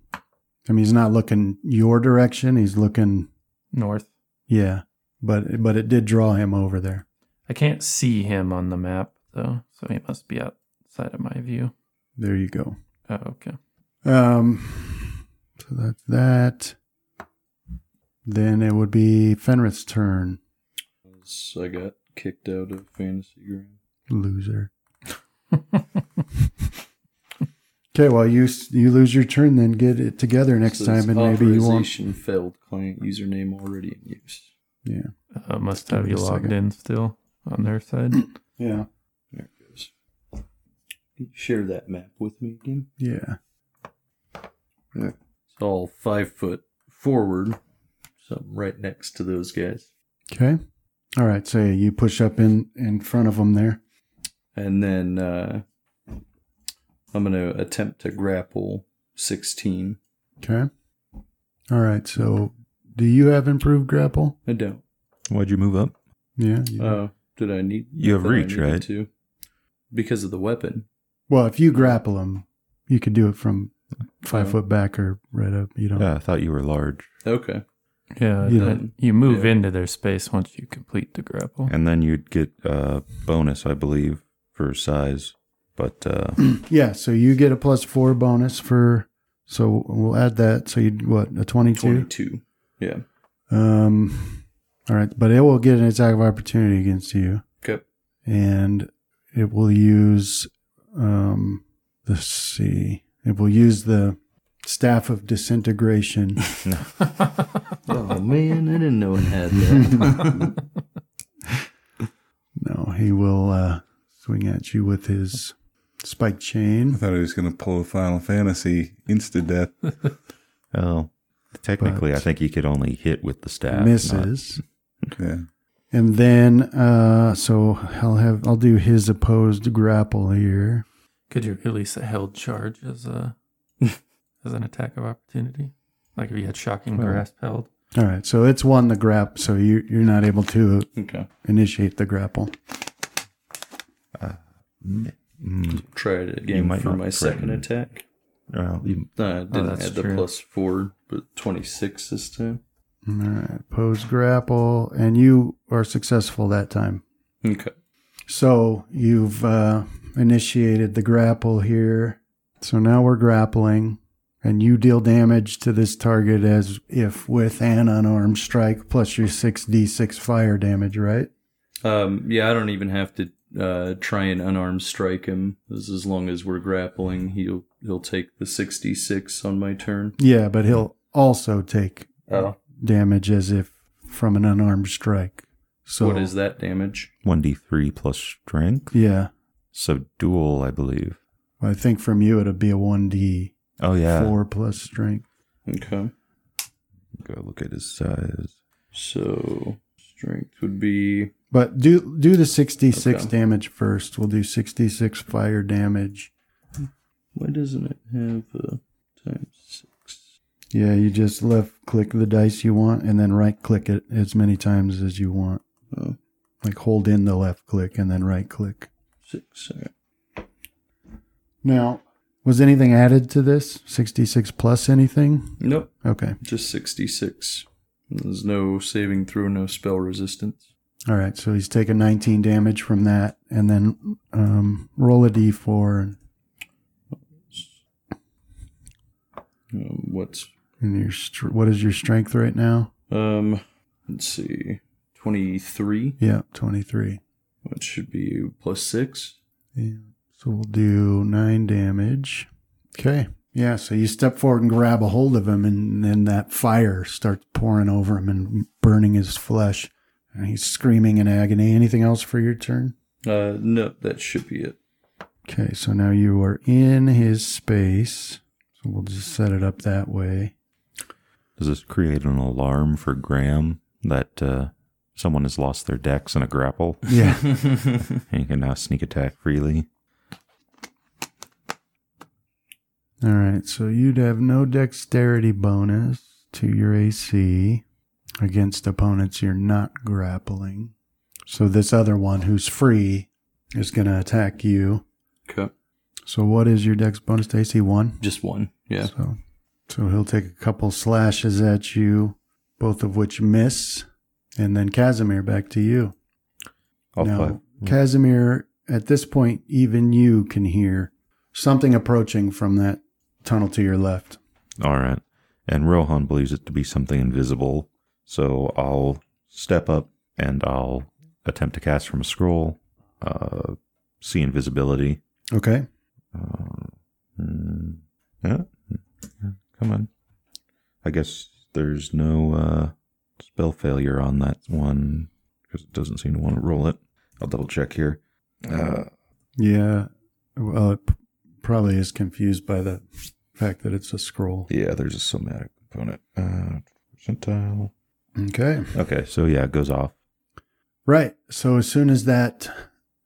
B: I mean, he's not looking your direction. He's looking,
E: North.
B: yeah. But but it did draw him over there.
E: I can't see him on the map though, so he must be outside of my view.
B: There you go.
E: Oh, okay.
B: Um, so that's that. Then it would be Fenrith's turn,
D: So I got kicked out of Fantasy Ground.
B: loser. Okay, well you s- you lose your turn, then get it together next
D: Says
B: time, and maybe you won't.
D: authorization failed. Client username already in use.
B: Yeah,
E: uh, must have you
B: Just a
E: logged
B: second.
E: in still on their side.
B: yeah.
D: There it goes. Share that map with me again.
B: Yeah.
D: It's all five foot forward, so I'm right next to those guys.
B: Okay. All right. So you push up in in front of them there.
D: And then uh, I'm going to attempt to grapple 16.
B: Okay. All right. So do you have improved grapple?
D: I don't.
F: Why'd you move up?
B: Yeah. you-
D: Oh, did I need?
F: You have
D: I thought I
F: reach,
D: needed
F: right?
D: To, because of the weapon.
B: well, if you grapple them, you could do it from five
D: Oh.
B: foot back or right up. You don't.
F: Yeah, I thought you were large.
D: Okay.
E: Yeah,
B: You
E: you,
D: know.
E: you move
D: Yeah.
E: into their space once you complete the grapple.
F: And then you'd get a bonus, I believe, for size. But uh,
B: Yeah. So you get a plus four bonus for. So we'll add that. So you what a twenty-two.
D: 22. Yeah.
B: Um. All right, but it will get an attack of opportunity against you.
D: Okay.
B: and it will use um let's see it will use the staff of disintegration
D: Oh, man. I didn't know it had that.
B: no he will uh swing at you with his spike
C: I
B: chain
C: thought he was going to pull a Final Fantasy insta death.
F: well, technically,
B: But-
F: I think you could only hit with the staff. not-
B: misses
C: Yeah.
B: and then uh so i'll have i'll do his opposed grapple here
E: Could you release a held charge as a as an attack of opportunity? Like if you had shocking
F: Well.
E: grasp held.
B: all right so it's won the grap so you you're not able to
D: okay.
B: initiate the grapple Mm-hmm.
F: Mm,
D: Try it again
F: might
D: for
F: not
D: my second
F: threaten.
D: attack.
F: well, you-
D: No, I Uh, didn't
E: that's
D: add the
E: true.
D: plus four, but 26 this time.
B: all right opposed grapple and you are successful that time
D: Okay.
B: So you've uh, initiated the grapple here. So now we're grappling, and you deal damage to this target as if with an unarmed strike plus your 6d6 fire damage, right?
D: Um, yeah, I don't even have to uh, try and unarmed strike him. As, as long as we're grappling, he'll he'll take the 66 on my turn.
B: Yeah, but he'll also take
D: Oh.
B: damage as if from an unarmed strike. So
D: what is that damage?
F: 1d3 plus strength.
B: Yeah,
F: So dual, I believe.
B: I think from you it'd be a 1d4
F: Oh, yeah.
B: plus strength.
D: Okay.
F: Go look at his size.
D: So strength would be
B: But do do the 6d6
D: Okay.
B: damage first. We'll do 6d6 fire damage.
D: why doesn't it have uh, times six?
B: Yeah, you just left click the dice you want and then right click it as many times as you want.
D: Oh.
B: Like hold in the left click and then right click.
D: Six. all right.
B: Now, was anything added to this? 66 plus anything?
D: Nope,
B: Okay.
D: just 66. There's no saving throw, no spell resistance.
B: All right. So he's taken 19 damage from that and then um, roll a d4
D: Um, what's
B: and your str- what is your strength right now?
D: um? Let's see, 23,
B: Yeah, 23.
D: which should be plus six.
B: Yeah. So we'll do nine damage. Okay. Yeah. So you step forward and grab a hold of him, and then that fire starts pouring over him and burning his flesh. And he's screaming in agony. Anything else for your turn?
D: Uh, no, that should be it.
B: Okay. So now you are in his space. So we'll just set it up that way.
F: Does this create an alarm for Graham that uh, someone has lost their dex in a grapple
B: Yeah.
F: and you can now sneak attack freely?
B: All right. So you'd have no dexterity bonus to your AC against opponents you're not grappling. So this other one who's free is going to attack you.
D: Okay,
B: So what is your dex bonus to AC? One.
D: just one. Yeah.
B: So, so he'll take a couple slashes at you, both of which miss, and then Casimir back to you.
F: All
B: now,
F: five.
B: Casimir, at this point, even you can hear something approaching from that tunnel to your left.
F: All right. And Rohan believes it to be something invisible. So I'll step up and I'll attempt to cast from a scroll, uh, see invisibility.
B: Okay.
F: Uh, mm, yeah, yeah, come on. I guess there's no uh, spell failure on that one because it doesn't seem to want to roll it. I'll double check here. Uh,
B: Yeah. Well, it p- probably is confused by the fact that it's a scroll.
F: Yeah, there's a somatic component. Uh, percentile.
B: Okay.
F: Okay, so yeah, it goes off.
B: Right. So as soon as that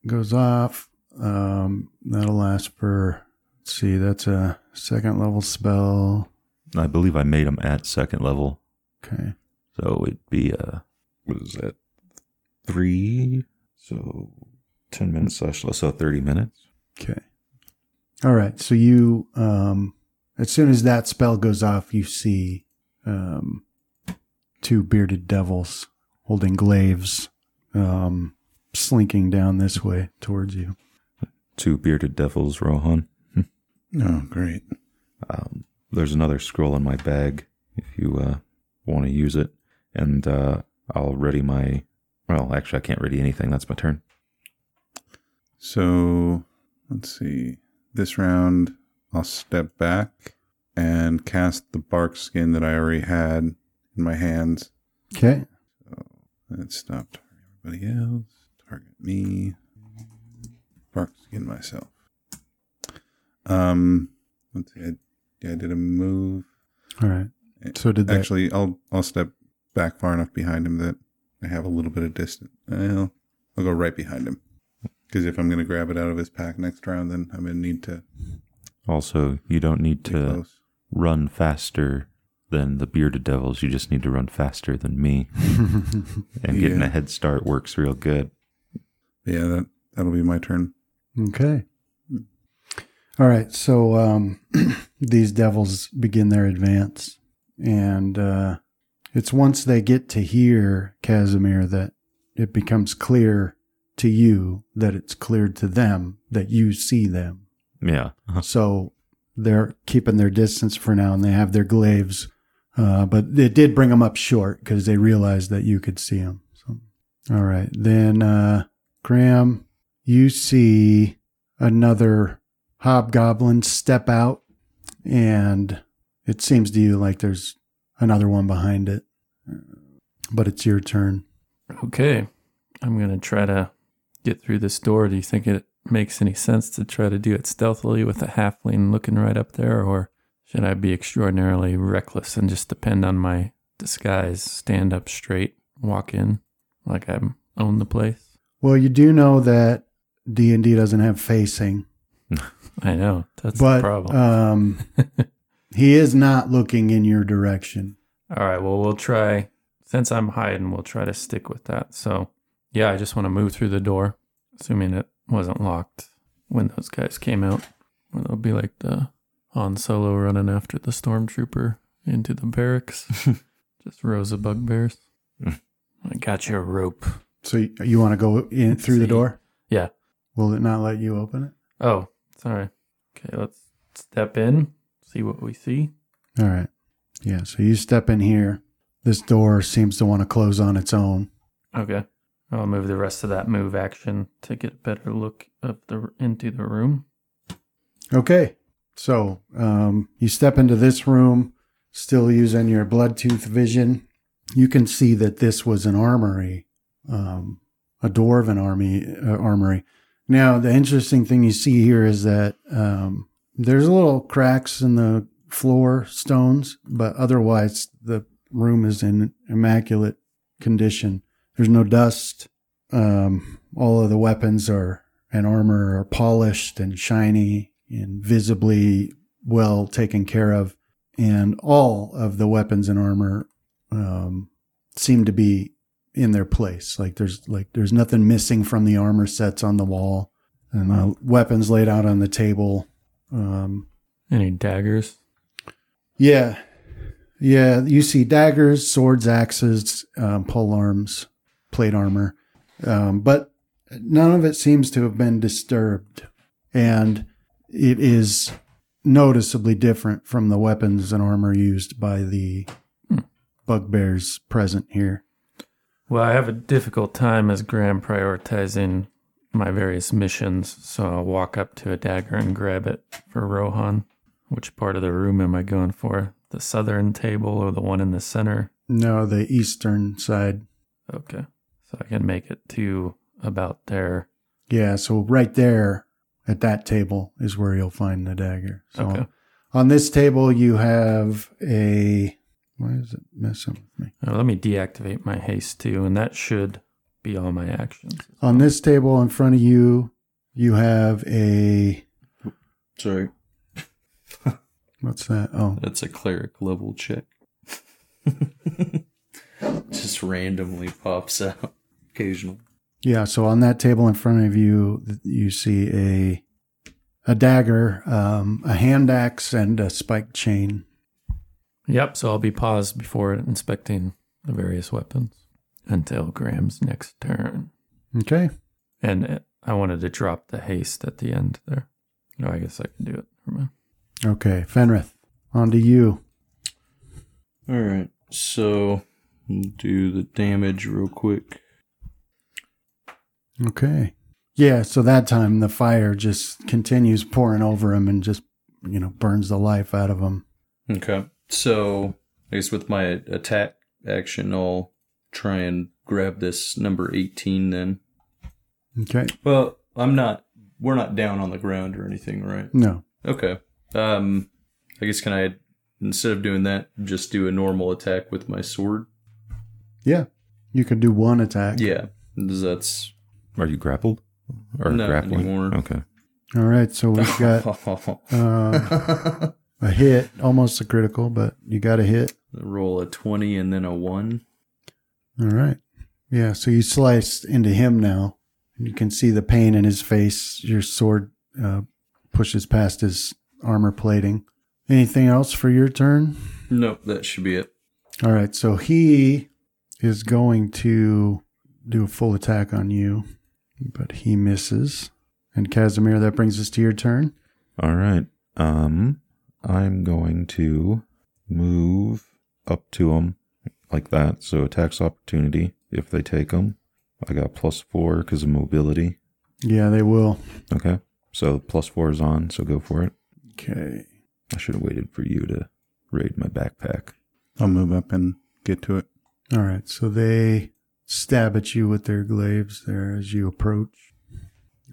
B: goes off, um, that'll last for, let's see, that's a second level spell.
F: I believe I made them at second level,
B: Okay.
F: so it'd be uh, what is that? Three. So ten minutes slash less, so thirty minutes.
B: Okay. All right. So you, um, as soon as that spell goes off, you see um, two bearded devils holding glaives um, slinking down this way towards you.
F: Two bearded devils, Rohan.
C: Oh, great.
F: Um, there's another scroll in my bag if you uh, want to use it, and uh, I'll ready my. Well, actually, I can't ready anything. That's my turn.
C: So let's see. This round, I'll step back and cast the bark skin that I already had in my hands.
B: Okay.
C: It stopped everybody else. Target me. Bark skin myself. Um, let's see. I, yeah, I did a move.
B: All right. So did that.
C: Actually, I'll I'll step back far enough behind him that I have a little bit of distance. Well, I'll go right behind him because if I'm going to grab it out of his pack next round, then I'm going to need to
F: Also, you don't need
C: be
F: to
C: close.
F: run faster than the bearded devils. You just need to run faster than me. and getting
C: Yeah.
F: a head start works real good.
C: Yeah, that that'll be my turn.
B: Okay. All right. So um, these devils begin their advance, and uh, it's once they get to here, Casimir, that it becomes clear to you that it's clear to them that you see them.
F: Yeah.
B: So they're keeping their distance for now, and they have their glaives. Uh, but it did bring them up short because they realized that you could see them. So, all right, then uh, Graham, you see another hobgoblin step out, and it seems to you like there's another one behind it. But it's your turn.
E: Okay. I'm going to try to get through this door. Do you think it makes any sense to try to do it stealthily with a halfling looking right up there? Or should I be extraordinarily reckless and just depend on my disguise, stand up straight, walk in like I own the place?
B: Well, you do know that D and D doesn't have facing,
E: I know. That's
B: but
E: the problem.
B: um, he is not looking in your direction.
E: All right. Well, we'll try. Since I'm hiding, we'll try to stick with that. So, yeah, I just want to move through the door, assuming it wasn't locked when those guys came out. Or they'll be like the Han Solo running after the stormtrooper into the barracks. just rows of bugbears. I got your rope.
B: So you, you want to go in through the
E: See.
B: door?
E: Yeah.
B: Will it not let you open
E: Oh, sorry. Okay, let's step in, see what we see.
B: it? All right. Yeah. So you step in here. This door seems to want to close on its own.
E: Okay. I'll move the rest of that move action to get a better look of the into the room.
B: Okay. So um, you step into this room, still using your Bloodtooth vision. You can see that this was an armory, um, a dwarven army uh, armory. Now the interesting thing you see here is that um, there's little cracks in the floor stones, but otherwise the room is in immaculate condition. There's no dust. Um, all of the weapons are and armor are polished and shiny and visibly well taken care of. And all of the weapons and armor um, seem to be in their place. Like there's like there's nothing missing from the armor sets on the wall and the weapons laid out on the table. Um,
E: Any daggers?
B: yeah. Yeah. You see daggers, swords, axes, um, pole arms, plate armor. Um, but none of it seems to have been disturbed. And it is noticeably different from the weapons and armor used by the bugbears present here.
E: Well, I have a difficult time as Graham prioritizing my various missions, so I'll walk up to a dagger and grab it for Rohan. Which part of the room am I going for? The southern table or the one in the center?
B: No, the eastern side.
E: Okay. So I can make it to about there.
B: Yeah. So right there at that table is where you'll find the dagger. So
E: Okay.
B: on this table, you have a. Why is it messing with me?
E: Uh, let me deactivate my haste too, and that should be all my actions.
B: On this table in front of you, you have a.
D: Sorry.
B: What's that? Oh,
D: That's a cleric level check. Just randomly pops out. Occasional.
B: Yeah, so on that table in front of you, th- you see a a dagger, um, a hand axe, and a spike chain.
E: Yep. So I'll be paused before inspecting the various weapons until Graham's next turn.
B: Okay,
E: And uh, I wanted to drop the haste at the end there. No, I guess I can do it. Never mind.
B: okay, Fenrith, on to you.
D: All right. So we'll do the damage real quick.
B: Okay, yeah. So that time the fire just continues pouring over him and just you know burns the life out of him.
D: Okay. So I guess with my attack action, I'll try and grab this number 18 then.
B: Okay,
D: Well, I'm not. We're not down on the ground or anything, right?
B: no,
D: Okay. Um, I guess can I instead of doing that, just do a normal attack with my sword?
B: yeah, you can do one attack.
D: Yeah, 'cause that's
F: Are you grappled? Or
D: Not
F: grappling?
D: anymore.
F: Okay.
B: All right, so we've got uh, a hit, almost a critical, but you got a hit.
D: roll a twenty and then a one.
B: All right. Yeah, so you sliced into him now. And you can see the pain in his face. Your sword uh, pushes past his armor plating. Anything else for your turn?
D: Nope, that should be it.
B: All right, so he is going to do a full attack on you, but he misses. And Casimir, that brings us to your turn.
F: All right. Um, I'm going to move up to them like that. So attacks opportunity if they take them. I got plus four because of mobility.
B: Yeah, they will.
F: Okay. So plus four is on. So go for it.
B: Okay.
F: I should have waited for you to raid my backpack.
C: I'll move up and get to it.
B: All right, so they stab at you with their glaives there as you approach.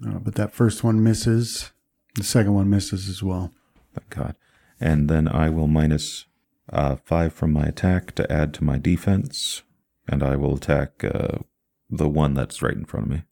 B: Uh, but that first one misses. The second one misses as well.
F: Thank God. And then I will minus uh, five from my attack to add to my defense. And I will attack uh, the one that's right in front of me,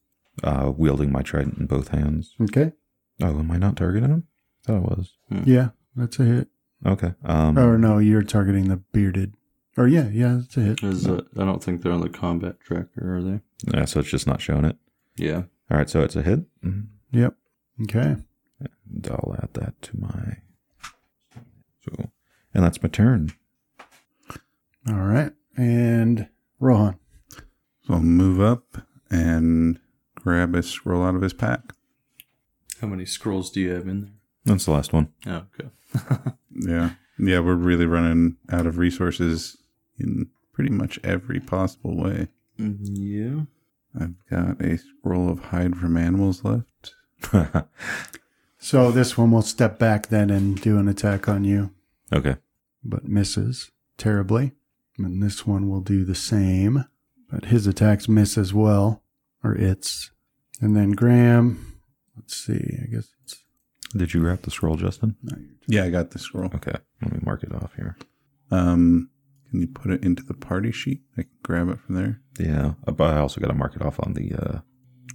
F: uh, wielding my trident in both hands.
B: Okay.
F: Oh, am I not targeting him? I thought I was.
B: Yeah, that's a hit.
F: Okay. Um,
B: Or no, you're targeting the bearded. Or yeah, yeah, that's a hit.
D: Is it? I don't think they're on the combat tracker, are they?
F: yeah, so it's just not showing it.
D: Yeah.
F: All right, so it's a hit. Mhm.
B: Yep. Okay.
F: And I'll add that to my. So, and that's my turn.
B: All right. And Rohan.
C: So I'll move up and grab a scroll out of his pack.
D: How many scrolls do you have in
F: That's the last one.
D: there? Oh, okay.
C: Yeah. Yeah, we're really running out of resources in pretty much every possible way.
D: Mm, Yeah.
C: I've got a scroll of hide from animals left.
B: So this one will step back then and do an attack on you,
F: okay.
B: but misses terribly. And this one will do the same, but his attacks miss as well, or its. And then Graham. Let's see. I guess it's
F: Did you grab the scroll, Justin?
B: not your
C: Yeah, I got the scroll.
F: Okay. Let me mark it off here.
C: Um, can you put it into the party sheet? I can grab it from there.
F: Yeah, uh, but I also got to mark it off on the uh,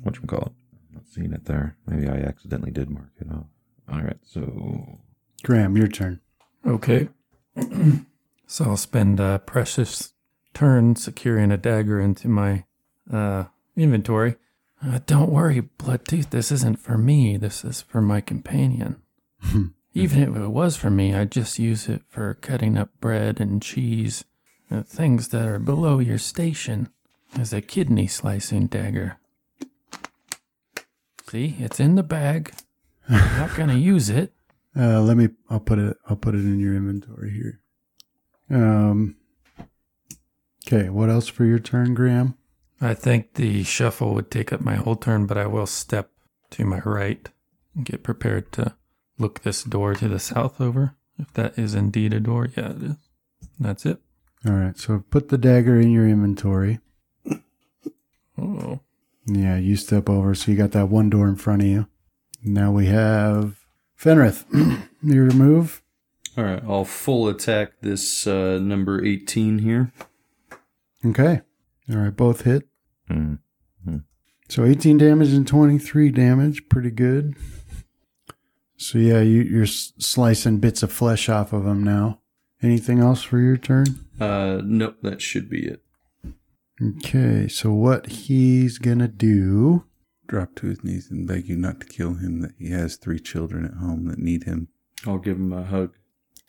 F: what you call it. Not seeing it there. Maybe I accidentally did mark it off. All right, so
B: Graham, your turn.
E: Okay. so I'll spend a precious turn securing a dagger into my uh, inventory. Uh, don't worry, Bloodtooth. This isn't for me. This is for my companion. Even if it was for me, I just use it for cutting up bread and cheese, uh, things that are below your station, as a kidney slicing dagger. See, it's in the bag. I'm not gonna use it.
B: Uh, let me. I'll put it. I'll put it in your inventory here. Um. Okay. What else for your turn, Graham?
E: I think the shuffle would take up my whole turn, but I will step to my right and get prepared to look this door to the south over. If that is indeed a door, yeah, it is. That's it.
B: All right. So put the dagger in your inventory.
E: Oh,
B: Yeah. You step over, so you got that one door in front of you. Now we have Fenrith. Your move.
D: All right, I'll full attack this uh, number 18 here.
B: Okay. All right, both hit.
F: Mm.
B: So 18 damage and 23 damage, pretty good. So yeah, you, you're s- slicing bits of flesh off of him now. Anything else for your turn?
D: Uh, nope, that should be it.
B: Okay, so what he's gonna do?
C: Drop to his knees and beg you not to kill him, that he has three children at home that need him.
D: I'll give him a hug,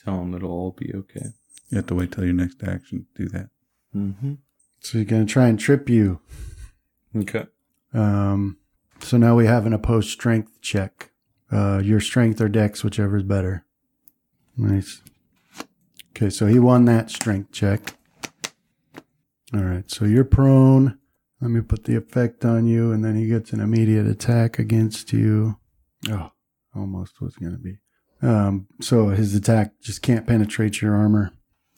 D: tell him it'll all be okay.
C: You have to wait till your next action to do that.
D: Mm-hmm.
B: So he's gonna try and trip you.
D: Okay.
B: Um, so now we have an opposed strength check. Uh, your strength or dex, whichever is better. Nice. Okay, so he won that strength check. All right, so you're prone. Let me put the effect on you, and then he gets an immediate attack against you. Oh, almost was going to be. Um, so his attack just can't penetrate your armor,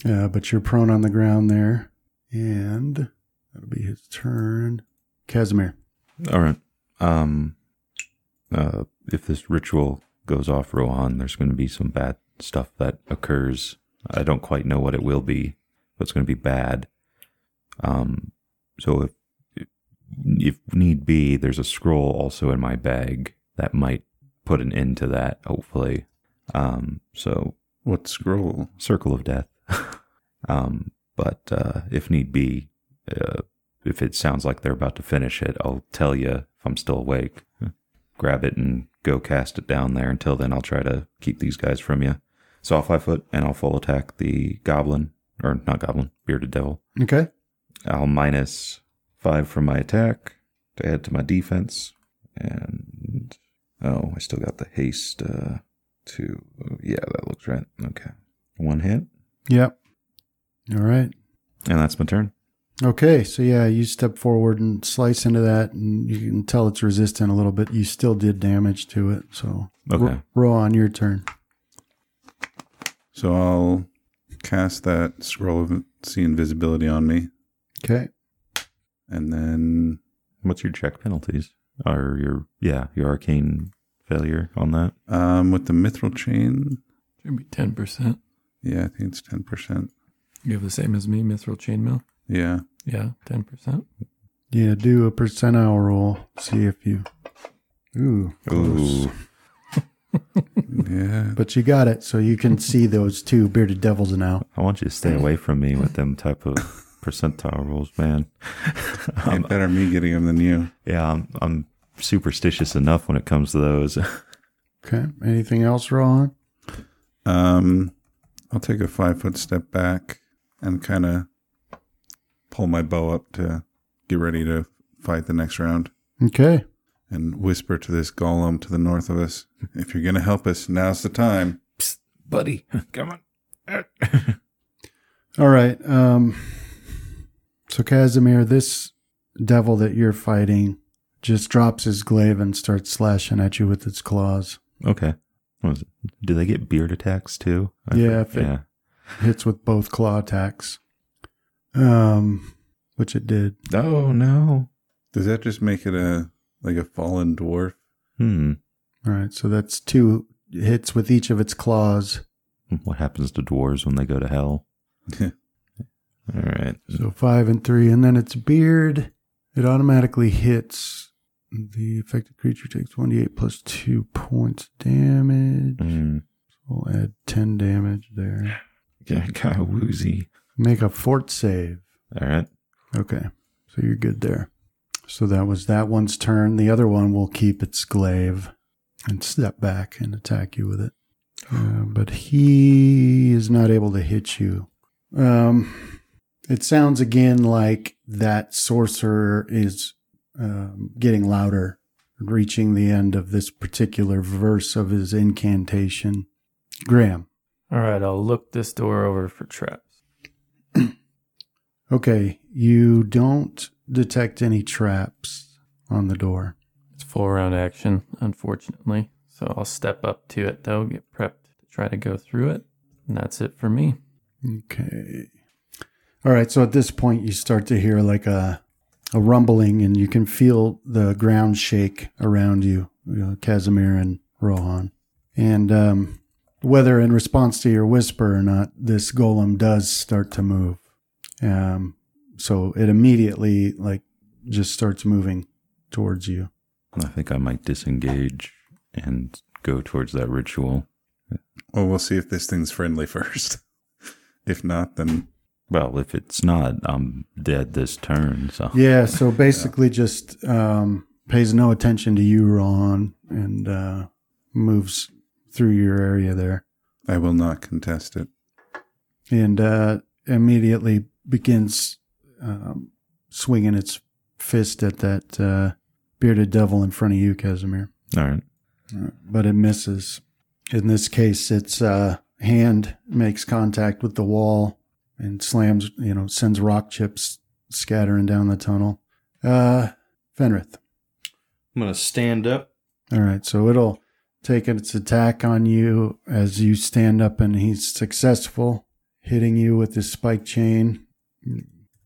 B: uh, but you're prone on the ground there. And that'll be his turn. Casimir.
F: All right. Um, uh, if this ritual goes off, Rohan, there's going to be some bad stuff that occurs. I don't quite know what it will be, but it's going to be bad. Um, so if if need be, there's a scroll also in my bag that might put an end to that. Hopefully, um, so
C: What scroll?
F: circle of death. um, but uh, if need be, uh, if it sounds like they're about to finish it, I'll tell you if I'm still awake. Grab it and go cast it down there. Until then, I'll try to keep these guys from you. So I'll five foot and I'll full attack the goblin, or not goblin, bearded devil.
B: Okay.
F: I'll minus five from my attack to add to my defense. And oh, I still got the haste uh, to. Yeah, that looks right. Okay. One hit.
B: Yep. All right.
F: And that's my turn.
B: Okay. So yeah, you step forward and slice into that, and you can tell it's resistant a little bit. You still did damage to it. So
F: Okay.
B: Ro- roll on your turn.
C: So I'll cast that scroll of see invisibility on me,
B: Okay.
C: and then
F: What's your check penalties? Or your yeah, your arcane failure on that?
C: um, with the mithril chain,
E: Should be ten percent.
C: yeah, I think it's ten percent.
E: You have the same as me, mithril chainmail.
C: Yeah,
E: Yeah, ten percent.
B: Yeah. Do a percentile roll. See if you. Ooh.
F: Ooh.
C: yeah.
B: But you got it. So you can see those two bearded devils now.
F: I want you to stay away from me with them type of percentile rules, man.
C: Ain't better me getting them than you.
F: Yeah, I'm, I'm superstitious enough when it comes to those.
B: Okay. Anything else, Rohan?
C: Um, I'll take a five foot step back and kind of pull my bow up to get ready to fight the next round.
B: Okay.
C: And whisper to this golem to the north of us, if you're going to help us, now's the time.
F: Buddy, come on.
B: All right. Um, so Casimir, this devil that you're fighting just drops his glaive and starts slashing at you with its claws.
F: Okay. What was it? Do they get beard attacks too? I
B: Yeah,
F: forget.
B: if it-
F: yeah.
B: Hits with both claw attacks. Um, which it did.
F: Oh no.
C: Does that just make it a like a fallen dwarf?
F: Hmm.
B: All right. So that's two hits with each of its claws.
F: What happens to dwarves when they go to hell? All right.
B: So five and three. And then its beard, it automatically hits. The affected creature takes 28 plus two points damage.
F: Mm.
B: We'll add 10 damage there.
F: Yeah, kind of woozy.
B: Make a fort save.
F: All right.
B: Okay. So you're good there. So that was that one's turn. The other one will keep its glaive and step back and attack you with it. Uh, but he is not able to hit you. Um, it sounds again like that sorcerer is um, getting louder, reaching the end of this particular verse of his incantation. Graham.
E: All right, I'll look this door over for traps.
B: Okay. You don't detect any traps on the door.
E: It's full round action, unfortunately. So I'll step up to it though, get prepped to try to go through it. And that's it for me.
B: Okay. All right. So at this point, you start to hear like a a rumbling, and you can feel the ground shake around you, you know, Casimir and Rohan. And um, whether in response to your whisper or not, this golem does start to move. Um, so it immediately like just starts moving towards you.
F: I think I might disengage and go towards that ritual.
C: Well, we'll see if this thing's friendly first. if not, then
F: Well, if it's not, I'm dead this turn. So
B: Yeah, so basically just um, pays no attention to you, Ron, and uh, moves through your area there.
C: I will not contest it.
B: And uh, immediately begins um, swinging its fist at that uh, bearded devil in front of you, Casimir.
F: all right.
B: but it misses. In this case, its uh, hand makes contact with the wall and slams, you know, sends rock chips scattering down the tunnel. Uh, Fenrith.
D: I'm gonna stand up.
B: All right, so it'll take its attack on you as you stand up, and he's successful hitting you with his spike chain.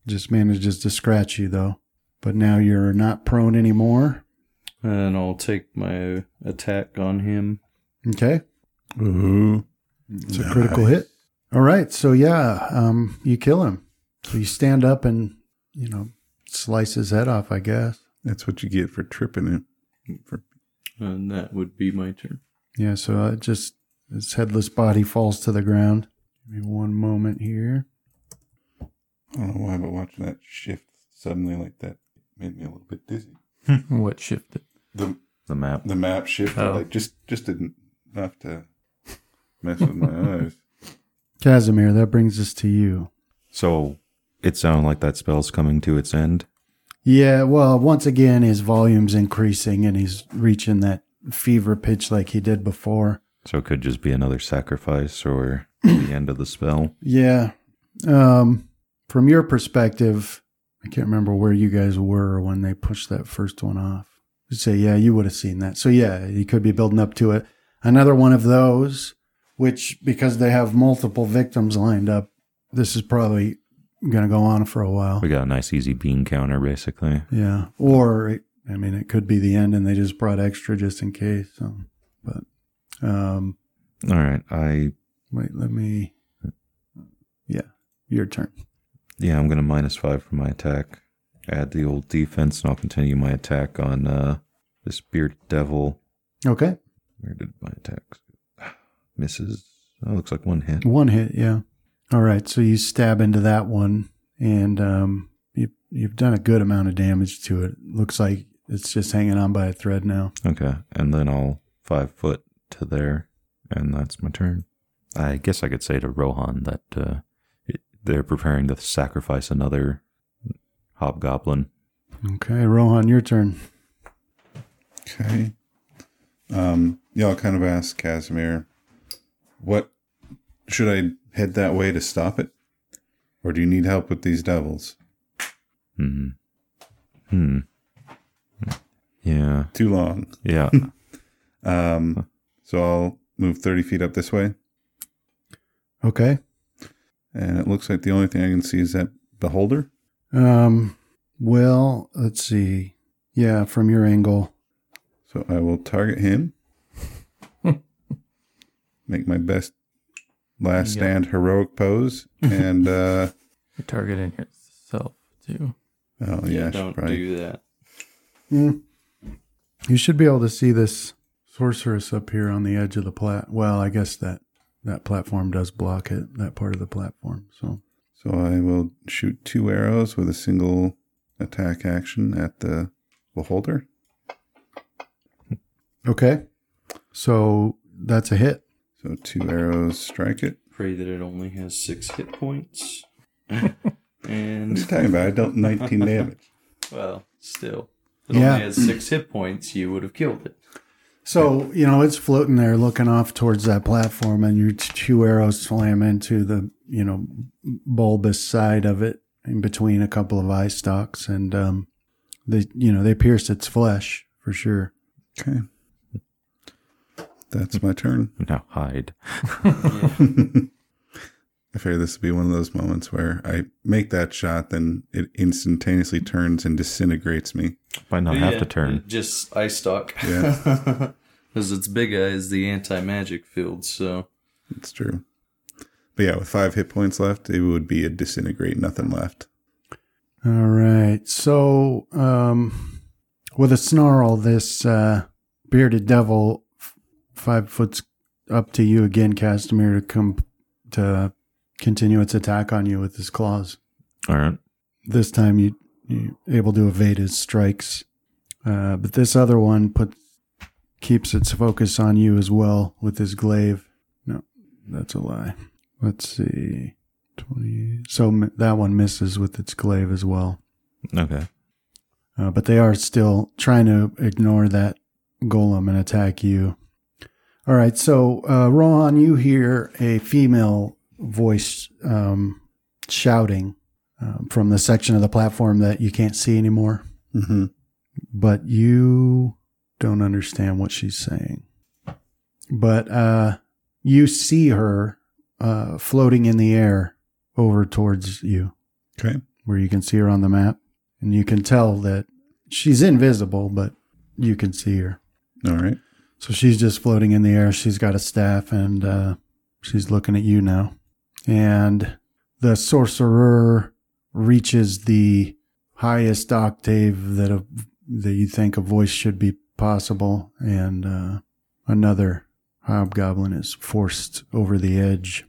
B: Just manages to scratch you though, but now you're not prone anymore.
D: And I'll take my attack on him.
B: Okay.
C: Ooh.
B: It's a critical hit. All right, so yeah, um, you kill him. So you stand up and you know slice his head off, I guess.
C: That's what you get for tripping it. For,
D: And that would be my turn.
B: Yeah, so uh, just his headless body falls to the ground. Give me one moment here.
C: I don't know why, but watching that shift suddenly like that made me a little bit dizzy.
E: What shifted?
C: The
F: The map.
C: the map shifted
E: Oh.
C: like just just didn't enough to mess with my eyes.
B: Casimir, that brings us to you.
F: So it sounded like that spell's coming to its end.
B: Yeah, well, once again, his volume's increasing and he's reaching that fever pitch like he did before.
F: So it could just be another sacrifice or the end of the spell.
B: Yeah. Um, from your perspective, I can't remember where you guys were when they pushed that first one off. You say, yeah, you would have seen that. So yeah, you could be building up to it. Another one of those, which because they have multiple victims lined up, this is probably going to go on for a while.
F: We got a nice easy bean counter basically.
B: Yeah. Or, it- I mean, it could be the end and they just brought extra just in case. So, but, um,
F: All right. I
B: wait, let me, yeah, your turn.
F: yeah, I'm gonna minus five from my attack. Add the old defense and I'll continue my attack on uh this beard devil.
B: Okay.
F: Where did my attacks misses? Oh, looks like one hit.
B: One hit, yeah. All right, so you stab into that one, and um, you you've done a good amount of damage to it. Looks like it's just hanging on by a thread now.
F: Okay, and then I'll five foot to there, and that's my turn. I guess I could say to Rohan that uh, it, they're preparing to sacrifice another hobgoblin.
B: Okay, Rohan, your turn.
C: Okay. Um, yeah, I'll kind of ask Casimir, what should I head that way to stop it? Or do you need help with these devils?
F: Hmm. Hmm. Yeah.
C: Too long.
F: Yeah.
C: Um, so I'll move 30 feet up this way.
B: Okay.
C: And it looks like the only thing I can see is that beholder.
B: Um, well, let's see. Yeah, from your angle.
C: So I will target him. Make my best last
E: Yeah.
C: stand heroic pose. And, uh,
E: You're targeting yourself too.
C: oh, yeah, I should
D: don't
C: probably-
D: do that.
B: You should be able to see this sorceress up here on the edge of the plat. Well, I guess that that platform does block it. That part of the platform. So
C: So I will shoot two arrows with a single attack action at the beholder.
B: okay. So that's a hit.
C: So two arrows strike it.
D: Pray that it only has six hit points.
C: What are you
D: and
C: talking about? I dealt 19 damage.
D: well, still, if it
B: Yeah.
D: only had six hit points, you would have killed it.
B: So, you know, it's floating there looking off towards that platform, and your t- two arrows slam into the, you know, bulbous side of it in between a couple of eye stalks. And, um, they, you know, they pierce its flesh for sure.
C: Okay. That's my turn.
F: now hide.
C: I I figure this will be one of those moments where I make that shot, then it instantaneously turns and disintegrates me.
F: Might not have
D: Yeah,
F: to turn.
D: Just eye stock. Because its big eye is the anti magic field, so
C: It's true. But yeah, with five hit points left, it would be a disintegrate, nothing left.
B: All right. So, um, with a snarl, this uh, bearded devil, f- five foot's up to you again, Castamir, to come to continue its attack on you with his claws.
F: All right.
B: This time, you you able to evade his strikes, uh, but this other one puts keeps its focus on you as well with his glaive. No, that's a lie. Let's see, twenty. So m- that one misses with its glaive as well.
F: Okay.
B: Uh, but they are still trying to ignore that golem and attack you. All right, so uh, Ron, you hear a female voice um, shouting um, from the section of the platform that you can't see anymore,
C: Mm-hmm.
B: but you don't understand what she's saying. But uh, you see her uh, floating in the air over towards you
C: Okay.
B: where you can see her on the map. And you can tell that she's invisible, but you can see her.
C: All right.
B: So she's just floating in the air. She's got a staff and uh, she's looking at you now. And the sorcerer reaches the highest octave that a, that you think a voice should be possible, and uh, another hobgoblin is forced over the edge.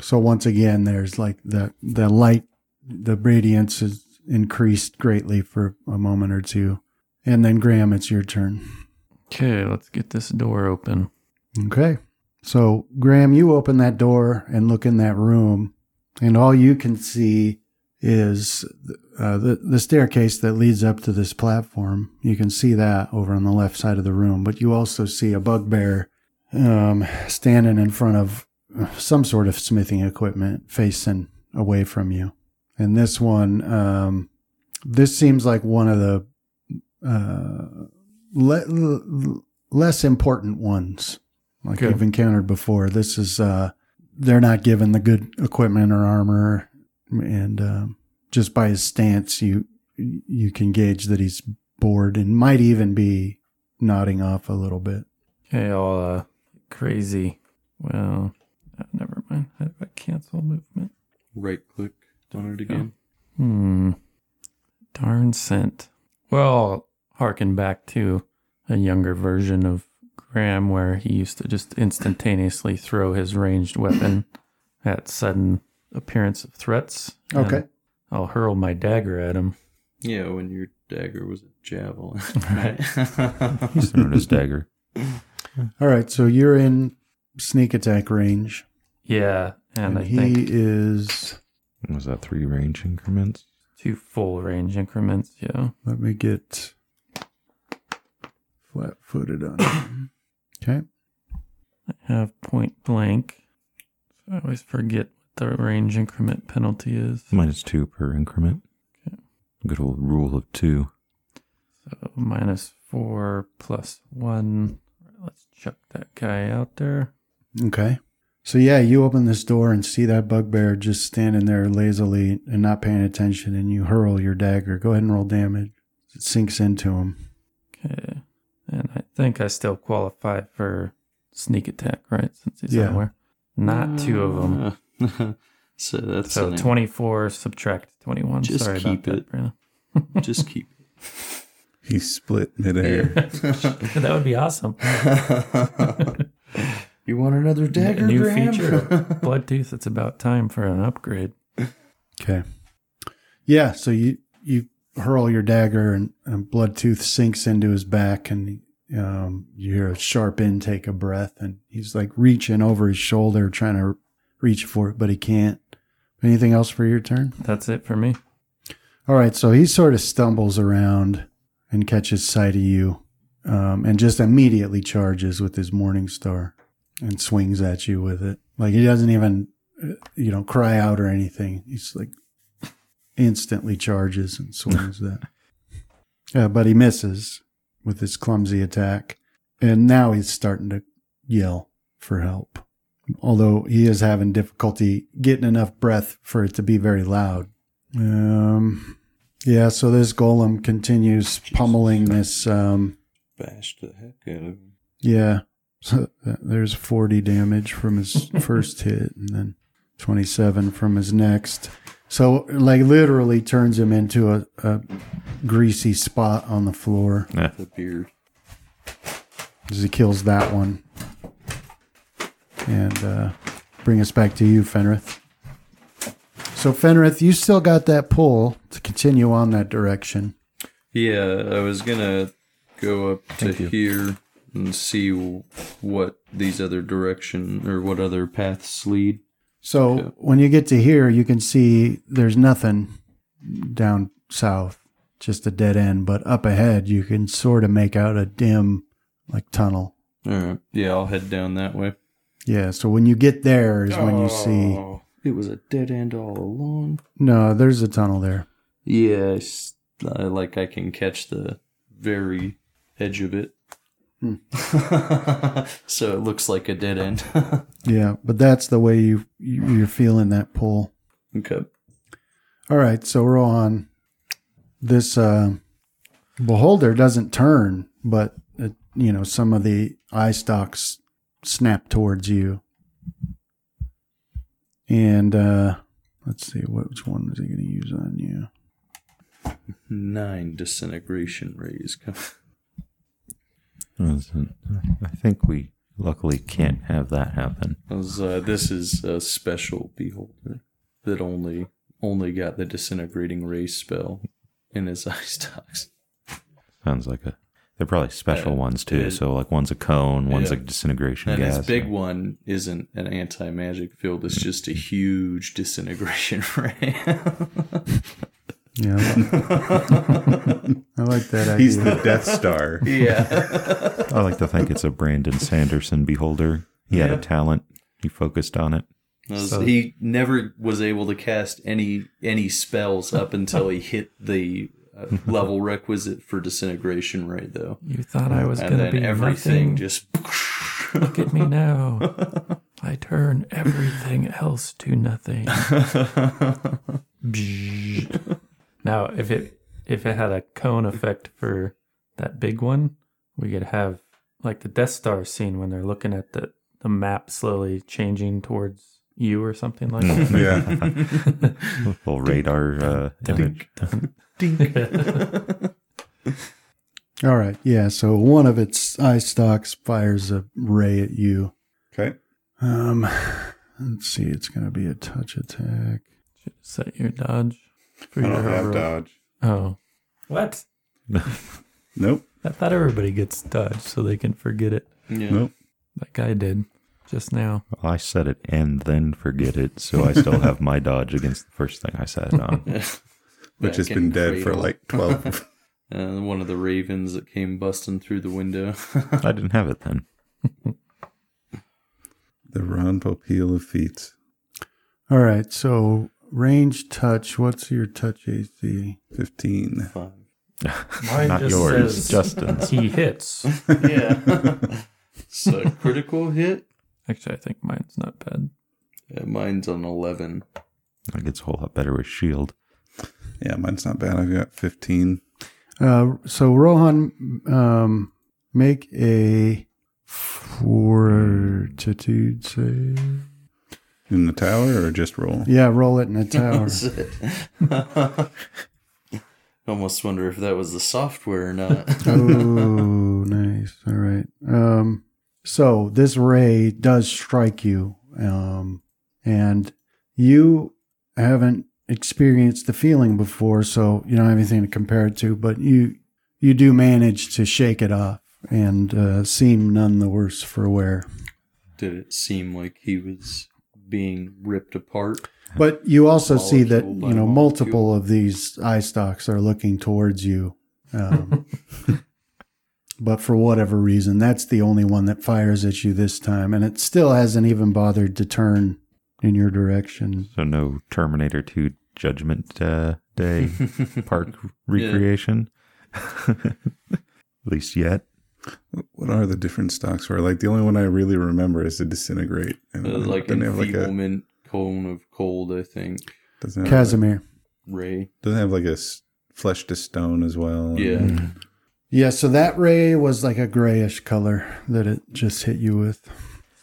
B: So once again, there's like the the light, the radiance is increased greatly for a moment or two, and then Graham, it's your turn.
E: Okay, let's get this door open.
B: Okay. So, Graham, you open that door and look in that room, and all you can see is uh, the, the staircase that leads up to this platform. You can see that over on the left side of the room, but you also see a bugbear um, standing in front of some sort of smithing equipment facing away from you. And this one, um, this seems like one of the uh, le- l- l- less important ones like
E: Okay.
B: you've encountered before. This is uh they're not given the good equipment or armor and um, just by his stance you you can gauge that he's bored and might even be nodding off a little bit.
E: Okay, all uh, crazy. Well, uh, never mind. How do I cancel movement?
D: right click on it again.
E: Hmm. Darn scent. Well, harken back to a younger version of Graham where he used to just instantaneously throw his ranged weapon at sudden appearance of threats. and
B: Okay.
E: I'll hurl my dagger at him.
D: Yeah, when your dagger was a javelin.
E: Right.
F: He's throwing his dagger.
B: All right, so you're in sneak attack range
E: Yeah,
B: and,
E: and, I
B: he
E: think
B: is
F: Was that three range increments?
E: two full range increments. Yeah.
B: let me get flat-footed on. him. okay.
E: have point blank. So I always forget what the range increment penalty is.
F: Minus two per increment.
E: Okay.
F: Good old rule of two.
E: So minus four plus one. Alright, Let's chuck that guy out there.
B: Okay. So yeah, you open this door and see that bugbear just standing there lazily and not paying attention, and you hurl your dagger. Go ahead and roll damage. It sinks into him.
E: Okay. And I think I still qualify for sneak attack, right? Since he's
B: Yeah.
E: somewhere. Not two of them.
D: Uh, them. so that's
E: So
D: an-
E: 24 subtract 21.
D: Just
E: Sorry
D: keep
E: about
D: it.
E: that, Brandon.
D: Just keep
C: He split midair.
E: that would be awesome.
D: it. you want another dagger,
E: new
D: Graham?
E: feature of Bloodtooth, it's about time for an upgrade.
B: Okay. Yeah. So you you hurl your dagger, and, and Bloodtooth sinks into his back, and um, you hear a sharp intake of breath, and he's like reaching over his shoulder, trying to reach for it, but he can't. Anything else for your turn?
E: That's it for me.
B: All right, so he sort of stumbles around and catches sight of you, um, and just immediately charges with his morning star and swings at you with it. Like he doesn't even, uh, you know, cry out or anything. He's like instantly charges and swings that. Uh, but he misses with his clumsy attack, and now he's starting to yell for help. although he is having difficulty getting enough breath for it to be very loud. Um, yeah, so this golem continues pummeling this. Um,
D: Bashed the heck out of him.
B: yeah, so th- there's 40 damage from his first hit, and then 27 from his next. So, like, literally turns him into a, a greasy spot on the floor
D: The beard.
B: as he kills that one. And uh, bring us back to you, Fenrith. So, Fenrith, you still got that pull to continue on that direction.
D: Yeah, I was gonna go up to here and see w- what these other direction or what other paths lead.
B: So,
D: Yeah.
B: when you get to here, you can see there's nothing down south, just a dead end. But up ahead, you can sort of make out a dim, like, tunnel.
D: All right. Yeah, I'll head down that way.
B: Yeah. So, when you get there, is when you see.
D: It was a dead end all along.
B: No, there's a tunnel there.
D: Yes, I, like I can catch the very edge of it. so it looks like a dead end.
B: Yeah. But that's the way you, you you're feeling that pull.
D: okay.
B: All right, so we're on. This uh, beholder doesn't turn, but it, you know some of the eye stalks snap towards you. And uh, let's see, which one is he going to use on you?
D: Nine disintegration rays.
F: uh, I think we luckily can't have that happen.
D: 'Cause, uh, this is a special beholder that only only got the disintegrating ray spell in his eye stocks.
F: Sounds like a. They're probably special
D: Uh,
F: ones too.
D: it-
F: so like one's a cone, one's
D: Yeah.
F: a disintegration
D: And
F: gas.
D: his big one isn't an anti magic field, it's just a huge disintegration ray.
B: Yeah, I li- I like that idea.
C: He's the Death Star.
D: yeah.
F: I like to think it's a Brandon Sanderson beholder. He had
D: Yeah.
F: a talent. He focused on it.
E: So-
D: he never was able to cast any any spells up until he hit the uh, level requisite for disintegration ray though.
E: You thought I was
D: And
E: going to
D: then
E: be
D: everything
E: everything.
D: just
E: Look at me now. I turn everything else to nothing. Bzzz. now, if it if it had a cone effect for that big one, we could have like the Death Star scene when they're looking at the the map slowly changing towards you or something like that.
C: yeah.
F: Little radar uh, image.
B: All right, yeah. So one of its eye stalks fires a ray at you.
C: Okay.
B: Um, let's see, it's going to be a touch attack.
E: Set your dodge for
C: I don't
E: your
C: have
E: roll.
C: dodge.
E: Oh, what?
C: Nope.
E: I thought everybody gets dodge so they can forget it,
D: Yeah.
C: Nope.
E: like I did just now.
F: I said it and then forget it, so I still have my dodge against the first thing I said on.
C: Which has
D: Back
C: been
D: in
C: dead for
D: cradle.
C: like 12.
D: Uh, one of the ravens that came busting through the window.
F: I didn't have it then.
C: the Ron Popeil of feats.
B: All right, so range touch. What's your touch AC?
C: 15.
E: Mine
F: Not yours, Justin's.
E: he hits.
D: yeah. so critical hit.
E: Actually, I think mine's not bad.
D: Yeah, mine's on eleven.
F: It gets a whole lot better with shield.
C: Yeah, mine's not bad. I've got 15.
B: Uh, so Rohan, um, make a fortitude save.
C: In the tower or just roll?
B: Yeah, roll it in a tower.
D: That's it. Almost wonder if that was the software or not.
B: oh, nice. All right. Um, so this ray does strike you, um, and you haven't experienced the feeling before, so you don't have anything to compare it to. But you you do manage to shake it off and uh, seem none the worse for wear.
D: Did it seem like he was being ripped apart?
B: But you also see that
D: Molecule by
B: you know
D: molecule.
B: multiple of these eye stalks are looking towards you, um, but for whatever reason, that's the only one that fires at you this time, and it still hasn't even bothered to turn in your direction.
F: So no Terminator 2 Judgment uh, Day park recreation. At least yet.
C: What are the different stocks for? Like the only one I really remember is the disintegrate. And
D: Uh, like
C: doesn't have like a
D: enfeeblement, cone of cold. I think
C: doesn't have,
B: Casimir.
D: Ray.
C: doesn't have like a s- flesh to stone as well.
D: Yeah.
B: Yeah, so that ray was like a grayish color that it just hit you with.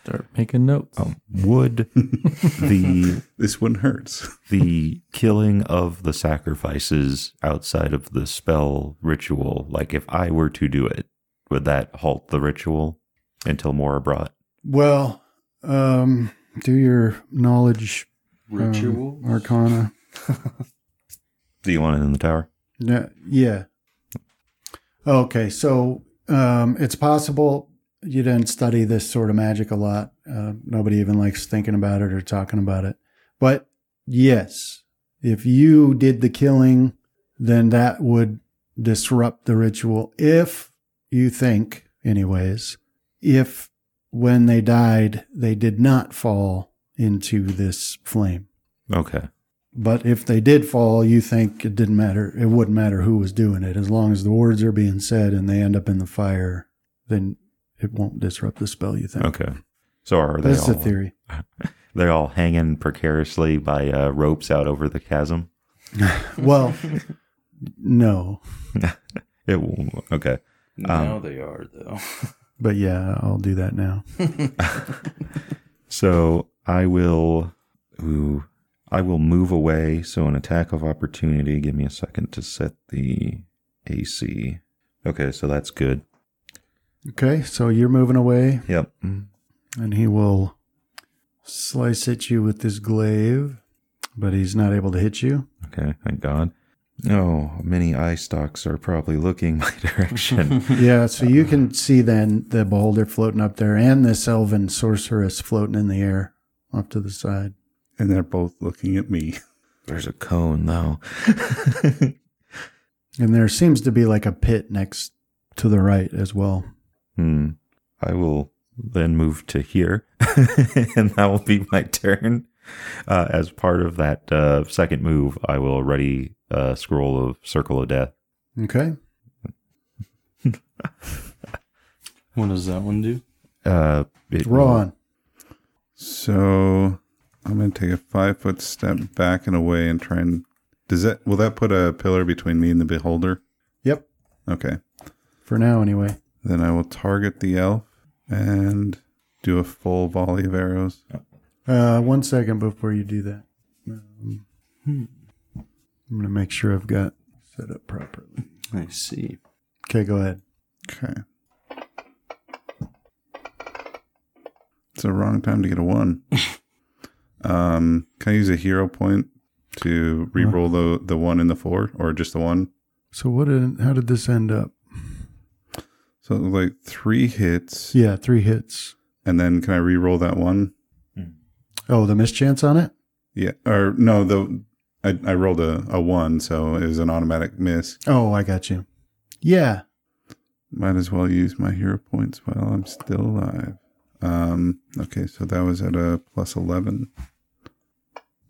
E: Start making notes.
F: Oh, would the
C: This one hurts.
F: the killing of the sacrifices outside of the spell ritual, like if I were to do it, would that halt the ritual until more are brought?
B: Well, um, do your knowledge um,
D: Ritual.
B: arcana.
F: Do you want it in the tower?
B: No, yeah. Okay, so um, it's possible you didn't study this sort of magic a lot. Uh, nobody even likes thinking about it or talking about it. But yes, if you did the killing, then that would disrupt the ritual. If you think, anyways, if when they died, they did not fall into this flame.
F: Okay.
B: But if they did fall, you think it didn't matter. It wouldn't matter who was doing it. As long as the words are being said and they end up in the fire, then it won't disrupt the spell, you think.
F: Okay. So are they
B: That's
F: all
B: the theory.
F: they're all hanging precariously by uh, ropes out over the chasm?
B: Well, no.
F: It will, okay.
D: now they are though.
B: But yeah, I'll do that now.
F: So I will ooh, I will move away. So an attack of opportunity. Give me a second to set the AC. Okay, so that's good.
B: Okay, so you're moving away,
F: Yep.
B: and he will slice at you with his glaive, but he's not able to hit you.
F: Okay, thank God. Oh, many eye stalks are probably looking my direction.
B: Yeah, so you can see then the beholder floating up there and this elven sorceress floating in the air off to the side.
C: And they're both looking at me.
F: There's a cone though.
B: And there seems to be like a pit next to the right as well.
F: Hmm. I will then move to here, and that will be my turn. Uh, as part of that uh, second move, I will ready uh, scroll of Circle of Death.
B: Okay.
D: what does that one do?
F: Uh, it will-
B: Ron.
C: So I'm gonna take a five foot step back and away and try and does that will that put a pillar between me and the beholder?
B: Yep.
C: Okay.
B: For now, anyway.
C: Then I will target the elf and do a full volley of arrows.
B: Uh, one second before you do that. Um, hmm. I'm going to make sure I've got set up properly.
D: I see.
B: Okay, go ahead.
C: Okay. It's a wrong time to get a one. um, can I use a hero point to re-roll the the one and the four, or just the one?
B: So what did how did this end up?
C: So it was like three hits,
B: Yeah, three hits.
C: and then can I re-roll that one?
B: Oh, the mischance on it?
C: Yeah, or no, the I, I rolled a, a one, so it was an automatic miss.
B: Oh, I got you. Yeah.
C: Might as well use my hero points while I'm still alive. Um, okay, so that was at a plus eleven.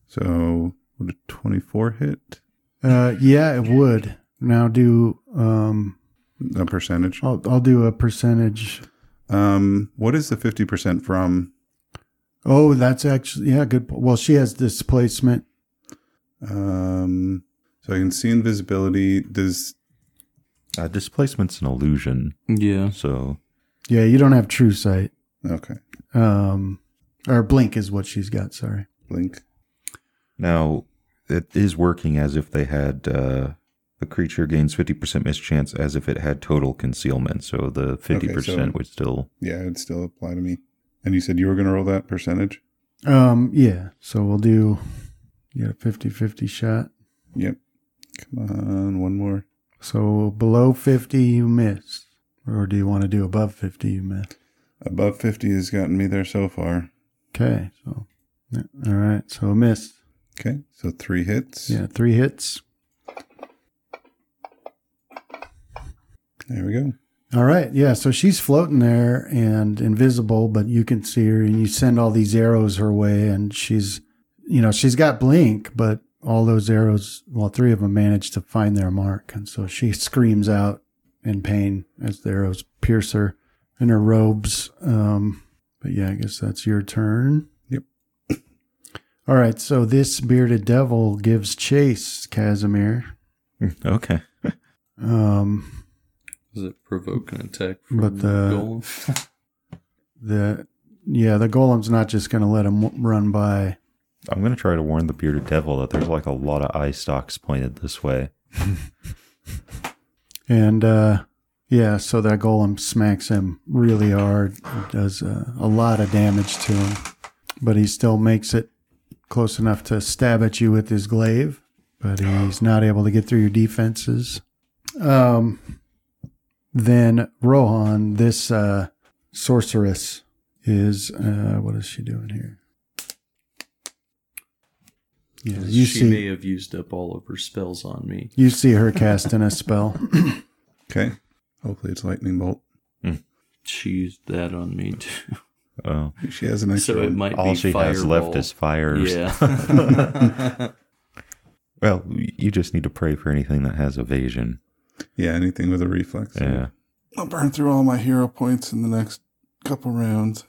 C: So would a twenty-four hit
B: Uh, yeah, it would. Now do um
C: a percentage?
B: I'll I'll do a percentage.
C: Um, what is the fifty percent from?
B: Oh, that's actually yeah, good. po- Well, she has displacement.
C: Um, so I can see invisibility. Does
F: Uh, displacement's an illusion,
D: Yeah.
F: so
B: Yeah, you don't have true sight.
C: okay
B: Um, or blink is what she's got. Sorry.
C: blink?
F: now it is working as if they had uh, the creature gains fifty percent mischance as if it had total concealment. So the fifty percent would still
C: Yeah, it'd still apply to me. And you said you were going to roll that percentage.
B: Um, yeah. So we'll do. You got a 50 50 shot.
C: Yep. Come on, one more.
B: So below 50, you miss. Or do you want to do above 50, you miss?
C: Above 50 has gotten me there so far.
B: Okay. So, yeah, all right. So a miss.
C: Okay, so three hits.
B: Yeah. Three hits.
C: There we go.
B: All right. Yeah. So she's floating there and invisible, but you can see her and you send all these arrows her way. And she's, you know, she's got blink, but all those arrows, well, three of them managed to find their mark. And so she screams out in pain as the arrows pierce her in her robes. Um, but yeah, I guess that's your turn.
C: Yep.
B: All right. So this bearded devil gives chase, Casimir.
F: Okay.
B: Um,
D: Does it provoke an attack from
B: But the-
D: golem?
B: the yeah, the golem's not just going to let him w- run by.
F: I'm going to try to warn the bearded devil that there's like a lot of eye stalks pointed this way.
B: And uh, yeah, so that golem smacks him really hard, It does uh, a lot of damage to him, but he still makes it close enough to stab at you with his glaive. But he's not able to get through your defenses. Um, then Rohan, this uh, sorceress, is uh, what is she doing here? Yeah, you
D: she
B: see,
D: may have used up all of her spells on me.
B: you see her casting a spell.
C: Okay. Hopefully it's lightning bolt.
D: She used that on me too.
F: Oh,
C: She has an extra.
D: So it
C: one.
D: might
F: all
D: be
F: she has
D: fireball.
F: left is fires.
D: Yeah.
F: Well, you just need to pray for anything that has evasion.
C: Yeah, anything with a reflex.
F: Yeah.
C: I'll burn through all my hero points in the next couple rounds.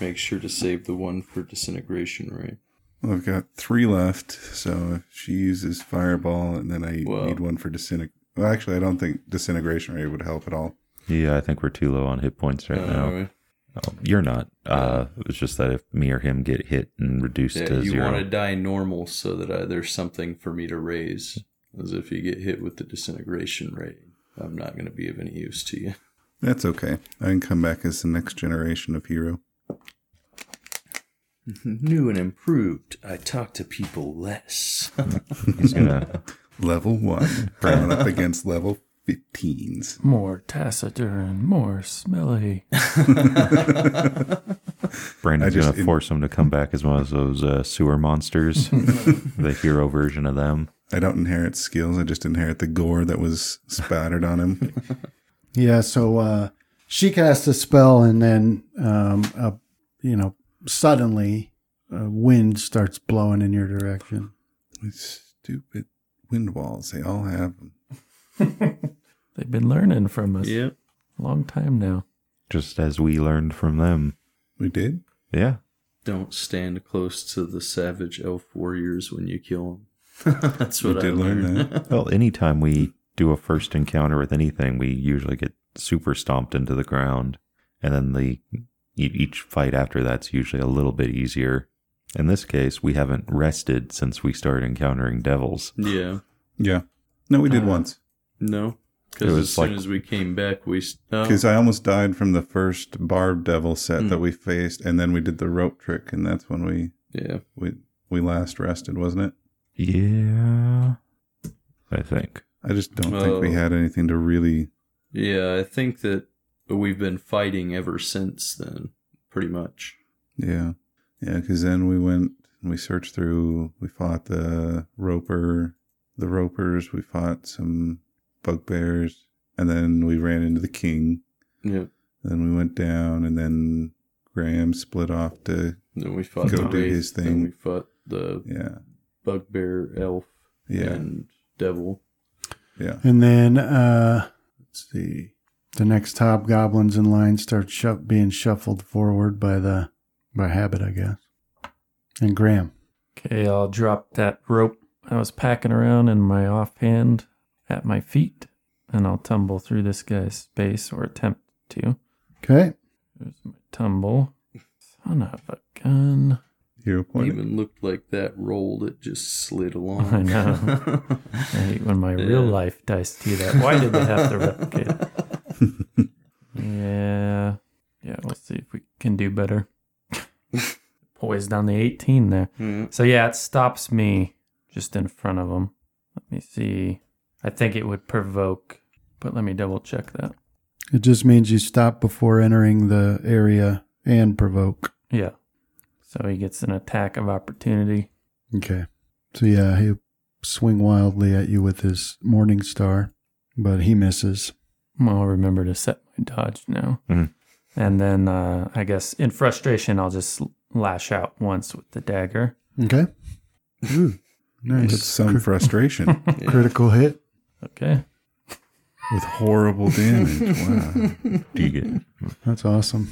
D: Make sure to save the one for disintegration, right?
C: Well, I've got three left, so if she uses fireball, and then I
D: Well-
C: need one for disintegration. Well, actually, I don't think disintegration ray would help at all.
F: Yeah, I think we're too low on hit points right
D: Uh,
F: now.
D: right.
F: Oh, you're not. Uh, it's just that if me or him get hit and reduced
D: Yeah,
F: to
D: you
F: zero.
D: want to die normal so that I, there's something for me to raise. As if you get hit with the disintegration ray, I'm not going to be of any use to you.
C: That's okay. I can come back as the next generation of hero.
D: New and improved. I talk to people less.
F: He's gonna.
C: Level one, going up against level 15s.
E: More taciturn, more smelly.
F: Brandon's
C: I just-
F: gonna force him to come back as one of those uh, sewer monsters, the hero version of them.
C: I don't inherit skills. I just inherit the gore that was spattered on him.
B: Yeah, so uh, she casts a spell, and then um, a, you know suddenly a wind starts blowing in your direction.
C: These Stupid wind walls. They all have them.
E: They've been learning from us
D: yep.
E: a long time now.
F: Just as we learned from them.
C: We did?
F: Yeah.
D: Don't stand close to the savage elf warriors when you kill them. That's
C: We
D: what I
C: did learn
D: learned.
C: that.
F: Well, anytime we do a first encounter with anything, we usually get super stomped into the ground, and then the e- each fight after that's usually a little bit easier. In this case, we haven't rested since we started encountering devils.
D: yeah.
C: Yeah. No, we did
E: Uh,
C: once.
D: No.
F: It
D: Because
F: was
D: as soon
F: like-
D: as we came back, we. s- oh,
C: Because I almost died from the first barb devil set
D: Hmm.
C: that we faced, and then we did the rope trick, and that's when we
D: yeah.
C: we we last rested, wasn't it?
F: Yeah, I think.
C: I just don't think we
D: Oh.
C: had anything to really.
D: Yeah, I think that we've been fighting ever since then, pretty much.
C: Yeah, yeah. Because then we went and we searched through. We fought the roper, the ropers. We fought some bugbears, and then we ran into the king.
D: Yeah.
C: Then we went down, and then Graham split off to
D: Then we fought
C: Go
D: the
C: do
D: wraith,
C: his
D: Then
C: thing.
D: we fought the
C: yeah,
D: bugbear elf
C: yeah,
D: and devil.
C: yeah.
B: And then uh, let's see, the next hobgoblins in line start shuff being shuffled forward by the by habit, I guess. And Graham,
E: Okay, I'll drop that rope I was packing around in my offhand at my feet, and I'll tumble through this guy's space or attempt to.
B: okay,
E: There's my tumble. Son of a gun.
C: Hero point.
D: Even looked like that roll that just slid along.
E: I know. I hate when my real
D: Yeah.
E: life dice do that. Why did they have to replicate it? Yeah. Yeah, we'll see if we can do better. Poised on the 18 there.
D: Yeah.
E: So yeah, it stops me just in front of him. Let me see. I think it would provoke, but let me double check that.
B: it just means you stop before entering the area and provoke.
E: Yeah. So he gets an attack of opportunity.
B: Okay. So yeah, he swing wildly at you with his morning star, but he misses.
E: I'll remember to set my dodge now.
F: Mhm.
E: And then uh, I guess in frustration, I'll just lash out once with the dagger.
B: Okay.
C: That's
B: nice.
C: some frustration.
B: Critical hit.
E: Okay.
C: with horrible damage. Wow.
F: Do you get?
B: That's awesome.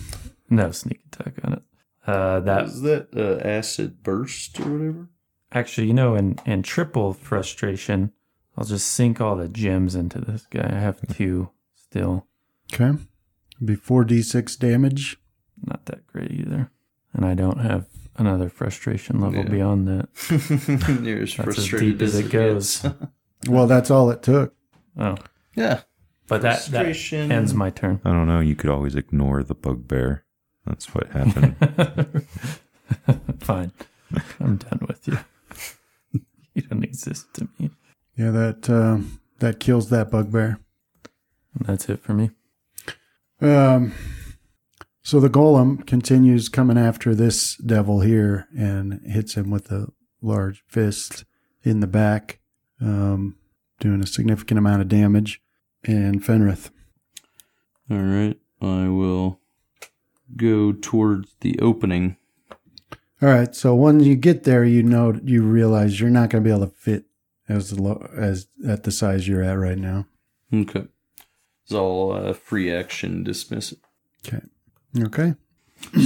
E: No sneak attack on it. Uh, that
D: Is that uh, acid burst or whatever?
E: actually, you know, in in triple frustration, I'll just sink all the gems into this guy. I have two still,
B: Okay. Be 4d6 damage.
E: not that great either, and I don't have another frustration level
D: Yeah.
E: beyond that.
D: You're as
E: That's as
D: frustrated
E: deep as it goes.
D: gets.
B: Well, that's all it took.
E: Oh,
D: yeah.
E: but that that
D: Frustration.
E: ends my turn.
F: I don't know. You could always ignore the bugbear. That's what happened.
E: Fine, I'm done with you. You don't exist to me.
B: Yeah, that uh, that kills that bugbear.
E: And that's it for me.
B: Um, so the golem continues coming after this devil here and hits him with a large fist in the back, um, doing a significant amount of damage. And Fenrith,
D: All right. I will go towards the opening.
B: All right. So when you get there, you know you realize you're not going to be able to fit as low as at the size you're at right now.
D: Okay. It's all uh, free action dismiss it.
B: Okay.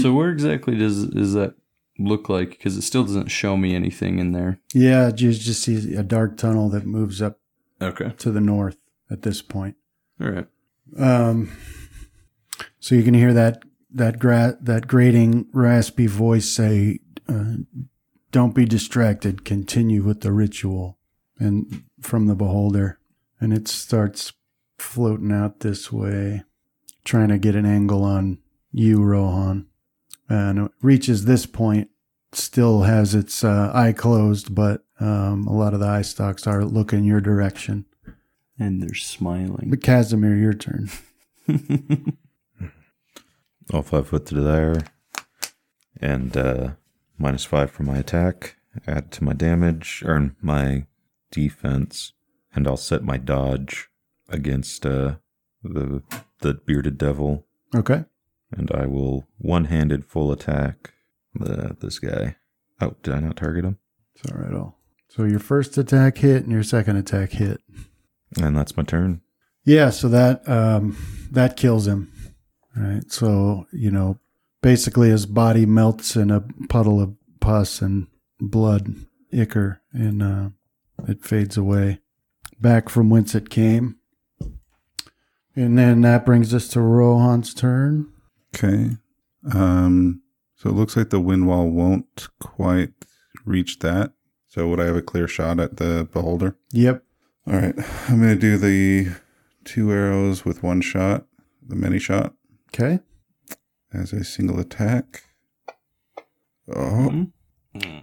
D: so where exactly does is that look like? Because it still doesn't show me anything in there.
B: Yeah, you just see a dark tunnel that moves up
D: Okay.
B: to the north at this point.
D: All right.
B: Um, so you can hear that that gra- that grating, raspy voice say, uh, "Don't be distracted. Continue with the ritual." And from the beholder, and it starts floating out this way, trying to get an angle on you, Rohan. And it reaches this point, still has its uh, eye closed, but um, a lot of the eye stalks are looking your direction.
D: And they're smiling.
B: But Casimir, your turn.
F: All five foot to there. And uh, minus five for my attack. Add to my damage, earn my defense, and I'll set my dodge against uh, the the bearded devil.
B: Okay.
F: And I will one handed full attack the this guy. Oh, did I not target him?
B: It's all right, all. So your first attack hit and your second attack hit.
F: And that's my turn.
B: Yeah, so that um, that kills him. All right. So you know, basically his body melts in a puddle of pus and blood, ichor, and uh, it fades away back from whence it came. And then that brings us to Rohan's turn.
C: Okay. Um, so it looks like the wind wall won't quite reach that. So would I have a clear shot at the beholder?
B: Yep.
C: All right. I'm going to do the two arrows with one shot, the mini shot,
B: Okay.
C: as a single attack.
D: Hmm?
C: Oh,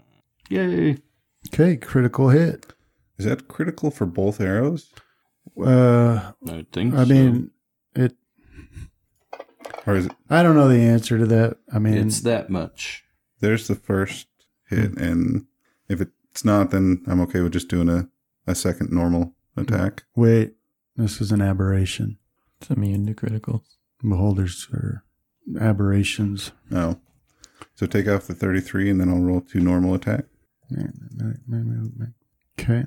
D: Yay.
B: Okay. Critical hit.
C: is that critical for both arrows?
B: Uh,
D: I think.
B: I
D: so.
B: mean, it.
C: Or is it,
B: I don't know the answer to that. I mean,
D: it's that much.
C: there's the first hit, and if it's not, then I'm okay with just doing a, a second normal attack.
B: Wait, this is an aberration.
E: It's immune to criticals.
B: Beholders are aberrations.
C: Oh. So take off the 33, and then I'll roll two normal attack.
B: Okay.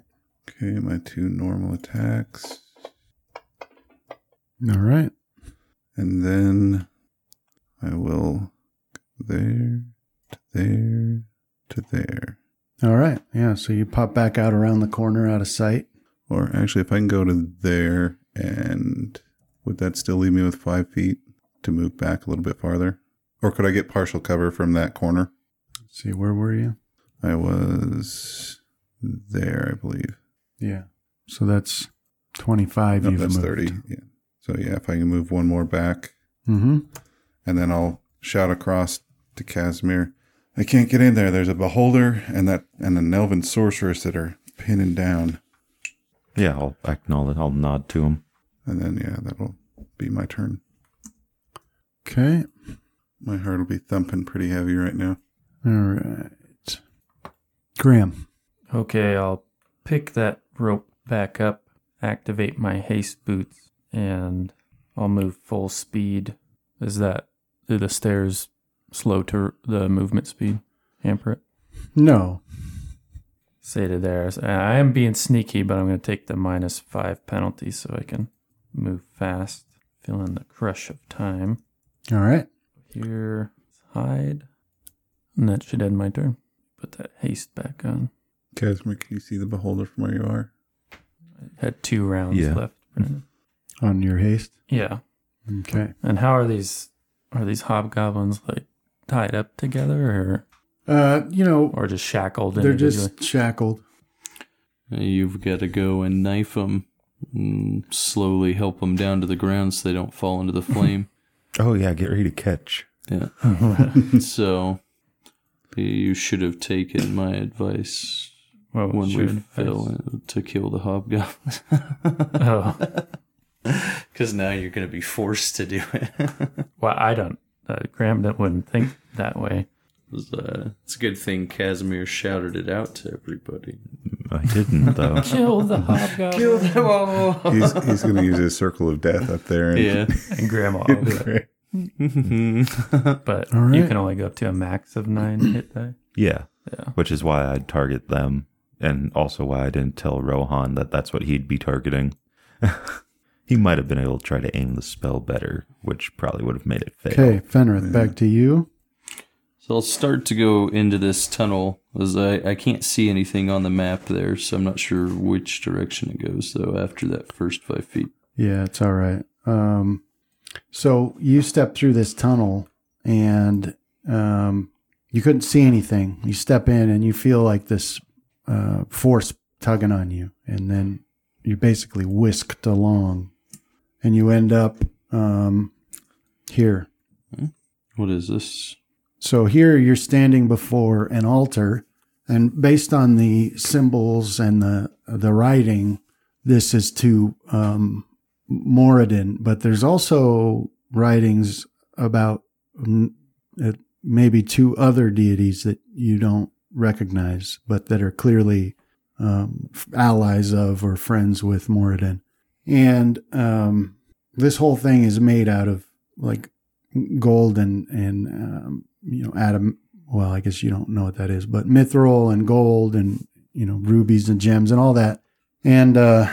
C: Okay, my two normal attacks.
B: All right.
C: And then I will go there, to there, to there.
B: All right. Yeah. So you pop back out around the corner out of sight.
C: Or actually, if I can go to there, and would that still leave me with five feet to move back a little bit farther? Or could I get partial cover from that corner?
B: Let's see, where were you?
C: I was there, I believe.
B: Yeah. So that's 25
C: No,
B: you've
C: that's
B: moved.
C: 30. Yeah. So, yeah, if I can move one more back,
B: Mm-hmm.
C: and then I'll shout across to Casimir, I can't get in there. There's a beholder and that and an elven sorceress that are pinning down.
F: Yeah, I'll acknowledge. I'll nod to him.
C: And then yeah, that'll be my turn.
B: Okay.
C: My heart will be thumping pretty heavy right now.
B: All right. Graham.
E: Okay, I'll pick that rope back up, activate my haste boots, and I'll move full speed. Is that do the stairs slow to the movement speed? Hamper it.
B: No.
E: "Uh, Say to theirs. I am being sneaky, but I'm going to take the minus five penalty so I can Move fast. Feeling the crush of time.
B: All right.
E: Here, hide. And that should end my turn. Put that haste back on.
C: Casimir, can you see the beholder from where you are?
E: I had two rounds
F: Yeah.
E: left. Brandon.
B: On your haste.
E: Yeah.
B: Okay.
E: And how are these? Are these hobgoblins like tied up together, or
B: Uh, you know,
E: or just shackled?
B: they're
E: individually?
B: just shackled.
D: You've got to go and knife them, slowly help them down to the ground so they don't fall into the flame.
F: Oh yeah, get ready to catch.
D: yeah. so you should have taken my advice
E: Well,
B: Oh,
D: when
E: shoot
D: we
E: in the face.
D: fell in- to kill the hobgoblin,
E: Oh,
D: because now you're going to be forced to do it.
E: well, I don't. Uh, Graham that wouldn't think that way.
D: It's, uh, it's a good thing Casimir shouted it out to everybody.
F: I didn't though.
E: Kill the hobgoblin.
C: He's, he's going to use his circle of death up there. And,
D: Yeah.
E: and Grandma. will do it. but
B: All right.
E: you can only go up to a max of nine hit die.
F: yeah.
E: Yeah.
F: Which is why I'd target them, and also why I didn't tell Rohan that that's what he'd be targeting. he might have been able to try to aim the spell better, which probably would have made it fail.
B: Okay, Fenrith, back to you.
D: So I'll start to go into this tunnel as I, I can't see anything on the map there, so I'm not sure which direction it goes though after that first five feet.
B: Yeah, it's all right. Um, so you step through this tunnel and um, you couldn't see anything. You step in and you feel like this uh, force tugging on you, and then you're basically whisked along, and you end up um, here.
D: What is this?
B: So here you're standing before an altar, and based on the symbols and the the writing, this is to um, Moradin. But there's also writings about mm, uh, maybe two other deities that you don't recognize, but that are clearly um, f- allies of or friends with Moradin. And um, this whole thing is made out of like gold and and um, you know adam well i guess you don't know what that is but mithril and gold and you know rubies and gems and all that and uh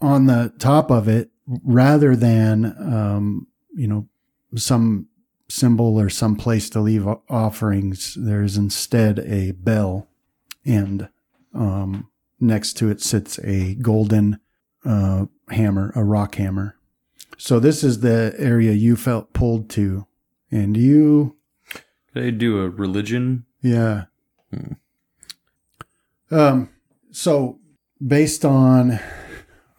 B: on the top of it rather than um you know some symbol or some place to leave o- offerings there's instead a bell and um next to it sits a golden uh hammer a rock hammer so this is the area you felt pulled to, and you,
D: Could I do a religion?
B: yeah. Um, so based on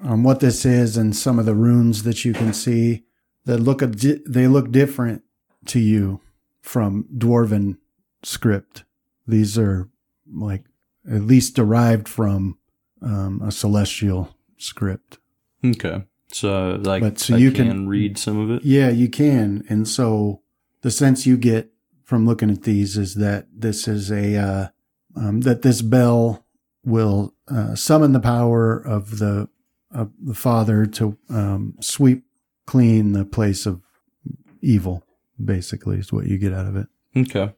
B: on what this is and some of the runes that you can see, that look a di- they look different to you from dwarven script. These are like at least derived from um, a celestial script.
D: Okay. So like
B: But so
D: I
B: you
D: can,
B: can-
D: read some of it.
B: Yeah, you can. And so the sense you get from looking at these is that this is a uh, um, that this bell will uh, summon the power of the of the father to um, sweep clean the place of evil. Basically, is what you get out of it.
D: Okay.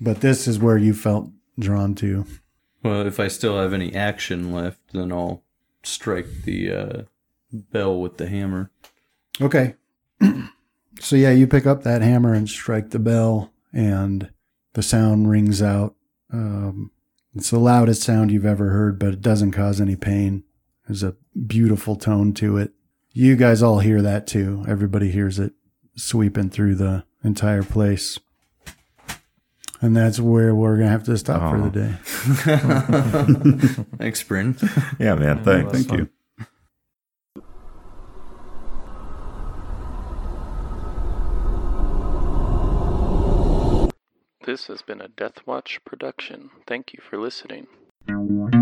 B: But this is where you felt drawn to.
D: Well, if I still have any action left, then I'll strike the uh, bell with the hammer.
B: Okay. so yeah, you pick up that hammer and strike the bell, and the sound rings out. Um, it's the loudest sound you've ever heard, but it doesn't cause any pain. There's a beautiful tone to it. You guys all hear that too. Everybody hears it sweeping through the entire place. And that's where we're going to have to stop for
F: Aw.
B: the day.
D: Thanks, Bryn.
F: Yeah, man. Thanks.
E: Thank you.
G: This has been a Death Watch production. Thank you for listening.
B: Thank you.